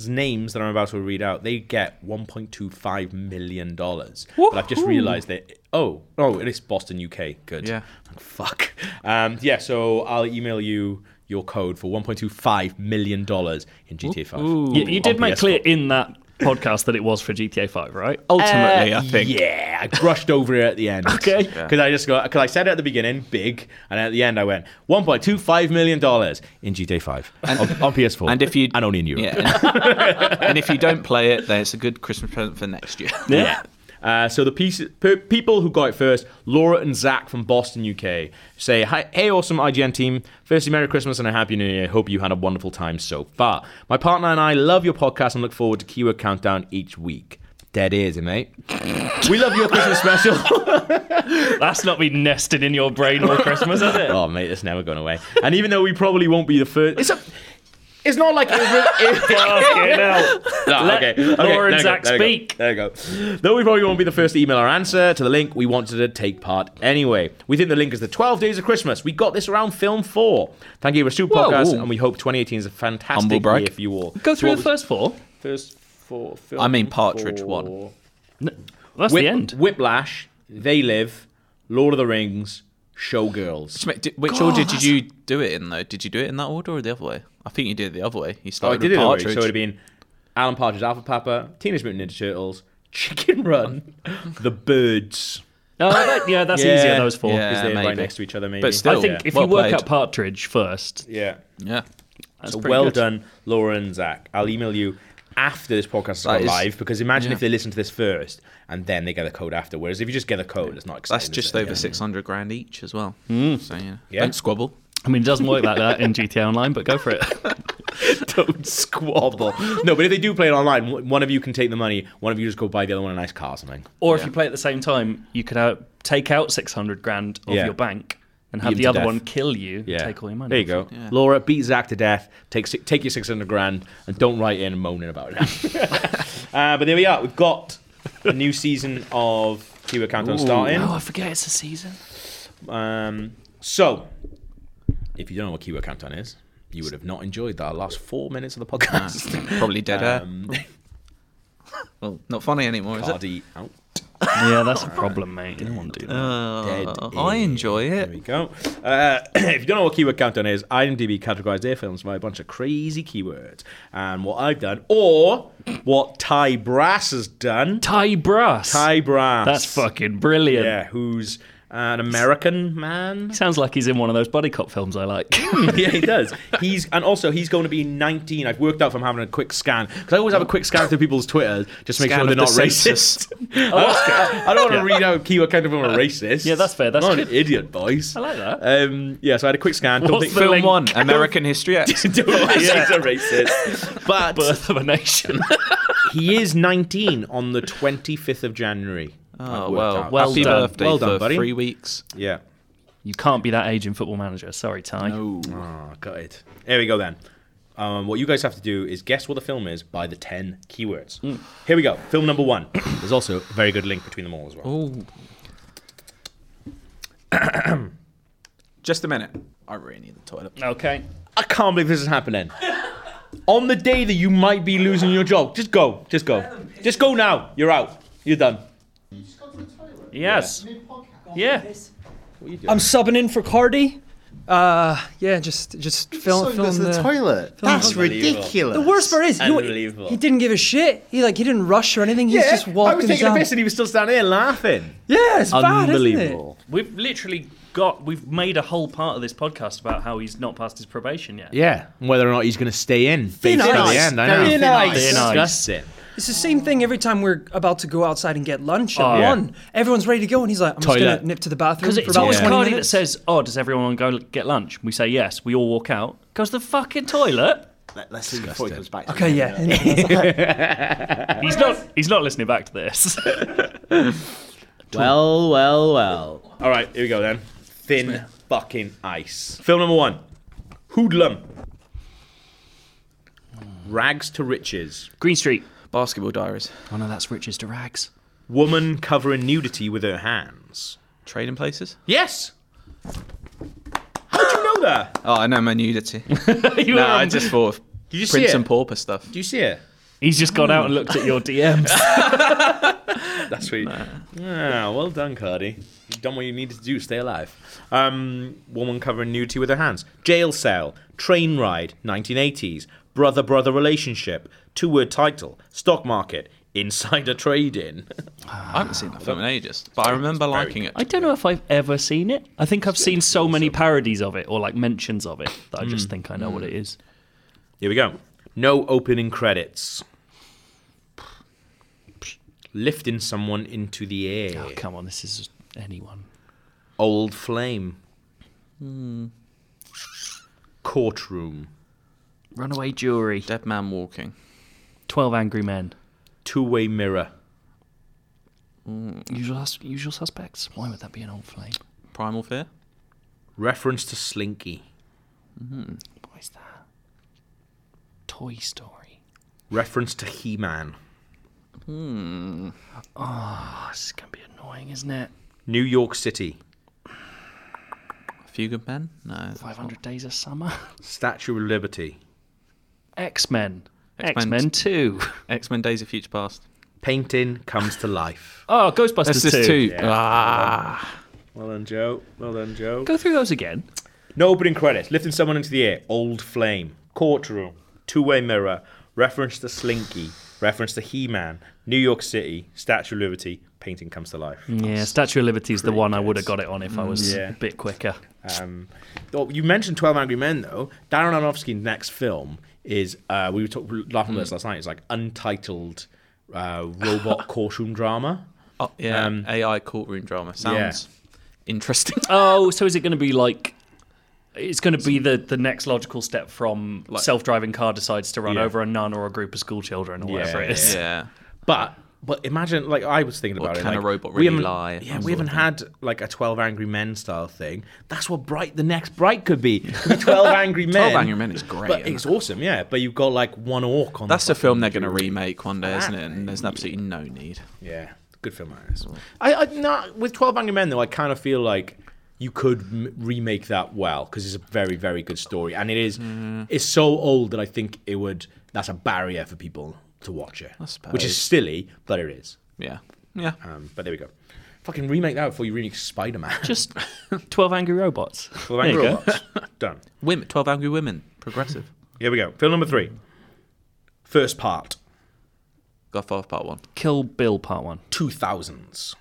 Speaker 1: names that I'm about to read out, they get $1.25 million. But I've just realized that. Oh, oh, it is Boston, UK. Good.
Speaker 3: Yeah.
Speaker 1: Fuck. Um, yeah, so I'll email you your code for $1.25 million in GTA 5.
Speaker 2: You, you did
Speaker 1: On
Speaker 2: make
Speaker 1: PS4.
Speaker 2: clear in that podcast that it was for GTA 5, right?
Speaker 3: Ultimately, I think.
Speaker 1: Yeah, I brushed over it at the end.
Speaker 2: Okay. Yeah.
Speaker 1: Because I just got because I said it at the beginning, big, and at the end I went 1.25 million dollars in GTA 5 on, on PS4
Speaker 3: And if you
Speaker 1: and only in Europe.
Speaker 3: Yeah. (laughs) and if you don't play it, then it's a good Christmas present for next year.
Speaker 1: Yeah. Uh, so the piece, pe- people who got it first, Laura and Zach from Boston, UK, say, Hi, "Hey, awesome IGN team! Firstly, Merry Christmas and a Happy New Year. Hope you had a wonderful time so far. My partner and I love your podcast and look forward to Keyword Countdown each week. Dead ears, eh, mate. we love your Christmas special.
Speaker 2: That's not been nested in your brain all Christmas,
Speaker 1: (laughs)
Speaker 2: is it?
Speaker 1: oh, mate, it's never going away. And even though we probably won't be the first, it's a, it's not like it, it,
Speaker 2: (laughs) Fucking hell.
Speaker 1: No,
Speaker 2: Let
Speaker 1: Ah, okay. okay,
Speaker 2: Laura and
Speaker 1: there we go,
Speaker 2: Zach
Speaker 1: there we go,
Speaker 2: speak.
Speaker 1: There we go. Though we probably won't be the first to email our answer to the link, we wanted to take part anyway. We think the link is the 12 Days of Christmas. We got this around film four. Thank you for super
Speaker 3: Whoa.
Speaker 1: podcast, and we hope 2018 is a
Speaker 3: Humble
Speaker 1: fantastic
Speaker 3: brag.
Speaker 1: year for you all.
Speaker 2: Go through
Speaker 1: What
Speaker 2: the
Speaker 1: was-
Speaker 2: first four.
Speaker 1: first four. Film
Speaker 3: I mean Partridge one.
Speaker 2: No, that's
Speaker 1: Whip-
Speaker 2: the end.
Speaker 1: Whiplash, They Live, Lord of the Rings, Showgirls.
Speaker 3: (laughs) Which, did- which order did you do it in though? Did you do it in that order or the other way? I think you did it the other way. You
Speaker 1: Oh, I
Speaker 3: started
Speaker 1: did
Speaker 3: with
Speaker 1: it already. So
Speaker 3: Partridge.
Speaker 1: it would have been Alan Partridge, Alpha Papa, Teenage Mutant Ninja Turtles, Chicken Run, The Birds.
Speaker 2: No, Oh, that- yeah, that's
Speaker 1: Yeah.
Speaker 2: easier, those four.
Speaker 3: Yeah.
Speaker 1: because they're right
Speaker 3: maybe.
Speaker 1: next to each other, maybe.
Speaker 3: But still-
Speaker 2: I think
Speaker 1: yeah.
Speaker 2: if
Speaker 3: Well
Speaker 2: you work
Speaker 3: played.
Speaker 2: out Partridge first,
Speaker 1: yeah.
Speaker 3: yeah.
Speaker 2: that's
Speaker 1: So
Speaker 2: pretty
Speaker 1: well
Speaker 2: good.
Speaker 1: done, Laura and Zach. I'll email you after this podcast has
Speaker 3: That
Speaker 1: gone
Speaker 3: is-
Speaker 1: live because imagine
Speaker 3: yeah.
Speaker 1: if they listen to this first and then they get the code after. Whereas if you just get the code, it's not exciting.
Speaker 3: That's
Speaker 1: is
Speaker 3: just
Speaker 1: it?
Speaker 3: over
Speaker 1: Yeah.
Speaker 3: six hundred grand each as well. So Hmm. yeah.
Speaker 1: Yeah.
Speaker 3: Don't squabble.
Speaker 2: I mean, it doesn't work like that in (laughs) GTA Online, but go for it.
Speaker 1: Don't squabble. no, but if they do play it online, w- one of you can take the money. One of you just go buy the other one a nice car or something.
Speaker 2: Or if you play at the same time, you could out, take out 600 grand of
Speaker 1: Yeah.
Speaker 2: your bank
Speaker 1: Beat
Speaker 2: and have
Speaker 1: 'em
Speaker 2: the
Speaker 1: to
Speaker 2: other
Speaker 1: death.
Speaker 2: one kill you and take all your money.
Speaker 1: There you go.
Speaker 3: Yeah.
Speaker 1: Laura, beat Zach to death. Take si- take your six hundred grand and don't write in moaning about
Speaker 3: (laughs)
Speaker 1: it. (laughs) uh, but there we are. We've got a new season of Keyword Countdown starting.
Speaker 2: Oh, I forget it's a season.
Speaker 1: Um, so, if you don't know what keyword countdown is, you would have not enjoyed that last four minutes of the (laughs) podcast.
Speaker 3: Probably dead air.
Speaker 1: Um,
Speaker 3: (laughs) Well, not funny anymore, is it?
Speaker 1: Hardy out.
Speaker 2: Yeah, (laughs) that's a problem, mate. You don't want to do that.
Speaker 3: Uh, I enjoy
Speaker 1: There we
Speaker 3: it.
Speaker 1: go. Uh, (clears throat) if you don't know what keyword countdown is, IMDb categorized their films by a bunch of crazy keywords. And what I've done, or what Ty Brass has done,
Speaker 2: Ty Brass.
Speaker 1: Ty Brass.
Speaker 2: That's fucking brilliant.
Speaker 1: Yeah, who's an American man?
Speaker 2: Sounds like he's in one of those buddy cop films
Speaker 1: (laughs)
Speaker 2: I like.
Speaker 1: yeah, he does. He's and also he's going to be 19. I've worked out from having a quick scan because I always have a quick scan through people's Twitter just to make
Speaker 3: Scan
Speaker 1: sure
Speaker 3: of
Speaker 1: they're
Speaker 3: the
Speaker 1: not
Speaker 3: census.
Speaker 1: racist. (laughs) I, I don't want to read out keyword count if I'm a racist.
Speaker 2: Uh, Yeah, that's fair. That's
Speaker 1: I'm not
Speaker 2: good.
Speaker 1: an idiot, boys.
Speaker 2: I like that.
Speaker 1: Um, yeah, so I had a quick scan. Don't
Speaker 2: What's
Speaker 1: think
Speaker 2: the
Speaker 1: film
Speaker 2: link?
Speaker 3: One American History (laughs)
Speaker 1: (laughs)
Speaker 3: X.
Speaker 1: don't think he's a racist, but
Speaker 2: (laughs) Birth of a Nation. (laughs)
Speaker 1: he is 19 on the 25th of January. I've
Speaker 3: Oh
Speaker 1: worked
Speaker 3: well,
Speaker 1: out.
Speaker 2: Well
Speaker 3: happy
Speaker 2: done.
Speaker 3: birthday
Speaker 1: Well done,
Speaker 3: for
Speaker 1: buddy.
Speaker 3: three weeks.
Speaker 1: yeah.
Speaker 2: you can't be that age in Football Manager. Sorry, Ty.
Speaker 3: Oh,
Speaker 1: Oh, got it. There we go then. Um, what you guys have to do is guess what the film is by the 10 Hmm. (coughs) Oh. keywords. Here we go. Film number one. There's also a very good link between them all as well.
Speaker 3: Just a minute. I really need the toilet.
Speaker 2: Okay.
Speaker 1: I can't believe this is happening. (laughs) On the day that you might be losing your job, just go, just go, just go now. You're out. You're done.
Speaker 2: Yes. Yeah.
Speaker 5: I'm subbing in for Cardi. Uh, yeah, just just
Speaker 6: So
Speaker 5: film,
Speaker 6: goes
Speaker 5: film
Speaker 6: to the toilet. That's
Speaker 1: Unbelievable.
Speaker 6: ridiculous.
Speaker 5: The worst part is, you know what,
Speaker 1: Unbelievable.
Speaker 5: he didn't give a shit. He like he didn't rush or anything. He's just
Speaker 1: I was
Speaker 5: walking
Speaker 1: taking a
Speaker 5: down.
Speaker 1: piss and he was still standing there laughing.
Speaker 5: yeah, it's bad, isn't it?
Speaker 1: Unbelievable.
Speaker 2: We've literally got, we've made a whole part of this podcast about how he's not passed his probation yet.
Speaker 1: Yeah, and whether or not he's going to stay in. Based
Speaker 5: ice.
Speaker 1: on the end, I know.
Speaker 6: Thin ice.
Speaker 2: Thin ice.
Speaker 1: Disgusting.
Speaker 5: It's the same thing every time we're about to go outside and get lunch at
Speaker 2: Oh, yeah.
Speaker 5: one. Everyone's ready to go, and he's like, "I'm just
Speaker 1: Toilet.
Speaker 5: gonna nip to the bathroom
Speaker 2: Because
Speaker 5: for
Speaker 2: it's
Speaker 5: about
Speaker 2: always
Speaker 5: 20
Speaker 2: Cardi that
Speaker 5: minutes."
Speaker 2: says, "Oh, does everyone want to go get lunch?" We say yes. We all walk out. Goes to the fucking toilet.
Speaker 6: Let, us see before he comes back.
Speaker 5: okay, yeah.
Speaker 2: He's not. He's not listening back to this. (laughs)
Speaker 1: Well, well, well. All right, here we go then. Thin fucking ice. Film number one Hoodlum. Rags to riches.
Speaker 2: Green Street.
Speaker 3: Basketball diaries.
Speaker 2: Oh no, that's riches to rags.
Speaker 1: Woman covering nudity with her hands.
Speaker 3: Trading places.
Speaker 1: Yes! How'd you know that?
Speaker 3: Oh, I know my
Speaker 1: (laughs)
Speaker 3: nudity.
Speaker 2: (laughs) You
Speaker 3: no,
Speaker 2: are-
Speaker 3: I just thought of
Speaker 1: Did you see
Speaker 3: Prince
Speaker 1: it?
Speaker 3: and Pauper stuff.
Speaker 1: Do you see it?
Speaker 2: He's just gone out and looked (laughs) at your DMs.
Speaker 1: That's sweet. Yeah, well done, Cardi. You've done what you needed to do. Stay alive. Um, woman covering nudity with her hands. Jail cell. Train ride. 1980s. Brother brother relationship. Two word title. Stock market. Insider trading. (laughs)
Speaker 3: I haven't seen Ah, that film in ages, but I remember liking it.
Speaker 2: I don't know if I've ever seen it. I think I've seen so many parodies of it or like mentions of it that I just think I know what it is.
Speaker 1: Here we go. No opening credits. Lifting someone into the air.
Speaker 2: Oh, come on, this is anyone.
Speaker 1: Old flame. Courtroom.
Speaker 2: Runaway Jury.
Speaker 3: Dead Man Walking.
Speaker 2: Twelve Angry Men.
Speaker 1: Two way mirror.
Speaker 2: Usual, sus- usual suspects. Why would that be an old flame?
Speaker 3: Primal Fear.
Speaker 1: Reference to Slinky.
Speaker 2: What is that? Toy Story.
Speaker 1: Reference to He Man.
Speaker 2: Oh, this is gonna be annoying, isn't it?
Speaker 1: New York City.
Speaker 3: A Few Good Men. No. that's not-
Speaker 2: Five Hundred Days of Summer. (laughs)
Speaker 1: Statue of Liberty.
Speaker 2: X Men.
Speaker 3: X-Men.
Speaker 2: X Men Two.
Speaker 3: X Men: Days of Future Past.
Speaker 1: Painting comes to life.
Speaker 2: Oh, Ghostbusters
Speaker 3: This is
Speaker 2: two.
Speaker 3: two. Ah.
Speaker 1: Well done, Joe. Well done, Joe.
Speaker 2: Go through those again.
Speaker 1: No opening credits. Lifting someone into the air. Old flame. Courtroom. Two way mirror. Reference to Slinky. Reference to He Man. New York City. Statue of Liberty. Painting comes to life.
Speaker 2: Yeah, Statue of Liberty is the one I would have got it on if I was
Speaker 1: Yeah.
Speaker 2: a bit quicker.
Speaker 1: Um, though you mentioned Twelve Angry Men, though. Darren Aronofsky's next film is uh, we were talk- we were laughing about this last night. It's like untitled uh, (sighs) robot courtroom drama.
Speaker 3: Oh, yeah.
Speaker 1: Um,
Speaker 3: AI courtroom drama. Sounds interesting. (laughs)
Speaker 2: Oh, so is it going to be like? It's going to be the, the next logical step from self driving car decides to run
Speaker 1: Yeah.
Speaker 2: over a nun or a group of school children or whatever it
Speaker 1: yeah,
Speaker 2: is.
Speaker 3: yeah.
Speaker 1: But but imagine like I was thinking
Speaker 3: Or
Speaker 1: about it.
Speaker 3: can a
Speaker 1: like,
Speaker 3: robot
Speaker 1: we
Speaker 3: really
Speaker 1: haven't-
Speaker 3: lie?
Speaker 1: Yeah,
Speaker 3: That
Speaker 1: we
Speaker 3: sort of
Speaker 1: haven't had like a Twelve Angry Men style thing. That's what Bright the next Bright could be. It could be
Speaker 3: (laughs)
Speaker 1: Twelve Angry Men.
Speaker 3: Twelve Angry Men is great.
Speaker 1: But
Speaker 3: isn't
Speaker 1: it's
Speaker 3: it?
Speaker 1: awesome, yeah. But you've got like one orc on.
Speaker 3: That's
Speaker 1: the
Speaker 3: a
Speaker 1: fucking
Speaker 3: film they're going to
Speaker 1: jury.
Speaker 3: remake one day, isn't it? And there's absolutely no need.
Speaker 1: Yeah, good film. I guess. I, I no, with Twelve Angry Men though, I kind of feel like you could m- remake that well because it's a very very good story, and it is
Speaker 3: Mm-hmm.
Speaker 1: it's so old that I think it would that's a barrier for people to watch it, which
Speaker 3: suppose.
Speaker 1: is silly, but it is.
Speaker 3: Yeah. Yeah.
Speaker 1: Um, but there we go. Fucking remake that before you remake Spider Man.
Speaker 2: (laughs) (laughs) Just twelve angry robots. There you go.
Speaker 1: (laughs) Done.
Speaker 3: Women, 12 Angry Women. Progressive.
Speaker 1: Here we go. Film number three. First part.
Speaker 3: Godfather Part 1.
Speaker 2: Kill Bill Part One.
Speaker 1: Two thousands.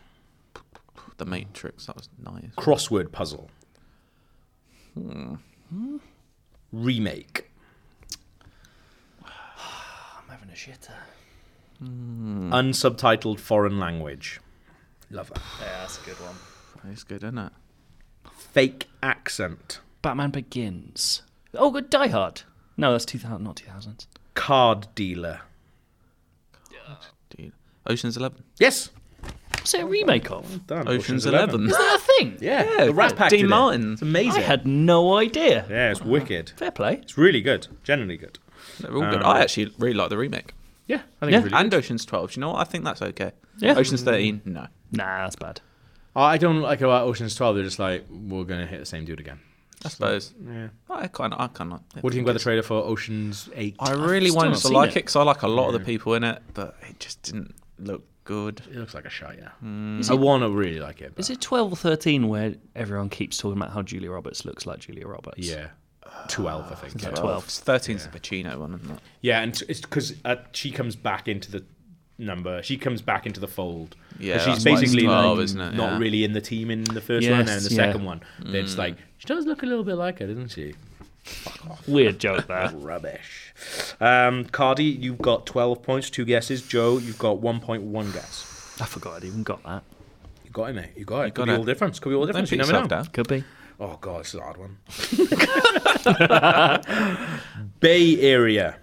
Speaker 3: The Matrix. That was nice.
Speaker 1: Crossword puzzle. Remake.
Speaker 2: I'm having a shitter.
Speaker 1: Unsubtitled foreign language. Love that.
Speaker 2: Yeah, that's a good one.
Speaker 3: It's good, isn't it?
Speaker 1: Fake accent.
Speaker 2: Batman Begins. Oh, good Die Hard. No, that's two thousand, not two thousands.
Speaker 1: Card dealer.
Speaker 3: Dude. Ocean's Eleven.
Speaker 1: Yes.
Speaker 2: Was it a remake of?
Speaker 1: Done.
Speaker 3: Ocean's,
Speaker 2: (laughs)
Speaker 3: Eleven.
Speaker 2: Is that a thing?
Speaker 1: Yeah. The Rat Pack.
Speaker 3: Dean
Speaker 1: did it.
Speaker 3: Martin.
Speaker 1: It's amazing.
Speaker 2: I had no idea.
Speaker 1: yeah, it's wicked.
Speaker 2: Fair play.
Speaker 1: It's really good. Generally good.
Speaker 3: They're all good. I actually really like the remake.
Speaker 1: Yeah, I think
Speaker 2: Yeah.
Speaker 1: it's really
Speaker 3: And Ocean's 12. Do you know what? I think that's okay.
Speaker 2: Yeah.
Speaker 3: Ocean's 13. No.
Speaker 2: Nah, that's bad.
Speaker 1: Oh, I don't like about Ocean's Twelve. They're just like we're gonna hit the same dude again.
Speaker 3: I suppose.
Speaker 1: Yeah.
Speaker 3: I kind of, I kind of.
Speaker 1: What do you think about the trailer for Ocean's Eight?
Speaker 3: I really
Speaker 2: still
Speaker 3: wanted
Speaker 2: not
Speaker 3: to
Speaker 2: seen
Speaker 3: like it
Speaker 2: it.
Speaker 3: because I like a lot of the people in it, but it just didn't look good.
Speaker 1: It looks like a shot, yeah.
Speaker 3: Hmm.
Speaker 1: I want to really like it. But
Speaker 2: Is it 12 or 13 where everyone keeps talking about how Julia Roberts looks like Julia Roberts?
Speaker 1: Yeah. 12, I think. Yeah,
Speaker 2: 12.
Speaker 3: 13's the Pacino one, isn't it?
Speaker 1: yeah and it's because uh, she comes back into the number. She comes back into the fold.
Speaker 3: Yeah,
Speaker 1: 'Cause she's
Speaker 3: that's why it's
Speaker 1: basically
Speaker 3: 12,
Speaker 1: like,
Speaker 3: isn't it?
Speaker 1: not
Speaker 3: Yeah. Hmm.
Speaker 1: really in the team in the first one and in
Speaker 2: Yes,
Speaker 1: the
Speaker 2: yeah.
Speaker 1: second one. Then It's like, she does look a little bit like her, doesn't she?
Speaker 2: Weird joke there.
Speaker 1: Rubbish. Um, Cardi, you've got 12 points, two guesses. Joe, you've got 1.1 guess.
Speaker 2: I forgot I'd even got that.
Speaker 1: You got it, mate. You got it. Could
Speaker 3: got
Speaker 1: be
Speaker 3: it.
Speaker 1: all difference. Could be all
Speaker 3: Don't
Speaker 1: difference.
Speaker 3: put
Speaker 1: you never
Speaker 3: yourself
Speaker 1: know.
Speaker 3: down.
Speaker 2: Could be.
Speaker 1: Oh god, it's a hard one. (laughs) Bay Area.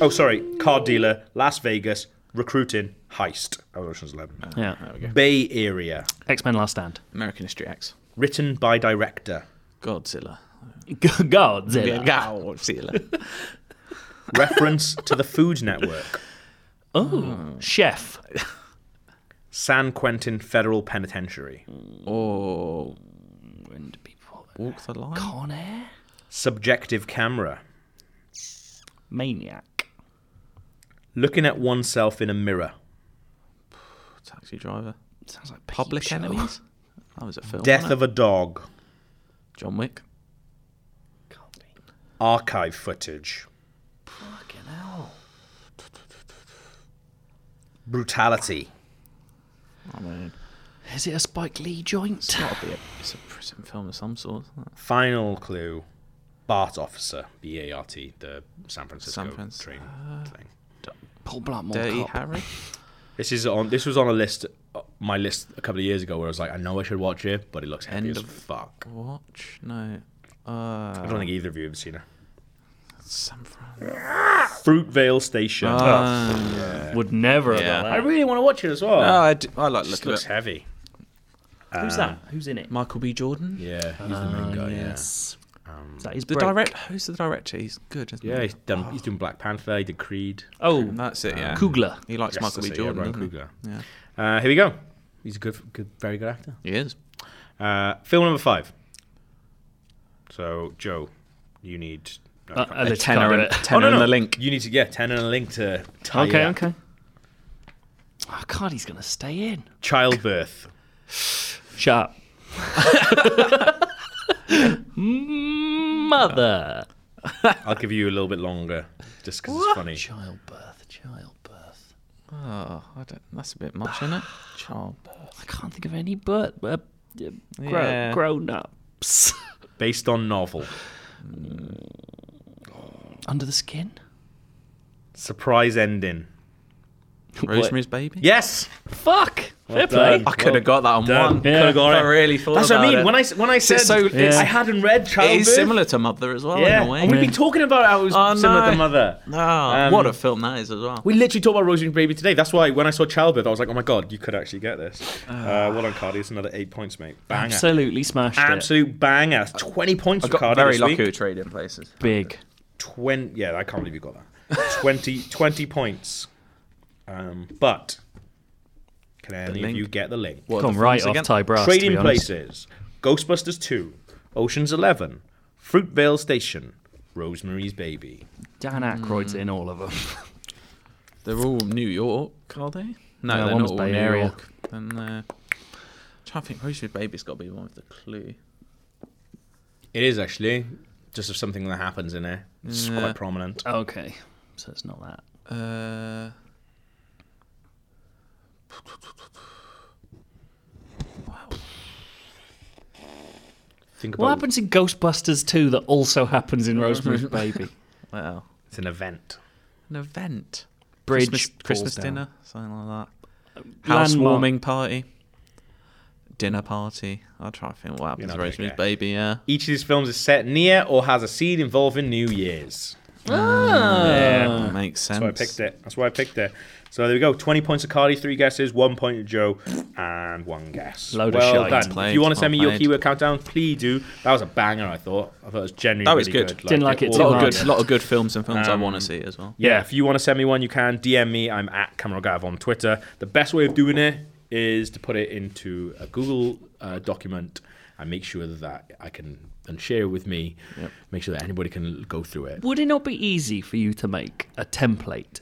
Speaker 1: Oh, sorry, car dealer, Las Vegas, recruiting, heist. Oh, Ocean's Eleven.
Speaker 3: Ah,
Speaker 2: Yeah.
Speaker 1: Bay Area,
Speaker 2: X Men Last Stand.
Speaker 3: American History X.
Speaker 1: written by director,
Speaker 3: Godzilla.
Speaker 2: Godzilla.
Speaker 3: Godzilla.
Speaker 1: reference to the Food Network,
Speaker 2: Oh, chef.
Speaker 1: San Quentin Federal Penitentiary,
Speaker 3: or
Speaker 2: When do people-
Speaker 3: Oh. Walk the Line.
Speaker 2: Con Air?
Speaker 1: subjective camera,
Speaker 2: Maniac.
Speaker 1: looking at oneself in a mirror,
Speaker 3: Taxi Driver.
Speaker 2: Sounds like peep
Speaker 3: Public
Speaker 2: show.
Speaker 3: Enemies. That was a film.
Speaker 1: death
Speaker 3: wasn't
Speaker 1: of a dog,
Speaker 3: it? John Wick.
Speaker 2: Can't be.
Speaker 1: archive footage,
Speaker 2: Fucking hell.
Speaker 1: brutality.
Speaker 3: I mean,
Speaker 2: Is it a Spike Lee joint?
Speaker 3: gotta be a, it's a prison film of some sort. Isn't it?
Speaker 1: Final clue: Bart Officer, B A R T, the San Francisco
Speaker 3: San Frans-
Speaker 1: train thing.
Speaker 2: Paul Blackmore.
Speaker 3: Dirty
Speaker 2: cop.
Speaker 3: Harry.
Speaker 1: This is on. This was on a list, uh, my list a couple of years ago, where I was like, I know I should watch it, but it looks heavy
Speaker 3: End
Speaker 1: as
Speaker 3: of-
Speaker 1: fuck.
Speaker 3: Watch. No.
Speaker 1: I
Speaker 3: Uh,
Speaker 1: don't think either of you have seen it.
Speaker 3: San Fran.
Speaker 1: Fruitvale Station.
Speaker 3: Ah.
Speaker 2: Oh, Would never have
Speaker 3: Yeah.
Speaker 2: done
Speaker 1: I
Speaker 2: that.
Speaker 1: really want to watch it as well.
Speaker 3: Oh, I, d- I like
Speaker 1: It just
Speaker 3: looking
Speaker 1: looks
Speaker 3: at
Speaker 1: heavy.
Speaker 2: Who's that? Who's in it?
Speaker 3: Michael B. Jordan.
Speaker 1: Yeah, he's the
Speaker 3: Ah,
Speaker 1: main guy.
Speaker 2: Yes. Is that his
Speaker 3: The
Speaker 2: break?
Speaker 3: direct. Who's the director? He's good. Isn't
Speaker 1: Yeah, yeah.
Speaker 3: he?
Speaker 1: He's, done, he's doing Black Panther. He did Creed.
Speaker 2: Oh,
Speaker 3: That's it. Yeah.
Speaker 2: Kugler.
Speaker 3: He likes
Speaker 1: Yes,
Speaker 3: Michael
Speaker 1: that's
Speaker 3: B.
Speaker 1: it, yeah,
Speaker 3: Jordan.
Speaker 1: Ryan
Speaker 3: doesn't he?
Speaker 1: Coogler.
Speaker 3: Yeah.
Speaker 1: Uh, here we go. He's a good, good, very good actor.
Speaker 3: He is.
Speaker 1: Uh, film number five. So, Joe, you need. no,
Speaker 2: Uh,
Speaker 1: I can't-
Speaker 2: a little
Speaker 3: tenner
Speaker 2: can't
Speaker 3: and-
Speaker 2: do it.
Speaker 3: tenner. and the link.
Speaker 1: You need to yeah, ten and a link to tie
Speaker 2: Okay,
Speaker 1: it up.
Speaker 2: okay. Oh, God, he's going to stay in.
Speaker 1: Childbirth.
Speaker 2: Shut up. Mother.
Speaker 1: I'll give you a little bit longer, just because it's funny.
Speaker 2: Childbirth, childbirth.
Speaker 3: Oh, I don't, that's a bit much, isn't it? Childbirth.
Speaker 2: I can't think of any birth. Uh, uh, grow,
Speaker 3: Yeah.
Speaker 2: Grown ups.
Speaker 1: Based on novel.
Speaker 2: Under the skin?
Speaker 1: Surprise ending.
Speaker 3: Rosemary's Baby.
Speaker 1: Yes.
Speaker 2: Fuck! Fair
Speaker 1: done.
Speaker 2: play.
Speaker 3: I could have got that on
Speaker 1: Done.
Speaker 3: one.
Speaker 1: Could have got
Speaker 3: I
Speaker 1: it.
Speaker 3: really thought
Speaker 1: That's what
Speaker 3: about
Speaker 1: I mean.
Speaker 3: it.
Speaker 1: When I s- when I said
Speaker 3: so- it's-
Speaker 1: I hadn't read
Speaker 3: it
Speaker 1: childbirth.
Speaker 3: is similar to Mother as well
Speaker 1: Yeah.
Speaker 3: in a way.
Speaker 1: And we've been talking about how it was
Speaker 3: Oh,
Speaker 1: similar to
Speaker 3: no.
Speaker 1: mother.
Speaker 3: Oh,
Speaker 1: Um,
Speaker 3: what a film that is as well.
Speaker 1: We literally talked about Rosemary's Baby today. That's why when I saw Childbirth, I was like, "Oh my god, you could actually get this."
Speaker 3: Ah.
Speaker 1: Uh, well done, Cardi. It's another eight points, mate. Banger.
Speaker 2: Absolutely smashed it.
Speaker 1: Absolute banger. That's 20 points
Speaker 3: I
Speaker 1: for
Speaker 3: got
Speaker 1: Cardi
Speaker 3: very
Speaker 1: this
Speaker 3: lucky
Speaker 1: week.
Speaker 3: with trading places.
Speaker 2: Big.
Speaker 1: 20, yeah, I can't believe you got that. (laughs) 20, 20 points. Um, but can any of
Speaker 3: link.
Speaker 1: you get the link?
Speaker 3: What are
Speaker 2: Gone
Speaker 3: the
Speaker 2: right
Speaker 3: films
Speaker 2: off
Speaker 3: again?
Speaker 2: Ty Brass. to be
Speaker 1: Trading
Speaker 2: honest.
Speaker 1: Places, Ghostbusters 2, Ocean's 11, Fruitvale Station, Rosemary's Baby.
Speaker 2: Dan Aykroyd's in all of them.
Speaker 3: They're all New York, are they? No,
Speaker 2: No,
Speaker 3: they're
Speaker 2: one
Speaker 3: not
Speaker 2: was
Speaker 3: all
Speaker 2: Bay
Speaker 3: New
Speaker 2: Area.
Speaker 3: York. Then uh, trying to think, Rosemary's Baby's got to be one with the clue.
Speaker 1: It is actually just of something that happens in there. It's
Speaker 3: Yeah.
Speaker 1: quite prominent.
Speaker 2: okay. So it's not that.
Speaker 3: Uh,
Speaker 1: Think about
Speaker 2: What happens in Ghostbusters 2 that also happens in Rosemary's Baby?
Speaker 3: well,
Speaker 1: it's an event.
Speaker 3: an event,
Speaker 2: Bridge
Speaker 3: Christmas,
Speaker 2: falls
Speaker 3: Christmas
Speaker 2: down.
Speaker 3: dinner, something
Speaker 1: Uh,
Speaker 3: like that.
Speaker 2: landmark-
Speaker 3: Housewarming party, dinner party. I'll try to think what happens.
Speaker 1: not
Speaker 3: to
Speaker 1: gonna
Speaker 3: Rosemary's
Speaker 1: get
Speaker 3: Baby, yeah.
Speaker 1: Each of these films is set near or has a scene involving New Year's.
Speaker 3: Yeah, makes
Speaker 1: That's
Speaker 3: sense.
Speaker 1: why I picked it. That's why I picked it. So there we go. Twenty points to Cardi, three guesses, one point to Joe, and one guess.
Speaker 2: Load of
Speaker 1: well
Speaker 2: shite.
Speaker 1: done.
Speaker 3: Played,
Speaker 1: if you want to send me
Speaker 3: well
Speaker 1: your
Speaker 3: played.
Speaker 1: keyword countdown, please do. That was a banger. I thought. I thought it was genuinely.
Speaker 3: That was
Speaker 1: really
Speaker 3: good.
Speaker 1: good.
Speaker 2: Didn't like it
Speaker 1: all
Speaker 3: A lot
Speaker 2: too
Speaker 3: of
Speaker 1: around.
Speaker 3: good,
Speaker 2: much.
Speaker 3: lot of good films and films
Speaker 1: Um,
Speaker 3: I want to see as well.
Speaker 1: Yeah, if you want to send me one, you can DM me. I'm at Camera Gav on Twitter. The best way of doing it is to put it into a Google uh, document and make sure that I can and share with me. Make sure that anybody can go through it.
Speaker 2: Would it not be easy for you to make a template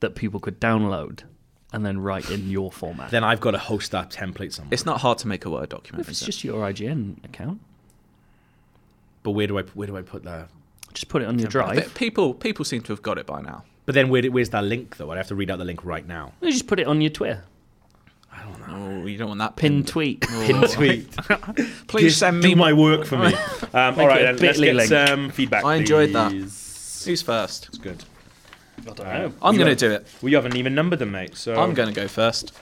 Speaker 2: that people could download and then write in your format?
Speaker 1: Then I've got to host that template somewhere.
Speaker 3: It's not hard to make a Word document.
Speaker 2: if it's
Speaker 3: is it?
Speaker 2: just your IGN account,
Speaker 1: but where do I where do I put that?
Speaker 2: just put it on your
Speaker 3: But
Speaker 2: drive.
Speaker 3: people people seem to have got it by now.
Speaker 1: But then where, do- where's that link though? I'd have to read out the link right now.
Speaker 2: You just put it on your Twitter.
Speaker 3: Oh, you don't want that
Speaker 2: Pin
Speaker 3: pinned.
Speaker 2: tweet.
Speaker 1: Pin (laughs) tweet. (laughs)
Speaker 3: Please send me.
Speaker 1: Do my work for me. Um, all right,
Speaker 2: it
Speaker 1: then,
Speaker 2: a
Speaker 1: let's
Speaker 2: bit.ly
Speaker 1: get
Speaker 2: link.
Speaker 1: some feedback.
Speaker 3: I enjoyed that.
Speaker 1: please.
Speaker 3: Who's first?
Speaker 1: It's good.
Speaker 2: I don't know.
Speaker 3: I'm
Speaker 1: You
Speaker 3: going to
Speaker 1: got-
Speaker 3: do it.
Speaker 1: We haven't even numbered them, mate. So
Speaker 3: I'm going to go first.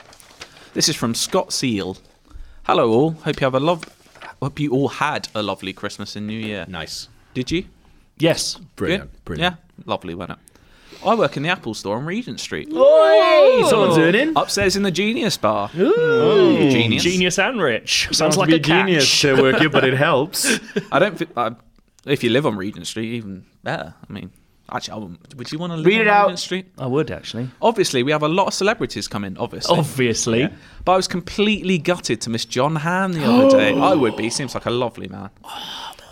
Speaker 3: This is from Scott Seal. Hello, all. Hope you have a love. Hope you all had a lovely Christmas and New Year.
Speaker 1: Nice.
Speaker 3: Did you?
Speaker 2: Yes.
Speaker 1: Brilliant.
Speaker 3: Good?
Speaker 1: Brilliant.
Speaker 3: Yeah, lovely, wasn't it? I work in the Apple store on Regent Street.
Speaker 1: Oh. Oi! Someone's earning.
Speaker 3: Upstairs in the Genius Bar. Mm. Genius.
Speaker 2: Genius and rich. Sounds
Speaker 1: Sounds
Speaker 2: like
Speaker 1: to
Speaker 2: a
Speaker 1: be genius
Speaker 2: genius.
Speaker 1: to work here, but it (laughs) helps.
Speaker 3: I don't. Fi- I, if you live on Regent Street, even better. I mean, actually, I wouldn't- would you want to live
Speaker 1: Read
Speaker 3: on
Speaker 1: it out.
Speaker 3: Regent Street?
Speaker 2: I would actually.
Speaker 3: Obviously, we have a lot of celebrities come in. Obviously,
Speaker 2: Obviously.
Speaker 3: but I was completely gutted to miss John Ham the
Speaker 1: (gasps)
Speaker 3: other day. I would be. Seems like a lovely man.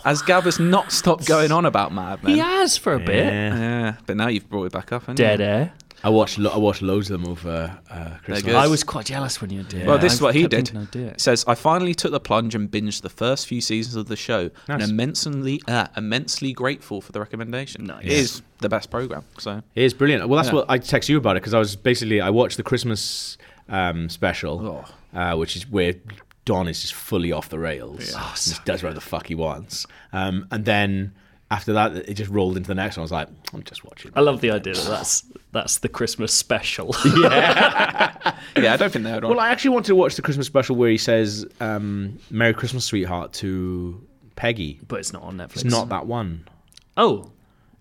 Speaker 3: As Gav has not stopped going on about Mad Men.
Speaker 2: He has for a bit.
Speaker 3: Yeah, but now you've brought it back up. haven't you?
Speaker 2: Dead air.
Speaker 1: I watched lo- I watched loads of them over uh, Christmas.
Speaker 3: good.
Speaker 2: I was quite jealous when you did.
Speaker 3: Well, this is what he did.
Speaker 2: I do it.
Speaker 3: It says, I finally took the plunge and binged the first few seasons of the show, and immensely, uh, immensely grateful for the recommendation.
Speaker 2: Nice.
Speaker 3: It is the best program. So
Speaker 1: It is brilliant. Well, that's
Speaker 3: Yeah.
Speaker 1: what I text you about it because I was basically I watched the Christmas um, special,
Speaker 2: Oh.
Speaker 1: uh, which is where Don is just fully off the rails. He
Speaker 2: Oh,
Speaker 1: just does whatever the fuck he wants, um, and then after that, it just rolled into the next one. I was like, I'm just watching.
Speaker 2: I love the idea that that's that's the Christmas special.
Speaker 3: yeah, I don't think they're
Speaker 1: Well, I actually wanted to watch the Christmas special where he says um, "Merry Christmas, sweetheart" to Peggy.
Speaker 2: but it's not on Netflix.
Speaker 1: It's not that one.
Speaker 2: Oh,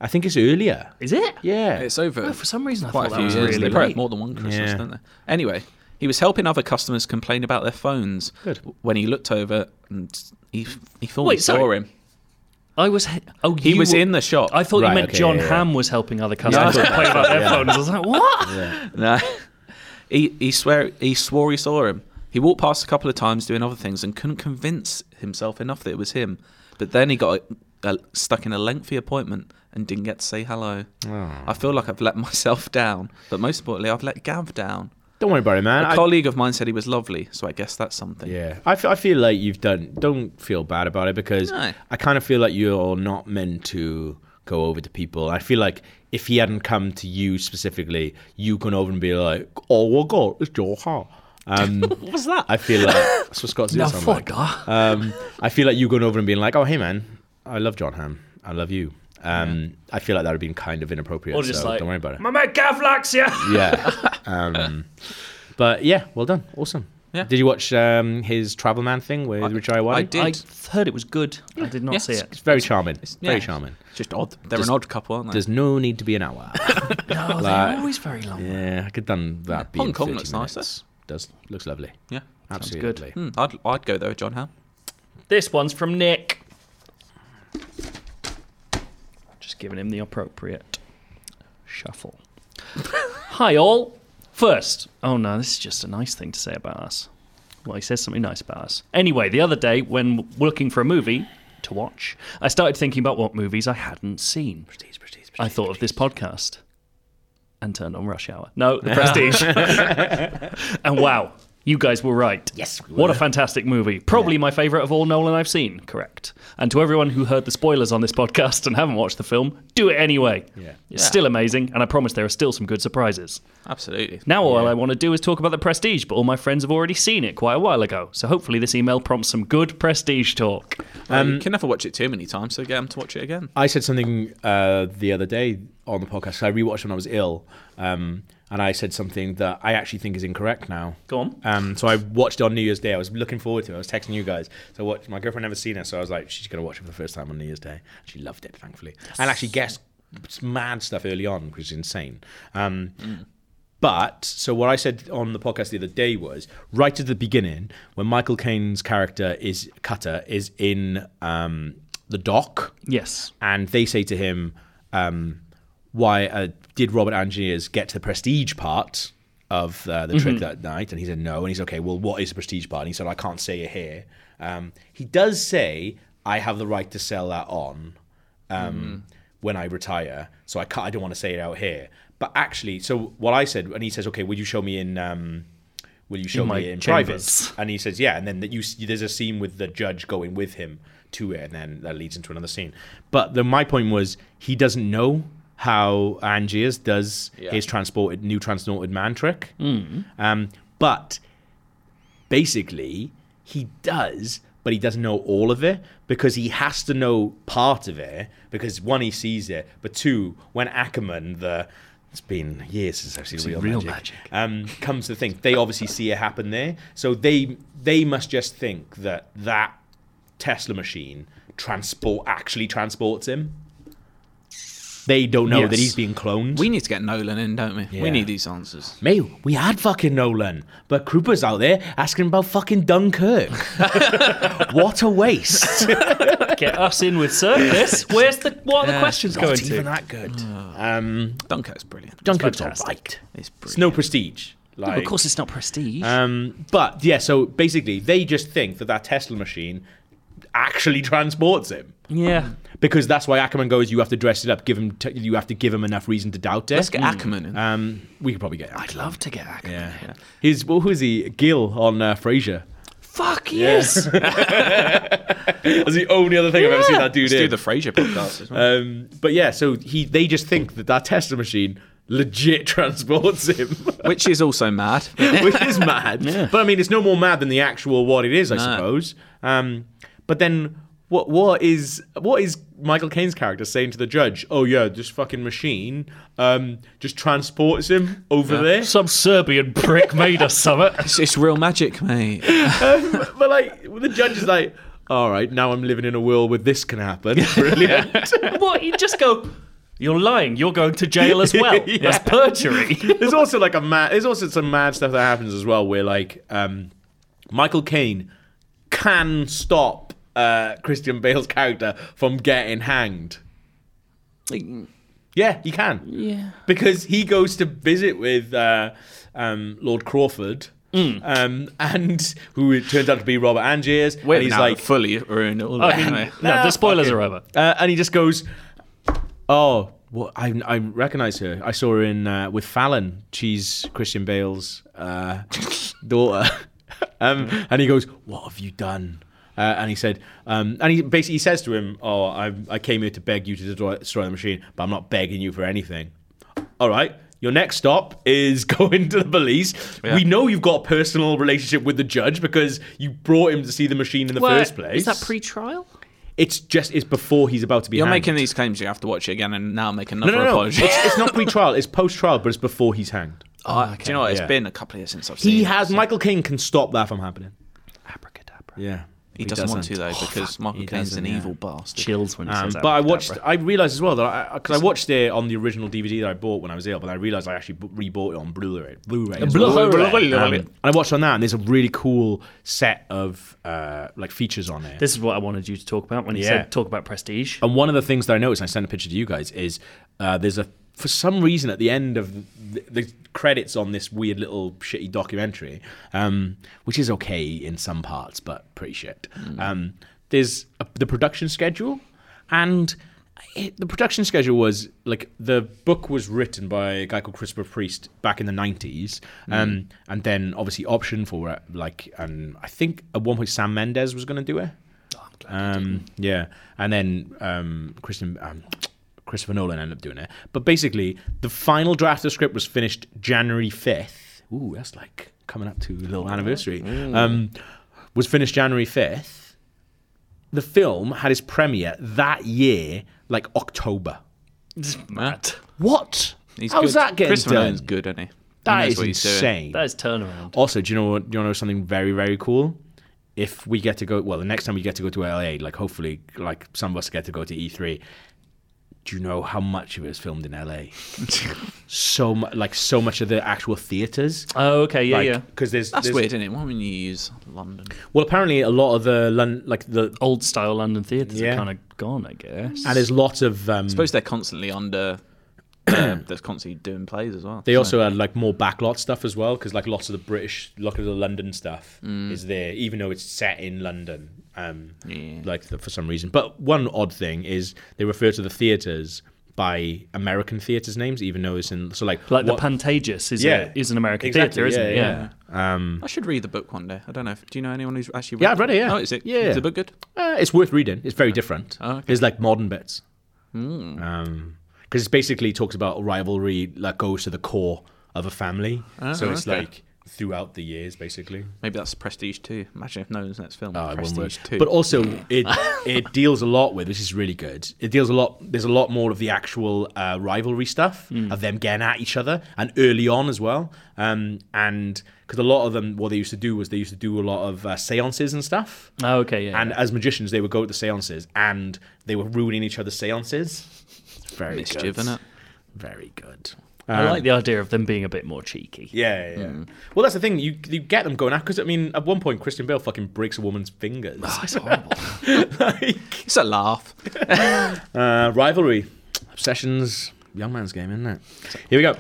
Speaker 1: I think it's earlier.
Speaker 2: is it?
Speaker 1: Yeah,
Speaker 3: It's over.
Speaker 2: Oh, for some reason I thought
Speaker 3: quite a
Speaker 2: that
Speaker 3: few
Speaker 2: was
Speaker 3: years.
Speaker 2: really
Speaker 3: they probably
Speaker 2: late.
Speaker 3: had more than one Christmas,
Speaker 1: Yeah.
Speaker 3: don't they? Anyway, he was helping other customers complain about their phones
Speaker 1: Good.
Speaker 3: when he looked over and he he thought
Speaker 2: Wait,
Speaker 3: he saw
Speaker 2: sorry.
Speaker 3: him.
Speaker 2: I was. He- oh,
Speaker 3: He
Speaker 2: you
Speaker 3: was
Speaker 2: were-
Speaker 3: in the shop.
Speaker 2: I thought you
Speaker 1: Right,
Speaker 2: meant
Speaker 1: okay,
Speaker 2: John
Speaker 1: yeah, yeah.
Speaker 2: Ham was helping other customers complain about their phones. I was like, what?
Speaker 3: No. (laughs) he he swear he swore he saw him. He walked past a couple of times doing other things and couldn't convince himself enough that it was him. But then he got uh stuck in a lengthy appointment and didn't get to say hello.
Speaker 1: Oh.
Speaker 3: I feel like I've let (laughs) myself down, but most importantly, I've let Gav down.
Speaker 1: don't worry about it, man.
Speaker 3: A
Speaker 1: I-
Speaker 3: colleague of mine said he was lovely, so I guess that's something.
Speaker 1: Yeah, I feel, I feel like you've done. Don't feel bad about it because
Speaker 3: No.
Speaker 1: I kind of feel like you're not meant to go over to people. I feel like if he hadn't come to you specifically, you gone over and be like, "Oh my god, it's your heart."
Speaker 2: (laughs)
Speaker 1: Um,
Speaker 3: What's that?
Speaker 1: I feel like that's what Scott's
Speaker 2: No,
Speaker 1: doing.
Speaker 2: fuck off.
Speaker 1: Um, I feel like you going over and being like, "Oh hey man, I love John Ham. I love you." Um, I feel like that would have been kind of inappropriate.
Speaker 2: Or just
Speaker 1: so
Speaker 2: like,
Speaker 1: don't worry about it.
Speaker 2: my mate Gav likes you.
Speaker 1: Yeah. (laughs) Um, but yeah, well done. Awesome.
Speaker 3: Yeah.
Speaker 1: Did you watch um, his Travel Man thing with Richard Wiley?
Speaker 3: I did.
Speaker 2: I heard it was good. I did not
Speaker 3: Yeah.
Speaker 2: see it.
Speaker 1: It's very charming. It's very
Speaker 3: yeah.
Speaker 1: charming.
Speaker 3: Just odd. They're
Speaker 1: Does-
Speaker 3: an odd couple, aren't they?
Speaker 1: There's no need to be an hour.
Speaker 2: No,
Speaker 1: Like-
Speaker 2: they're
Speaker 5: "Oh,
Speaker 2: always very long.
Speaker 1: yeah, I could done that. being
Speaker 3: Hong Kong
Speaker 1: 30
Speaker 3: looks
Speaker 1: minutes.
Speaker 3: nicer.
Speaker 1: Does looks lovely.
Speaker 3: yeah.
Speaker 1: Absolutely.
Speaker 2: good.
Speaker 1: lovely.
Speaker 3: Hmm, I'd, I'd go there with John Ham.
Speaker 2: This one's from Nick. Just giving him the appropriate shuffle. Hi, all. First, oh no, this is just a nice thing to say about us. Well, he says something nice about us. Anyway, the other day when w- looking for a movie to watch, I started thinking about what movies I hadn't seen. I thought of this podcast and turned on Rush Hour. No, the (laughs) Prestige. and wow, you guys were right. Yes. What a fantastic movie. Probably my favourite of all Nolan I've seen. Correct. And to everyone who heard the spoilers on this podcast and haven't watched the film, do it anyway.
Speaker 1: Yeah.
Speaker 2: It's still amazing, and I promise there are still some good surprises.
Speaker 3: Absolutely.
Speaker 2: Now all I want to do is talk about the Prestige, but all my friends have already seen it quite a while ago. So hopefully this email prompts some good Prestige talk.
Speaker 3: Um, you can never watch it too many times, so get him to watch it again.
Speaker 1: I said something uh, the other day on the podcast. I rewatched when I was ill, um, and I said something that I actually think is incorrect now.
Speaker 2: Go on.
Speaker 1: Um, so I watched it on New Year's Day. I was looking forward to it. I was texting you guys. So I watched, my girlfriend never seen it, so I was like, she's going to watch it for the first time on New Year's Day. She loved it, thankfully, and actually guessed mad stuff early on, which is insane. Um,
Speaker 2: Mm.
Speaker 1: But so what I said on the podcast the other day was right at the beginning when Michael Caine's character is Cutter is in um, the dock
Speaker 2: Yes.
Speaker 1: and they say to him, um, "Why uh, did Robert Engineers get to the prestige part of uh, the
Speaker 2: Mm-hmm.
Speaker 1: trick that night, and he said no. And he's okay. Well, what is the prestige part? And he said I can't say it here. Um, he does say I have the right to sell that on
Speaker 2: Mm-hmm.
Speaker 1: um, when I retire, so I can't. I don't want to say it out here. But actually, so what I said, and he says, okay, will you show me in? Um, will you show
Speaker 2: my
Speaker 1: me in
Speaker 2: chambers.
Speaker 1: private? And he says, yeah. And then that you there's a scene with the judge going with him to it, and then that leads into another scene. But the, my point was he doesn't know how Angiers does his transported new transported man trick. Um, but basically he does but he doesn't know all of it because he has to know part of it because one he sees it but two when ackerman the it's been years since i've seen real,
Speaker 2: real
Speaker 1: magic, Um, comes to think they obviously see it happen there so they they must just think that that tesla machine transport actually transports him they don't know that
Speaker 2: Yes.
Speaker 1: he's being cloned
Speaker 3: We need to get Nolan in, don't we?
Speaker 1: Yeah.
Speaker 3: We need these answers.
Speaker 1: Mate, we had fucking Nolan, but Krupa's out there asking about fucking (laughs) Dunkirk. what a waste.
Speaker 2: Get us in with circus.
Speaker 1: (laughs)
Speaker 2: Where's the what are the
Speaker 3: Yeah,
Speaker 2: questions going
Speaker 1: Not
Speaker 2: to?
Speaker 1: even that good. Um,
Speaker 3: Dunkirk's brilliant.
Speaker 1: Dunkirk's all
Speaker 2: fantastic.
Speaker 1: right.
Speaker 3: It's
Speaker 1: It's
Speaker 3: brilliant.
Speaker 1: no prestige. Like,
Speaker 2: Of course, it's not prestige.
Speaker 1: Um, but yeah, so basically, they just think that that Tesla machine actually (laughs) transports him
Speaker 2: yeah,
Speaker 1: because that's why Ackerman goes. You have to dress it up. Give him. T- you have to give him enough reason to doubt it.
Speaker 3: Let's get Ackerman in.
Speaker 1: Um, we could probably get. Ackerman.
Speaker 2: love to get Ackerman.
Speaker 1: Yeah. His well, who is he? Gill on uh, Frasier. (laughs)
Speaker 2: Fuck yes.
Speaker 1: That's the only other thing I've ever seen that dude
Speaker 3: Let's do
Speaker 1: in.
Speaker 3: the Frasier podcast as well.
Speaker 1: Um, but yeah, so he they just think that that Tesla machine legit (laughs) transports him, (laughs)
Speaker 3: Which is also mad.
Speaker 1: which is mad. But I mean, it's no more mad than the actual what it is, I suppose. Um, but then what what is what is Michael Caine's character saying to the judge? Oh yeah, this fucking machine um, just transports him over there.
Speaker 2: Some Serbian prick made us summit.
Speaker 3: It's, it's real
Speaker 1: (laughs)
Speaker 3: magic, mate.
Speaker 1: (laughs) But like the judge is like. All right, now I'm living in a world where this can happen. (laughs) Brilliant.
Speaker 2: (laughs) what? You just go. You're lying. You're going to jail
Speaker 1: (laughs)
Speaker 2: as well. That's perjury.
Speaker 1: there's also like a mad. There's also some mad stuff that happens as well, where like um, Michael Caine can stop uh, Christian Bale's character from getting hanged. Yeah, he can. Yeah, because he goes to visit with uh, um, Lord Crawford. Um, and who it turns out to be Robert Angiers,
Speaker 3: Wait,
Speaker 1: and he's
Speaker 3: now
Speaker 1: like,
Speaker 3: fully ruined all
Speaker 2: I
Speaker 3: that,
Speaker 2: mean,
Speaker 3: mate.
Speaker 2: no,
Speaker 1: Ah,
Speaker 2: the spoilers
Speaker 1: fuck it.
Speaker 2: are over.
Speaker 1: Uh, and he just goes, "Oh, well, I, I recognize her. I saw her in uh, with Fallon. She's Christian Bale's uh, (laughs) daughter." (laughs) um, and he goes, "What have you done?" Uh, and he said, um, and he basically he says to him, "Oh, I, I came here to beg you to destroy, destroy the machine, but I'm not begging you for anything. All right." Your next stop is (laughs) going to the police. We know you've got a personal relationship with the judge because you brought him to see the machine in the first place.
Speaker 2: pre-trial?
Speaker 1: It's just it's before he's about to be.
Speaker 3: You're
Speaker 1: hanged.
Speaker 3: making these claims. You have to watch it again and now make
Speaker 1: no,
Speaker 3: another
Speaker 1: no, no. It's,
Speaker 3: apology. (laughs)
Speaker 1: it's not pre-trial. It's post-trial, but it's before he's hanged.
Speaker 3: Oh, Do you know what? It's
Speaker 1: yeah.
Speaker 3: been a couple of years since I've seen.
Speaker 1: He
Speaker 3: it,
Speaker 1: has
Speaker 3: so-
Speaker 1: Michael Caine can stop that from happening.
Speaker 2: Abracadabra.
Speaker 1: Yeah,
Speaker 3: He, doesn't, Oh, want to though because Michael
Speaker 1: He
Speaker 3: Caine's an
Speaker 1: doesn't, yeah.
Speaker 3: evil bastard.
Speaker 2: Chills when he
Speaker 1: Um,
Speaker 2: says
Speaker 1: but I watched.
Speaker 2: abracadabra.
Speaker 1: I realized as well that because I, watched it on the original DVD that I bought when I was ill, but I realized I actually b- rebought it on Blu-ray. Blu-ray. as well. Um, and I watched on that, and there's a really cool set of uh, like features on it.
Speaker 2: This is what I wanted you to talk about when you
Speaker 1: Yeah.
Speaker 2: said talk about prestige.
Speaker 1: And one of the things that I noticed, and I sent a picture to you guys, is uh, there's a for some reason at the end of the, the credits on this weird little shitty documentary, um, which is okay in some parts but pretty shit. Um, there's a, the production schedule, and it, the production schedule was like the book was written by a guy called Christopher Priest back in the 90s, um, and then obviously option for uh, like, and I think at one point Sam Mendes was going to do it. Um, yeah, and then um, Christian um, Christopher Nolan ended up doing it. But basically, the final draft of the script was finished January fifth. Ooh, that's like coming up to a little anniversary. Um, was finished January fifth. The film had its premiere that year, like October.
Speaker 3: Matt.
Speaker 1: What?
Speaker 3: He's
Speaker 1: How's
Speaker 3: good.
Speaker 1: that getting
Speaker 3: Christopher
Speaker 1: done?
Speaker 3: Nolan's good, isn't he? He
Speaker 1: That
Speaker 3: knows
Speaker 1: is
Speaker 3: what he's doing.
Speaker 1: insane.
Speaker 2: That is turnaround.
Speaker 1: Also, do you know what? Do you know something very very cool? If we get to go, well, the next time we get to go to LA, like hopefully, like some of us get to go to E3. Do you know how much of it was filmed in LA? so much, like so much of the actual theaters.
Speaker 2: Oh, okay, yeah, yeah.
Speaker 1: Because there's
Speaker 3: That's
Speaker 1: there's-
Speaker 3: weird, isn't it? Why wouldn't you use (clears throat) London?
Speaker 1: Well, apparently a lot of the Lon- like the
Speaker 2: Old style London theatres
Speaker 1: Yeah.
Speaker 2: are kind of gone, I guess.
Speaker 1: and there's lots of um,
Speaker 3: I suppose they're constantly under uh, that's constantly doing plays as well.
Speaker 1: They also had like more backlot stuff as well, because like lots of the British, lots of the London stuff
Speaker 2: Mm.
Speaker 1: is there, even though it's set in London. Um, Like the, for some reason. But one odd thing is they refer to the theaters by American theaters names, even though it's in so like
Speaker 2: Like
Speaker 1: what-
Speaker 2: the Pantages is
Speaker 1: Yeah.
Speaker 2: a, is an American
Speaker 1: Exactly,
Speaker 2: theatre, isn't
Speaker 1: yeah,
Speaker 2: it?
Speaker 1: yeah.
Speaker 3: I should read the book one day. I don't know. If, do you know anyone who's actually?
Speaker 1: Yeah, I've read it, yeah.
Speaker 3: Oh, is it?
Speaker 1: Yeah, yeah.
Speaker 3: Is the book good?
Speaker 1: Uh, it's worth reading. It's very different.
Speaker 3: Oh, okay.
Speaker 1: There's like modern bits.
Speaker 2: Hmm.
Speaker 1: Because it basically talks about rivalry that goes to the core of a family.
Speaker 2: Ah,
Speaker 1: so it's
Speaker 3: okay.
Speaker 1: like throughout the years, basically.
Speaker 3: Maybe that's Prestige Two. Imagine if Nolan's next film.
Speaker 1: Oh, it won't work.
Speaker 3: Prestige Two.
Speaker 1: But also,
Speaker 2: (laughs)
Speaker 1: it it deals a lot with. This is really good. It deals a lot. There's a lot more of the actual uh, rivalry stuff
Speaker 2: Hmm.
Speaker 1: of them getting at each other, and early on as well. Um, and because a lot of them, what they used to do was they used to do a lot of uh, seances and stuff.
Speaker 2: Oh, okay, yeah.
Speaker 1: And
Speaker 2: yeah.
Speaker 1: as magicians, they would go to the seances, and they were ruining each other's seances. Very
Speaker 3: mischief
Speaker 1: good. (laughs)
Speaker 3: in it.
Speaker 1: Very good. Um,
Speaker 2: I like Hmm. the idea of them being a bit more cheeky.
Speaker 1: Yeah, yeah. yeah. Well, that's the thing. You you get them going out because I mean, at one point, Christian Bale fucking breaks a woman's fingers.
Speaker 2: It's horrible.
Speaker 3: (laughs)
Speaker 1: Like-
Speaker 3: It's a laugh.
Speaker 1: Uh, rivalry, obsessions, young man's game, isn't it? Here we (laughs) go.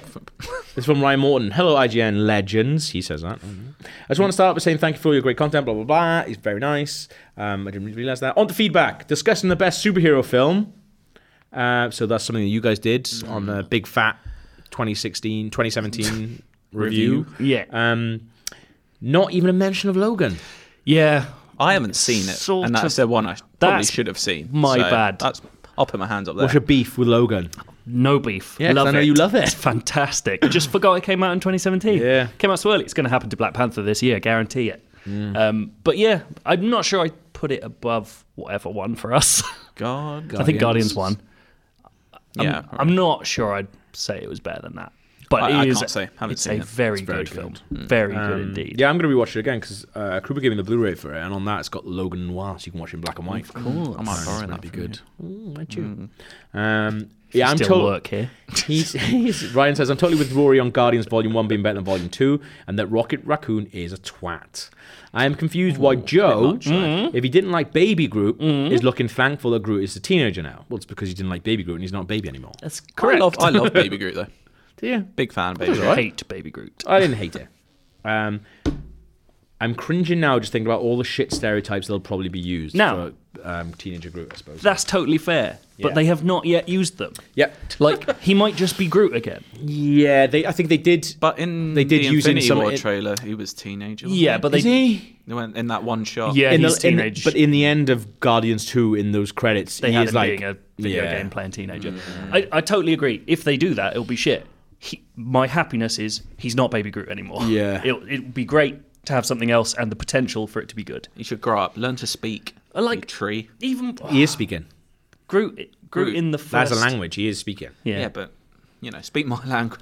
Speaker 1: This is from Ryan Morton. Hello, IGN legends. He says that. I just want to start by saying thank you for all your great content. Blah blah blah. It's very nice. Um, I didn't really realize that. On to feedback. Discussing the best superhero film. Uh, so that's something that you guys did on the big fat 2016 (laughs) 2017 review.
Speaker 2: Yeah.
Speaker 1: Um, not even a mention of Logan.
Speaker 2: yeah.
Speaker 3: I haven't seen it,
Speaker 2: Sort
Speaker 3: and that's
Speaker 2: of-
Speaker 3: the one I probably
Speaker 2: that's
Speaker 3: should have seen.
Speaker 2: my
Speaker 3: so
Speaker 2: bad.
Speaker 3: That's, I'll put my hands up there.
Speaker 1: What's your beef with Logan?
Speaker 2: No beef.
Speaker 1: Yeah, 'cause
Speaker 2: love
Speaker 1: I know
Speaker 2: it.
Speaker 1: you love it.
Speaker 2: It's fantastic. I just forgot it came out in 2017.
Speaker 1: Yeah.
Speaker 2: Came out so early. It's going to happen to Black Panther this year, guarantee it. Um, but yeah, I'm not sure I put it above whatever one for us. (laughs)
Speaker 3: God,
Speaker 1: Oh,
Speaker 2: I think Guardians won. I'm,
Speaker 1: Um,
Speaker 3: Yeah,
Speaker 2: I'm not sure I'd say it was better than that. But
Speaker 3: I- I
Speaker 2: it is-
Speaker 3: can't say. Haven't
Speaker 2: it's
Speaker 3: seen
Speaker 2: a
Speaker 3: it. It's
Speaker 2: very,
Speaker 1: very
Speaker 2: good,
Speaker 1: good. Um,
Speaker 2: film. Very good indeed.
Speaker 1: Yeah, I'm going to rewatch it again because uh, Krupa gave me the Blu-ray for it, and on that it's got Logan Noir, so you can watch it in black and white. Of course,
Speaker 3: I might borrow that
Speaker 1: oh, might be
Speaker 3: from
Speaker 1: good. Ooh, might you? Um, yeah, I'm
Speaker 2: Still
Speaker 1: told.
Speaker 2: work here.
Speaker 1: (laughs) He's, he's, Ryan says I'm totally with Rory on Guardians Volume One being better than Volume Two, and that Rocket Raccoon is a twat. I am confused why Joe, if he didn't like Baby Groot, is looking thankful that Groot is a teenager now. Well, it's because he didn't like Baby Groot and he's not a baby anymore.
Speaker 2: That's
Speaker 3: I
Speaker 2: correct.
Speaker 3: love, I
Speaker 1: (laughs)
Speaker 3: love Baby Groot though.
Speaker 1: Yeah,
Speaker 3: Big fan of Baby Groot.
Speaker 2: I hate Baby Groot.
Speaker 1: I didn't hate it. Um, I'm cringing now just thinking about all the shit stereotypes that'll probably be used
Speaker 2: Now-
Speaker 1: for um, teenager Groot, I suppose.
Speaker 2: That's totally fair. But
Speaker 1: Yeah.
Speaker 2: they have not yet used them.
Speaker 1: yeah,
Speaker 2: (laughs) Like he might just be Groot again.
Speaker 1: yeah. They, I think they did.
Speaker 3: But in
Speaker 1: They did
Speaker 3: the
Speaker 1: use it in
Speaker 3: Infinity
Speaker 1: some-
Speaker 3: War
Speaker 1: it-
Speaker 3: trailer, he was teenager. wasn't
Speaker 2: Yeah,
Speaker 3: he?
Speaker 2: but they
Speaker 1: Is he?
Speaker 3: They went in that one shot.
Speaker 2: yeah
Speaker 1: Oh. In the-
Speaker 2: he's
Speaker 1: in the-
Speaker 2: teenage.
Speaker 1: but in the end of Guardians Two, in those credits,
Speaker 2: they
Speaker 1: he
Speaker 2: had
Speaker 1: is
Speaker 2: him
Speaker 1: like
Speaker 2: being a video
Speaker 1: yeah. Mm.
Speaker 2: game playing teenager. I, I totally agree. If they do that, it'll be shit. He, my happiness is he's not Baby Groot anymore.
Speaker 1: Yeah.
Speaker 2: it would be great to have something else and the potential for it to be good.
Speaker 3: You should grow up, learn to speak.
Speaker 2: I like-
Speaker 3: you tree.
Speaker 2: Even
Speaker 1: He is speaking.
Speaker 2: Groot, Groot,
Speaker 3: Groot.
Speaker 2: in the
Speaker 1: That's
Speaker 2: first
Speaker 1: a language. He is speaking.
Speaker 2: Yeah,
Speaker 3: Yeah. but you know, speak my (laughs) language.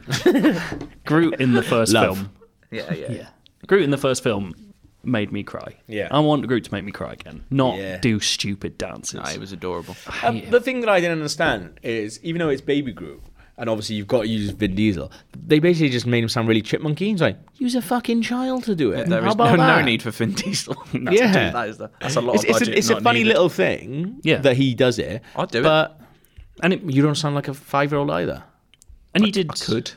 Speaker 2: Groot in the first
Speaker 1: Love.
Speaker 2: film.
Speaker 3: yeah, yeah, yeah.
Speaker 2: Groot in the first film made me cry.
Speaker 1: Yeah.
Speaker 2: I want Groot to make me cry again, not
Speaker 1: Yeah.
Speaker 2: do stupid dances.
Speaker 3: No, it was adorable.
Speaker 1: Um, the thing that I didn't understand is, even though it's Baby Groot, and obviously you've got to use Vin Diesel, they basically just made him sound really chipmunky. He's like, use a fucking child to do it.
Speaker 3: There
Speaker 1: How
Speaker 3: is no,
Speaker 1: about
Speaker 3: no
Speaker 1: that?
Speaker 3: need for Vin Diesel. (laughs) that's,
Speaker 1: Yeah.
Speaker 3: that is the, that's a lot
Speaker 1: It's,
Speaker 3: of
Speaker 1: it's,
Speaker 3: budget.
Speaker 1: a, it's a
Speaker 3: not
Speaker 1: funny
Speaker 3: needed.
Speaker 1: little thing
Speaker 2: Yeah.
Speaker 1: that he does it.
Speaker 3: I'd do it.
Speaker 1: but
Speaker 2: and it,
Speaker 1: you don't sound like a five year old either.
Speaker 2: and he did
Speaker 3: Could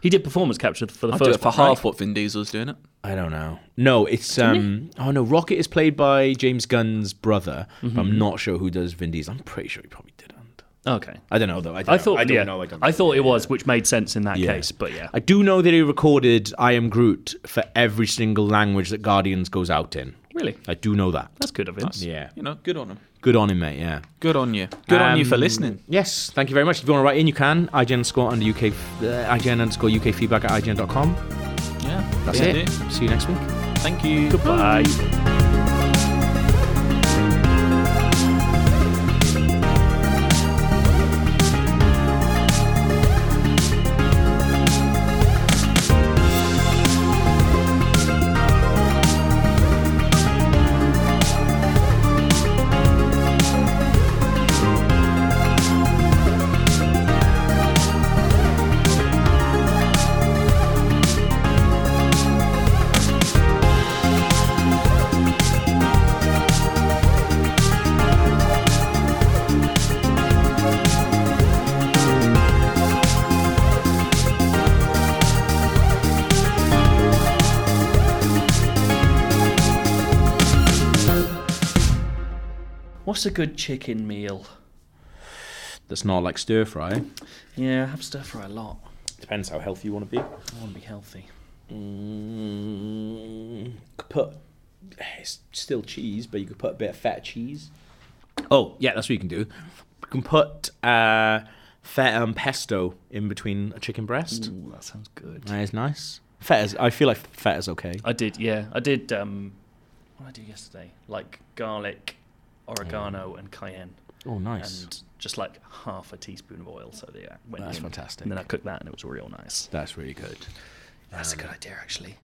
Speaker 2: he did performance capture for the
Speaker 3: I'd do
Speaker 2: first
Speaker 3: it for
Speaker 2: one, right?
Speaker 3: half what Vin Diesel's doing it?
Speaker 1: I don't know. No, it's um. Oh no, Rocket is played by James Gunn's brother. But I'm not sure who does Vin Diesel. I'm pretty sure he probably didn't.
Speaker 2: Okay.
Speaker 1: I don't know though. I, don't
Speaker 2: I
Speaker 1: know.
Speaker 2: thought,
Speaker 1: I don't
Speaker 2: yeah,
Speaker 1: know. I, don't
Speaker 2: I thought it was, which made sense in that
Speaker 1: Yeah.
Speaker 2: case. But yeah,
Speaker 1: I do know that he recorded "I Am Groot" for every single language that Guardians goes out in.
Speaker 2: really,
Speaker 1: I do know that.
Speaker 2: that's good of him.
Speaker 1: Yeah.
Speaker 3: You know, good on him.
Speaker 1: Good on him, mate. Yeah.
Speaker 3: Good on you. Good on you for
Speaker 1: Um,
Speaker 3: listening.
Speaker 1: Yes, thank you very much. If you want to write in, you can. IGN underscore under UK, uh, IGN underscore UK feedback at IGN.com.
Speaker 3: Yeah,
Speaker 1: That's
Speaker 3: yeah,
Speaker 1: it.
Speaker 3: dude.
Speaker 1: See you next week.
Speaker 3: Thank you.
Speaker 2: Bye. What's a good chicken meal?
Speaker 1: That's not like stir fry.
Speaker 2: Yeah, I have stir fry a lot.
Speaker 1: Depends how healthy you want to be.
Speaker 2: I want to be healthy.
Speaker 1: Mm, could put it's still cheese, but you could put a bit of feta cheese. Oh yeah, that's what you can do. You can put uh, feta and pesto in between a chicken breast.
Speaker 2: Ooh, that sounds good.
Speaker 1: That is nice. Feta's. I feel like feta's okay.
Speaker 2: I did, yeah. I did, um, what did I do yesterday? Like garlic, oregano, and cayenne.
Speaker 1: Mm. Oh, nice.
Speaker 2: And just like half a teaspoon of oil. So they uh, went
Speaker 1: That's
Speaker 2: in.
Speaker 1: fantastic.
Speaker 2: And then I cooked that and it was real nice.
Speaker 1: That's really good. Um,
Speaker 2: That's a good idea, actually.